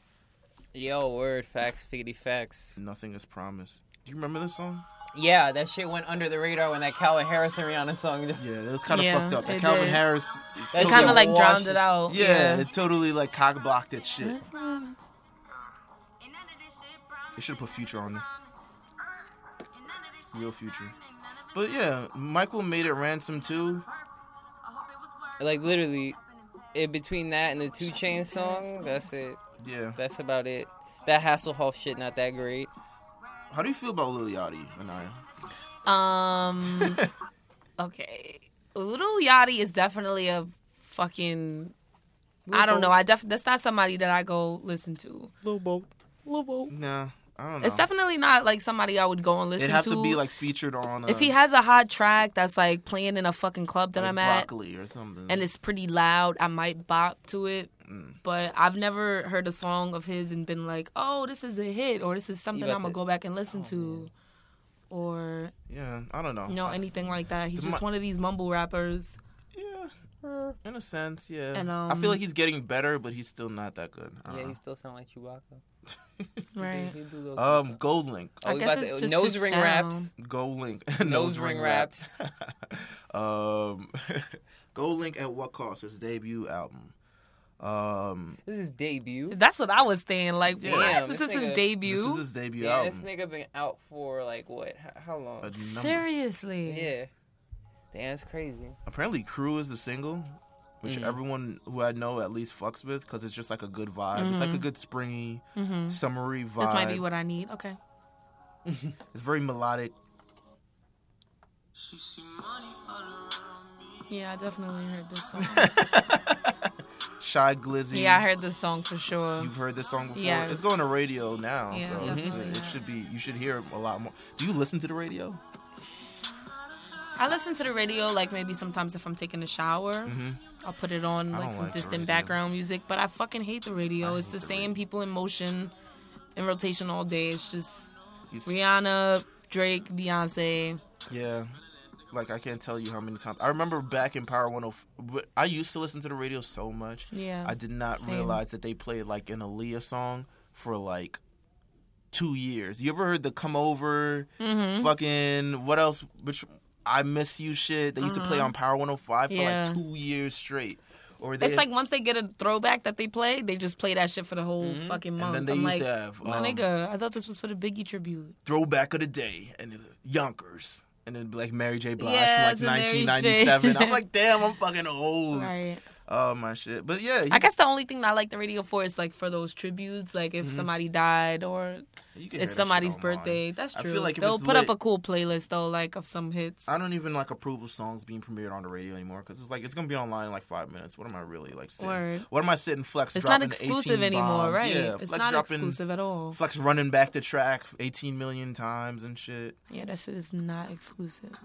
[SPEAKER 3] Yo, word facts, figgity facts.
[SPEAKER 1] Nothing is promised. Do you remember this song?
[SPEAKER 3] Yeah, that shit went under the radar when that Calvin Harris and Rihanna song.
[SPEAKER 1] Yeah, it was kind of
[SPEAKER 2] Yeah,
[SPEAKER 1] fucked up. That
[SPEAKER 2] it
[SPEAKER 1] Calvin
[SPEAKER 2] did.
[SPEAKER 1] Harris, it's
[SPEAKER 3] That shit
[SPEAKER 2] Kind
[SPEAKER 1] totally-
[SPEAKER 2] of like
[SPEAKER 3] Wash
[SPEAKER 2] drowned
[SPEAKER 3] it.
[SPEAKER 2] it out.
[SPEAKER 1] yeah, it totally like cock blocked that shit.
[SPEAKER 2] Oh.
[SPEAKER 1] They should have put Future on this. Real Future. But yeah, Michael made it ransom too.
[SPEAKER 3] Like literally, in between that and the Two Chain song, that's it.
[SPEAKER 1] Yeah.
[SPEAKER 3] That's about it. That Hasselhoff shit not that great.
[SPEAKER 1] How do you feel about Lil Yachty, Anaya?
[SPEAKER 2] Um. okay. Little Yachty is definitely a fucking. I don't know. I def that's not somebody that I go listen to.
[SPEAKER 1] Nah, I don't know.
[SPEAKER 2] It's definitely not like somebody I would go and listen
[SPEAKER 1] It'd have
[SPEAKER 2] to.
[SPEAKER 1] to, be like featured on. Uh,
[SPEAKER 2] if he has a hot track that's like playing in a fucking club that
[SPEAKER 1] like
[SPEAKER 2] I'm at,
[SPEAKER 1] broccoli or something.
[SPEAKER 2] and it's pretty loud, I might bop to it.
[SPEAKER 1] Mm.
[SPEAKER 2] But I've never heard a song of his and been like, "Oh, this is a hit," or "This is something
[SPEAKER 3] got
[SPEAKER 2] I'm gonna
[SPEAKER 3] to-
[SPEAKER 2] go back and
[SPEAKER 1] Oh,
[SPEAKER 2] listen to," or
[SPEAKER 1] yeah, I don't know.
[SPEAKER 2] you know anything like that. He's
[SPEAKER 1] The
[SPEAKER 2] just
[SPEAKER 1] mo-
[SPEAKER 2] one of these mumble rappers.
[SPEAKER 1] yeah, in a sense, yeah.
[SPEAKER 2] And,
[SPEAKER 1] I feel
[SPEAKER 2] um,
[SPEAKER 1] like he's getting better, but he's still not that good. I don't
[SPEAKER 3] Yeah,
[SPEAKER 1] know.
[SPEAKER 3] he still sound like Chewbacca.
[SPEAKER 2] Right.
[SPEAKER 3] He do little cool
[SPEAKER 1] um,
[SPEAKER 3] stuff.
[SPEAKER 1] Gold Link,
[SPEAKER 2] I
[SPEAKER 3] we
[SPEAKER 2] guess it's just
[SPEAKER 3] nose
[SPEAKER 2] his
[SPEAKER 3] ring
[SPEAKER 2] sound.
[SPEAKER 3] raps.
[SPEAKER 1] Gold Link,
[SPEAKER 3] Nose ring raps.
[SPEAKER 1] um, Gold Link at what cost? His debut album. Um,
[SPEAKER 3] This is debut.
[SPEAKER 2] That's what I was saying. Like,
[SPEAKER 1] Yeah.
[SPEAKER 2] what?
[SPEAKER 3] This
[SPEAKER 2] This is his
[SPEAKER 3] nigga-
[SPEAKER 2] debut.
[SPEAKER 1] this is his debut
[SPEAKER 3] Yeah,
[SPEAKER 1] album.
[SPEAKER 3] this nigga been out for like what? How, how
[SPEAKER 1] A
[SPEAKER 3] long?
[SPEAKER 1] number-
[SPEAKER 2] Seriously.
[SPEAKER 3] Yeah. Damn, it's crazy.
[SPEAKER 1] Apparently, Crew is the single, which
[SPEAKER 2] Mm-hmm.
[SPEAKER 1] everyone who I know at least fucks with because it's just like a good vibe. It's like a good springy, summery vibe.
[SPEAKER 2] Mm-hmm. This might be what I need. Okay.
[SPEAKER 1] It's very melodic.
[SPEAKER 2] Yeah, I definitely heard this song.
[SPEAKER 1] Shy Glizzy.
[SPEAKER 2] yeah, I heard this song for sure.
[SPEAKER 1] You've heard this song before.
[SPEAKER 2] Yeah,
[SPEAKER 1] it's
[SPEAKER 2] it's-
[SPEAKER 1] going to radio now,
[SPEAKER 2] Yeah,
[SPEAKER 1] so it's-
[SPEAKER 2] definitely,
[SPEAKER 1] it
[SPEAKER 2] yeah.
[SPEAKER 1] should be. You should hear it a lot more. Do you listen to the radio?
[SPEAKER 2] I listen to the radio like maybe sometimes if I'm taking a shower, I'll put it on
[SPEAKER 1] Mm-hmm. I
[SPEAKER 2] like
[SPEAKER 1] don't
[SPEAKER 2] some
[SPEAKER 1] like the radio.
[SPEAKER 2] distant background music. But I fucking hate the radio. it's the,
[SPEAKER 1] the
[SPEAKER 2] same
[SPEAKER 1] radio.
[SPEAKER 2] people in motion, in rotation all day. It's just
[SPEAKER 1] It's-
[SPEAKER 2] Rihanna, Drake, Beyonce.
[SPEAKER 1] Yeah. Like I can't tell you how many times I remember back in Power 104. I used to listen to the radio so much.
[SPEAKER 2] Yeah.
[SPEAKER 1] I did not
[SPEAKER 2] Same.
[SPEAKER 1] realize that they played like an Aaliyah song for like two years. You ever heard the Come Over,
[SPEAKER 2] Mm-hmm.
[SPEAKER 1] fucking what else? Which I miss you shit. They used to play on Power 105 for
[SPEAKER 2] Mm-hmm. Yeah.
[SPEAKER 1] like two years straight. Or they,
[SPEAKER 2] It's like once they get a throwback that they play, they just play that shit for the whole fucking month.
[SPEAKER 1] Mm-hmm. then they
[SPEAKER 2] I'm
[SPEAKER 1] used
[SPEAKER 2] like,
[SPEAKER 1] to have,
[SPEAKER 2] my
[SPEAKER 1] um,
[SPEAKER 2] nigga, I thought this was for the Biggie tribute.
[SPEAKER 1] throwback of the day and it's Yonkers. And then like Mary J. Blige
[SPEAKER 2] Yeah,
[SPEAKER 1] from
[SPEAKER 2] some
[SPEAKER 1] like
[SPEAKER 2] Mary J.
[SPEAKER 1] 1997. I'm like, damn, I'm fucking old.
[SPEAKER 2] Right.
[SPEAKER 1] Oh my shit. But yeah,
[SPEAKER 2] I guess the only thing that I like the radio for is like for those tributes, like
[SPEAKER 1] Mm-hmm.
[SPEAKER 2] if somebody died or
[SPEAKER 1] you can hear that
[SPEAKER 2] it's
[SPEAKER 1] shit
[SPEAKER 2] somebody's
[SPEAKER 1] online.
[SPEAKER 2] birthday. That's
[SPEAKER 1] I
[SPEAKER 2] true.
[SPEAKER 1] feel like if
[SPEAKER 2] They'll
[SPEAKER 1] it's
[SPEAKER 2] put
[SPEAKER 1] lit-
[SPEAKER 2] up a cool playlist though, like of some hits.
[SPEAKER 1] I don't even like approve of songs being premiered on the radio anymore because it's like it's gonna be online in like five minutes. What am I really like sitting?
[SPEAKER 2] Word.
[SPEAKER 1] What am I sitting flex?
[SPEAKER 2] It's not
[SPEAKER 1] dropping 18
[SPEAKER 2] exclusive anymore,
[SPEAKER 1] bombs?
[SPEAKER 2] right?
[SPEAKER 1] Yeah,
[SPEAKER 2] it's
[SPEAKER 1] flex
[SPEAKER 2] not
[SPEAKER 1] dropping,
[SPEAKER 2] exclusive at all.
[SPEAKER 1] Flex running back the track 18 million times and shit.
[SPEAKER 2] Yeah, that shit is not exclusive.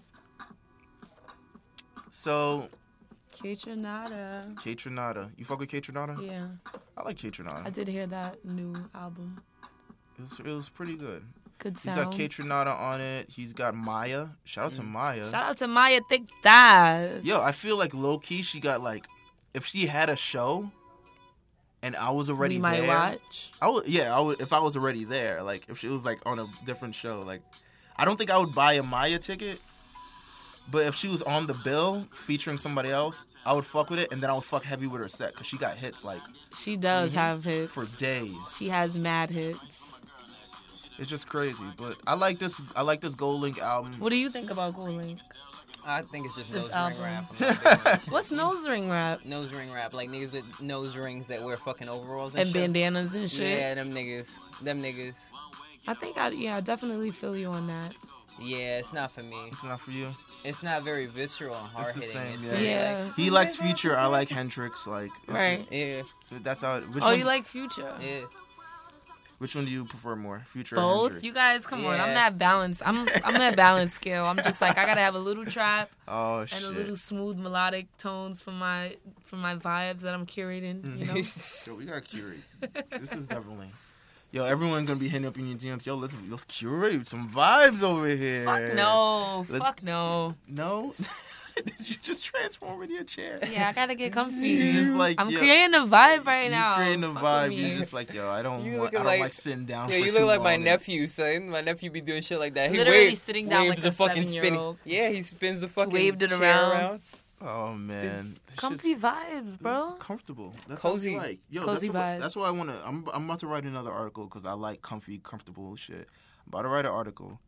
[SPEAKER 1] So
[SPEAKER 2] Catronada.
[SPEAKER 1] K Trinata, you fuck with K Trinata?
[SPEAKER 2] Yeah,
[SPEAKER 1] I like K
[SPEAKER 2] I
[SPEAKER 1] Trinata.
[SPEAKER 2] did hear that new album.
[SPEAKER 1] It was, it was pretty good.
[SPEAKER 2] Good
[SPEAKER 1] He's
[SPEAKER 2] sound. Mm.
[SPEAKER 1] got K Trinata on it. He's got Maya. Shout out to Maya.
[SPEAKER 2] Shout out to Maya Thick Thighs.
[SPEAKER 1] Yo, I feel like low key she got like, if she had a show, and I was already
[SPEAKER 2] we might
[SPEAKER 1] there,
[SPEAKER 2] watch.
[SPEAKER 1] I would, yeah, I would, if I was already there, like if she was like on a different show, like I don't think I would buy a Maya ticket, But if she was on the bill featuring somebody else, I would fuck with it, and then I would fuck heavy with her set because she got hits like Mhm.
[SPEAKER 2] She does have hits.
[SPEAKER 1] Mm-hmm. for days.
[SPEAKER 2] she has mad hits.
[SPEAKER 1] It's just crazy. But I like this. I like this Gold Link album.
[SPEAKER 2] What do you think about Gold Link?
[SPEAKER 3] I think it's just
[SPEAKER 2] This
[SPEAKER 3] nose
[SPEAKER 2] album.
[SPEAKER 3] ring rap. I'm not a big one.
[SPEAKER 2] What's nose ring rap
[SPEAKER 3] nose ring rap, like niggas with nose rings that wear fucking overalls and,
[SPEAKER 2] and
[SPEAKER 3] shit.
[SPEAKER 2] bandanas and shit?
[SPEAKER 3] Yeah, them niggas, them niggas.
[SPEAKER 2] I think I yeah I definitely feel you on that.
[SPEAKER 3] Yeah, it's not for me.
[SPEAKER 1] It's not for you.
[SPEAKER 3] It's not very visceral and hard hitting.
[SPEAKER 1] same,
[SPEAKER 3] It's
[SPEAKER 1] yeah.
[SPEAKER 3] very,
[SPEAKER 2] Yeah.
[SPEAKER 1] He likes Future. I like Hendrix. Like it's-
[SPEAKER 2] Right.
[SPEAKER 3] Like,
[SPEAKER 1] That's how. It, which
[SPEAKER 2] oh,
[SPEAKER 1] one-
[SPEAKER 2] you like Future?
[SPEAKER 3] yeah, yeah.
[SPEAKER 1] Which one do you prefer more? Future. or
[SPEAKER 2] Both.
[SPEAKER 1] Hendrix?
[SPEAKER 2] You guys, come on. I'm
[SPEAKER 3] Yeah.
[SPEAKER 2] not balanced. I'm I'm that balance scale. I'm just like I gotta have a little trap
[SPEAKER 1] oh
[SPEAKER 2] and
[SPEAKER 1] shit.
[SPEAKER 2] a little smooth melodic tones for my for my vibes that I'm curating. You know.
[SPEAKER 1] Yo, we got curate. this is definitely. Yo, everyone gonna be hitting up in your DMs. Yo, let's let's curate some vibes over here.
[SPEAKER 2] Fuck no.
[SPEAKER 1] Let's-
[SPEAKER 2] Fuck no.
[SPEAKER 1] No. Did you just transform in your chair?
[SPEAKER 2] Yeah, I gotta get
[SPEAKER 1] You're
[SPEAKER 2] comfy.
[SPEAKER 1] just like,
[SPEAKER 2] I'm
[SPEAKER 1] yo,
[SPEAKER 2] creating a vibe right
[SPEAKER 1] you're
[SPEAKER 2] now.
[SPEAKER 1] creating a
[SPEAKER 2] Fuck
[SPEAKER 1] vibe.
[SPEAKER 2] with
[SPEAKER 1] You're
[SPEAKER 2] me.
[SPEAKER 1] just like, yo, I don't
[SPEAKER 3] You
[SPEAKER 1] want. I
[SPEAKER 3] looking
[SPEAKER 1] don't
[SPEAKER 3] like-
[SPEAKER 1] like, sitting down.
[SPEAKER 3] Yeah,
[SPEAKER 1] for
[SPEAKER 3] you
[SPEAKER 1] too
[SPEAKER 3] look like my
[SPEAKER 1] long.
[SPEAKER 3] nephew, son. My nephew be doing shit like that. He
[SPEAKER 2] Literally
[SPEAKER 3] waves-
[SPEAKER 2] sitting down
[SPEAKER 3] waves
[SPEAKER 2] like
[SPEAKER 3] the
[SPEAKER 2] a
[SPEAKER 3] fucking spinning.
[SPEAKER 2] seven-year-old.
[SPEAKER 3] Yeah, he spins the fucking
[SPEAKER 2] Waved it
[SPEAKER 3] chair
[SPEAKER 2] around.
[SPEAKER 1] Oh man, This shit's-
[SPEAKER 2] Comfy vibes,
[SPEAKER 1] It's
[SPEAKER 2] bro.
[SPEAKER 1] comfortable. That's
[SPEAKER 3] Cozy.
[SPEAKER 1] What I like. Yo,
[SPEAKER 2] Cozy
[SPEAKER 1] that's, What, that's
[SPEAKER 2] vibes.
[SPEAKER 1] why I want to. I'm, I'm about to write another article because I like comfy, comfortable shit. I'm about to write an article.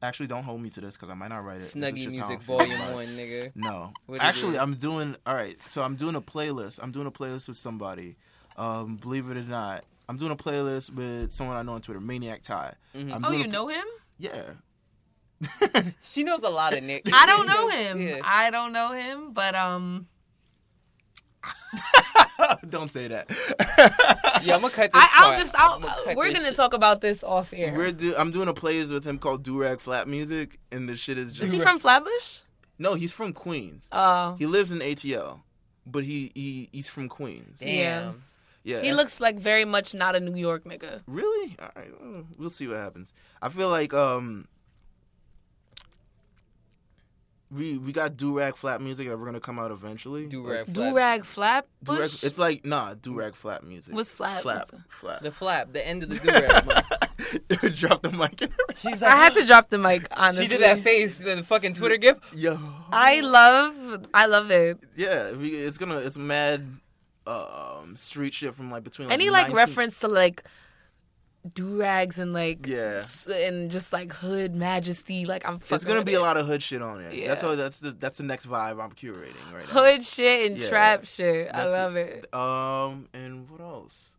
[SPEAKER 1] Actually, don't hold me to this because I might not write it. This is
[SPEAKER 3] Snuggy
[SPEAKER 1] just how I'm
[SPEAKER 3] music
[SPEAKER 1] feeling
[SPEAKER 3] volume
[SPEAKER 1] about it.
[SPEAKER 3] one, nigga.
[SPEAKER 1] No.
[SPEAKER 3] What it
[SPEAKER 1] Actually,
[SPEAKER 3] is.
[SPEAKER 1] I'm doing. All right. So I'm doing a playlist. I'm doing a playlist with somebody. Um, believe it or not, I'm doing a playlist with someone I know on Twitter, Maniac Ty.
[SPEAKER 3] Mm-hmm.
[SPEAKER 1] I'm
[SPEAKER 2] Oh,
[SPEAKER 1] doing
[SPEAKER 2] you
[SPEAKER 1] a-
[SPEAKER 2] know him?
[SPEAKER 1] Yeah.
[SPEAKER 3] She knows a lot of Nick.
[SPEAKER 2] I don't know him.
[SPEAKER 3] Yeah.
[SPEAKER 2] I don't know him, but um,
[SPEAKER 1] don't say that.
[SPEAKER 3] yeah, I'm gonna cut this.
[SPEAKER 2] I, I'll
[SPEAKER 3] part.
[SPEAKER 2] just I'll,
[SPEAKER 3] I'ma cut
[SPEAKER 2] we're
[SPEAKER 3] this
[SPEAKER 2] gonna
[SPEAKER 3] shit.
[SPEAKER 2] talk about this off air.
[SPEAKER 1] We're do- I'm doing a playlist with him called Durag Flat Music, and the shit is
[SPEAKER 2] Is
[SPEAKER 1] just
[SPEAKER 2] he from Flatbush?
[SPEAKER 1] no. He's from Queens.
[SPEAKER 2] Oh,
[SPEAKER 1] He lives in ATL, but he, he he's from Queens.
[SPEAKER 3] Damn.
[SPEAKER 2] Yeah.
[SPEAKER 1] Yeah,
[SPEAKER 2] he looks like very much not a New York nigga.
[SPEAKER 1] really. All right, well, we'll see what happens. I feel like um, we we got Durag flat music that we're gonna come out eventually.
[SPEAKER 3] Do
[SPEAKER 1] Like,
[SPEAKER 3] rap.
[SPEAKER 2] Do rag
[SPEAKER 1] Durag-
[SPEAKER 2] Flatbush.
[SPEAKER 1] It's like nah, Durag flat music.
[SPEAKER 2] What's flat?
[SPEAKER 1] Flap,
[SPEAKER 2] What's-
[SPEAKER 1] flap.
[SPEAKER 3] The flap, the end of the do rap.
[SPEAKER 1] Drop the mic. in her-
[SPEAKER 3] She's like,
[SPEAKER 2] I had to drop the mic. Honestly,
[SPEAKER 3] She did that face, the fucking Twitter gif.
[SPEAKER 1] Yo.
[SPEAKER 2] I love, I love it.
[SPEAKER 1] Yeah, we, it's gonna it's mad. Um, street shit from like between like,
[SPEAKER 2] Any like
[SPEAKER 1] 19
[SPEAKER 2] reference to like do rags and like
[SPEAKER 1] Yeah.
[SPEAKER 2] s- and just like hood majesty. Like I'm.
[SPEAKER 1] It's
[SPEAKER 2] fucking
[SPEAKER 1] gonna
[SPEAKER 2] with
[SPEAKER 1] be
[SPEAKER 2] it.
[SPEAKER 1] a lot of hood shit on it. That's
[SPEAKER 2] Yeah.
[SPEAKER 1] all. That's the that's the next vibe I'm curating right now.
[SPEAKER 2] hood shit and
[SPEAKER 1] Yeah.
[SPEAKER 2] trap shit. I
[SPEAKER 1] That's
[SPEAKER 2] love it.
[SPEAKER 1] Um, and what else?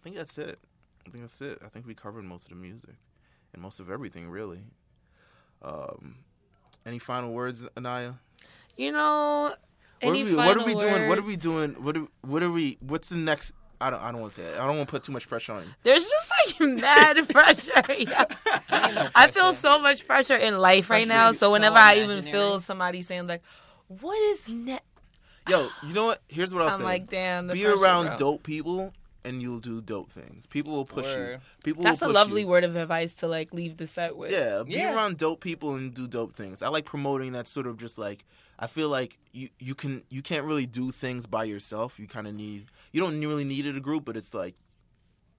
[SPEAKER 1] I think that's it. I think that's it. I think we covered most of the music and most of everything, really. Um, any final words, Anaya?
[SPEAKER 2] You know.
[SPEAKER 1] What
[SPEAKER 2] any
[SPEAKER 1] are we, what are
[SPEAKER 2] final
[SPEAKER 1] we doing? What are
[SPEAKER 2] words?
[SPEAKER 1] we doing? What are, what are we? What's the next? I don't. I don't want to say. That. I don't want to put too much pressure on you.
[SPEAKER 2] There's just like mad pressure. yeah. I feel so much pressure in life right
[SPEAKER 3] Pressure
[SPEAKER 2] now.
[SPEAKER 3] is
[SPEAKER 2] So
[SPEAKER 3] so
[SPEAKER 2] whenever I even
[SPEAKER 3] imaginary.
[SPEAKER 2] feel somebody saying like, "What is next?"
[SPEAKER 1] Yo, you know what? Here's what I'll
[SPEAKER 2] I'm
[SPEAKER 1] say.
[SPEAKER 2] like, "Damn." The
[SPEAKER 1] Be
[SPEAKER 2] pressure,
[SPEAKER 1] around
[SPEAKER 2] bro.
[SPEAKER 1] dope people, and you'll do dope things. People will push you.
[SPEAKER 3] Word.
[SPEAKER 1] People.
[SPEAKER 2] That's
[SPEAKER 1] will
[SPEAKER 2] a
[SPEAKER 1] push
[SPEAKER 2] lovely
[SPEAKER 1] you.
[SPEAKER 2] word of advice to like leave the set with.
[SPEAKER 1] Yeah, be
[SPEAKER 3] Yeah.
[SPEAKER 1] around dope people and do dope things. I like promoting that sort of just like I feel like you you can you can't really do things by yourself. You kind of need you don't really need it a group, but it's like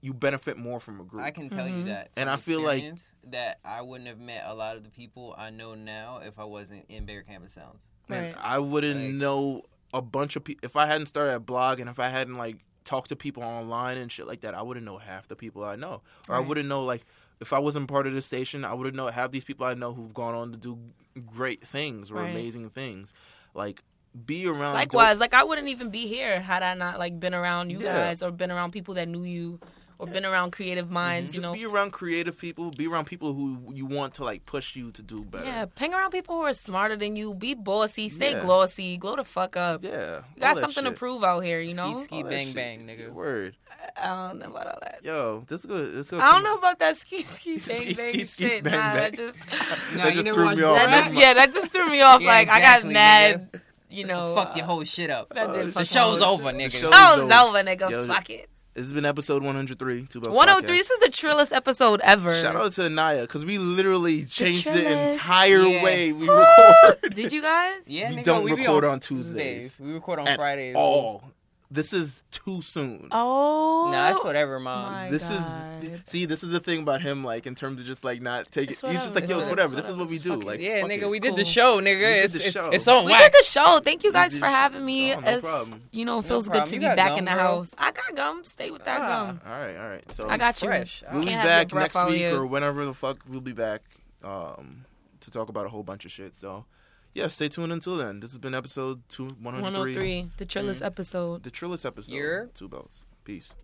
[SPEAKER 1] you benefit more from a group.
[SPEAKER 3] I can tell you
[SPEAKER 2] Mm-hmm.
[SPEAKER 3] that.
[SPEAKER 1] And
[SPEAKER 3] from
[SPEAKER 1] I feel like-
[SPEAKER 3] experience that I wouldn't have met a lot of the people I know now if I wasn't in Bear Campus Sounds.
[SPEAKER 1] Man,
[SPEAKER 2] Right.
[SPEAKER 1] I wouldn't
[SPEAKER 3] Like-
[SPEAKER 1] know a bunch of people if I hadn't started a blog and if I hadn't like talked to people online and shit like that. I wouldn't know half the people I know, or I
[SPEAKER 2] Right.
[SPEAKER 1] wouldn't know like if I wasn't part of the station, I wouldn't know half these people I know who've gone on to do great things or
[SPEAKER 2] Right.
[SPEAKER 1] amazing things. Like be around dope-
[SPEAKER 2] Likewise, like I wouldn't even be here had I not like been around you
[SPEAKER 1] Yeah. Mm-hmm.
[SPEAKER 2] guys or been around people that knew you or been around creative minds.
[SPEAKER 1] just
[SPEAKER 2] You
[SPEAKER 1] be
[SPEAKER 2] know.
[SPEAKER 1] around creative people be around people who you want to like push you to do better
[SPEAKER 2] Yeah, hang around people who are smarter than you. Be bossy, stay
[SPEAKER 1] Yeah.
[SPEAKER 2] glossy, glow the fuck up.
[SPEAKER 1] yeah
[SPEAKER 2] You got something to prove out here, you know.
[SPEAKER 3] ski. Bang, bang, nigga.
[SPEAKER 1] word
[SPEAKER 2] I don't know about all that.
[SPEAKER 1] yo this is good this is good
[SPEAKER 2] I don't know about that ski ski bang
[SPEAKER 1] Ski,
[SPEAKER 2] bang
[SPEAKER 1] ski,
[SPEAKER 2] shit.
[SPEAKER 1] ski, bang,
[SPEAKER 2] nah,
[SPEAKER 1] bang.
[SPEAKER 2] that just
[SPEAKER 3] Nah,
[SPEAKER 1] That
[SPEAKER 3] you
[SPEAKER 1] just
[SPEAKER 3] know
[SPEAKER 1] threw
[SPEAKER 3] what?
[SPEAKER 1] me off.
[SPEAKER 2] that
[SPEAKER 1] That's
[SPEAKER 2] just
[SPEAKER 1] my-
[SPEAKER 2] yeah, that just threw me off.
[SPEAKER 3] Yeah,
[SPEAKER 2] like
[SPEAKER 3] exactly,
[SPEAKER 2] I got mad, you know.
[SPEAKER 3] Fuck your
[SPEAKER 2] uh,
[SPEAKER 3] whole shit up.
[SPEAKER 2] That did
[SPEAKER 3] The
[SPEAKER 2] fuck
[SPEAKER 3] show's
[SPEAKER 2] my whole
[SPEAKER 3] over,
[SPEAKER 2] shit.
[SPEAKER 1] The
[SPEAKER 3] nigga.
[SPEAKER 1] show's
[SPEAKER 2] Show's
[SPEAKER 1] over.
[SPEAKER 2] over, Oh, nigga.
[SPEAKER 1] Yo,
[SPEAKER 2] fuck it.
[SPEAKER 1] this has been episode 103 two Bells
[SPEAKER 2] 103.
[SPEAKER 1] Podcast.
[SPEAKER 2] This is the trillest episode ever.
[SPEAKER 1] shout out to Anaya because we literally changed the
[SPEAKER 2] chillest.
[SPEAKER 1] entire
[SPEAKER 3] Yeah.
[SPEAKER 1] way we record
[SPEAKER 2] Did you guys?
[SPEAKER 3] Yeah,
[SPEAKER 1] We
[SPEAKER 3] nigga,
[SPEAKER 1] don't
[SPEAKER 3] we be
[SPEAKER 1] record
[SPEAKER 3] on
[SPEAKER 1] on Tuesdays.
[SPEAKER 3] We record on
[SPEAKER 1] at
[SPEAKER 3] Fridays.
[SPEAKER 1] all this is too soon.
[SPEAKER 5] Oh.
[SPEAKER 3] No, that's whatever, mom.
[SPEAKER 5] My
[SPEAKER 1] this is
[SPEAKER 5] God.
[SPEAKER 1] see, this is the thing about him, like in terms of just like not taking.
[SPEAKER 5] It's
[SPEAKER 1] He's just
[SPEAKER 5] whatever,
[SPEAKER 1] like, yo,
[SPEAKER 3] it's
[SPEAKER 1] it's
[SPEAKER 3] whatever,
[SPEAKER 1] whatever. This
[SPEAKER 5] it's
[SPEAKER 1] is what we
[SPEAKER 5] whatever,
[SPEAKER 1] do.
[SPEAKER 5] it's
[SPEAKER 1] Like,
[SPEAKER 3] Yeah,
[SPEAKER 1] fuck
[SPEAKER 3] nigga,
[SPEAKER 1] it.
[SPEAKER 3] we did
[SPEAKER 2] cool.
[SPEAKER 3] the show, nigga.
[SPEAKER 1] did
[SPEAKER 3] It's,
[SPEAKER 1] the
[SPEAKER 3] it's,
[SPEAKER 1] show.
[SPEAKER 3] it's on
[SPEAKER 2] We
[SPEAKER 3] wax.
[SPEAKER 2] did the show. Thank you guys
[SPEAKER 1] did the
[SPEAKER 2] for
[SPEAKER 1] show.
[SPEAKER 2] having me.
[SPEAKER 1] No, no
[SPEAKER 2] it's,
[SPEAKER 1] problem.
[SPEAKER 2] you know, it feels
[SPEAKER 3] problem.
[SPEAKER 2] good to
[SPEAKER 3] You
[SPEAKER 2] be
[SPEAKER 3] got
[SPEAKER 2] back
[SPEAKER 3] gum,
[SPEAKER 2] in the
[SPEAKER 3] bro?
[SPEAKER 2] house. I got gum. Stay with that
[SPEAKER 3] Ah.
[SPEAKER 2] gum.
[SPEAKER 1] All right, all right. So
[SPEAKER 2] I got you.
[SPEAKER 3] Fresh.
[SPEAKER 1] We'll be
[SPEAKER 2] Can't have
[SPEAKER 1] back
[SPEAKER 2] your breath
[SPEAKER 1] next
[SPEAKER 2] on
[SPEAKER 1] week
[SPEAKER 2] you.
[SPEAKER 1] or whenever the fuck we'll be back um, to talk about a whole bunch of shit. So, yeah, stay tuned until then. This has been episode two, 103,
[SPEAKER 2] 103, the chillest episode.
[SPEAKER 1] the Trillis episode.
[SPEAKER 3] Year.
[SPEAKER 1] Two belts. Peace.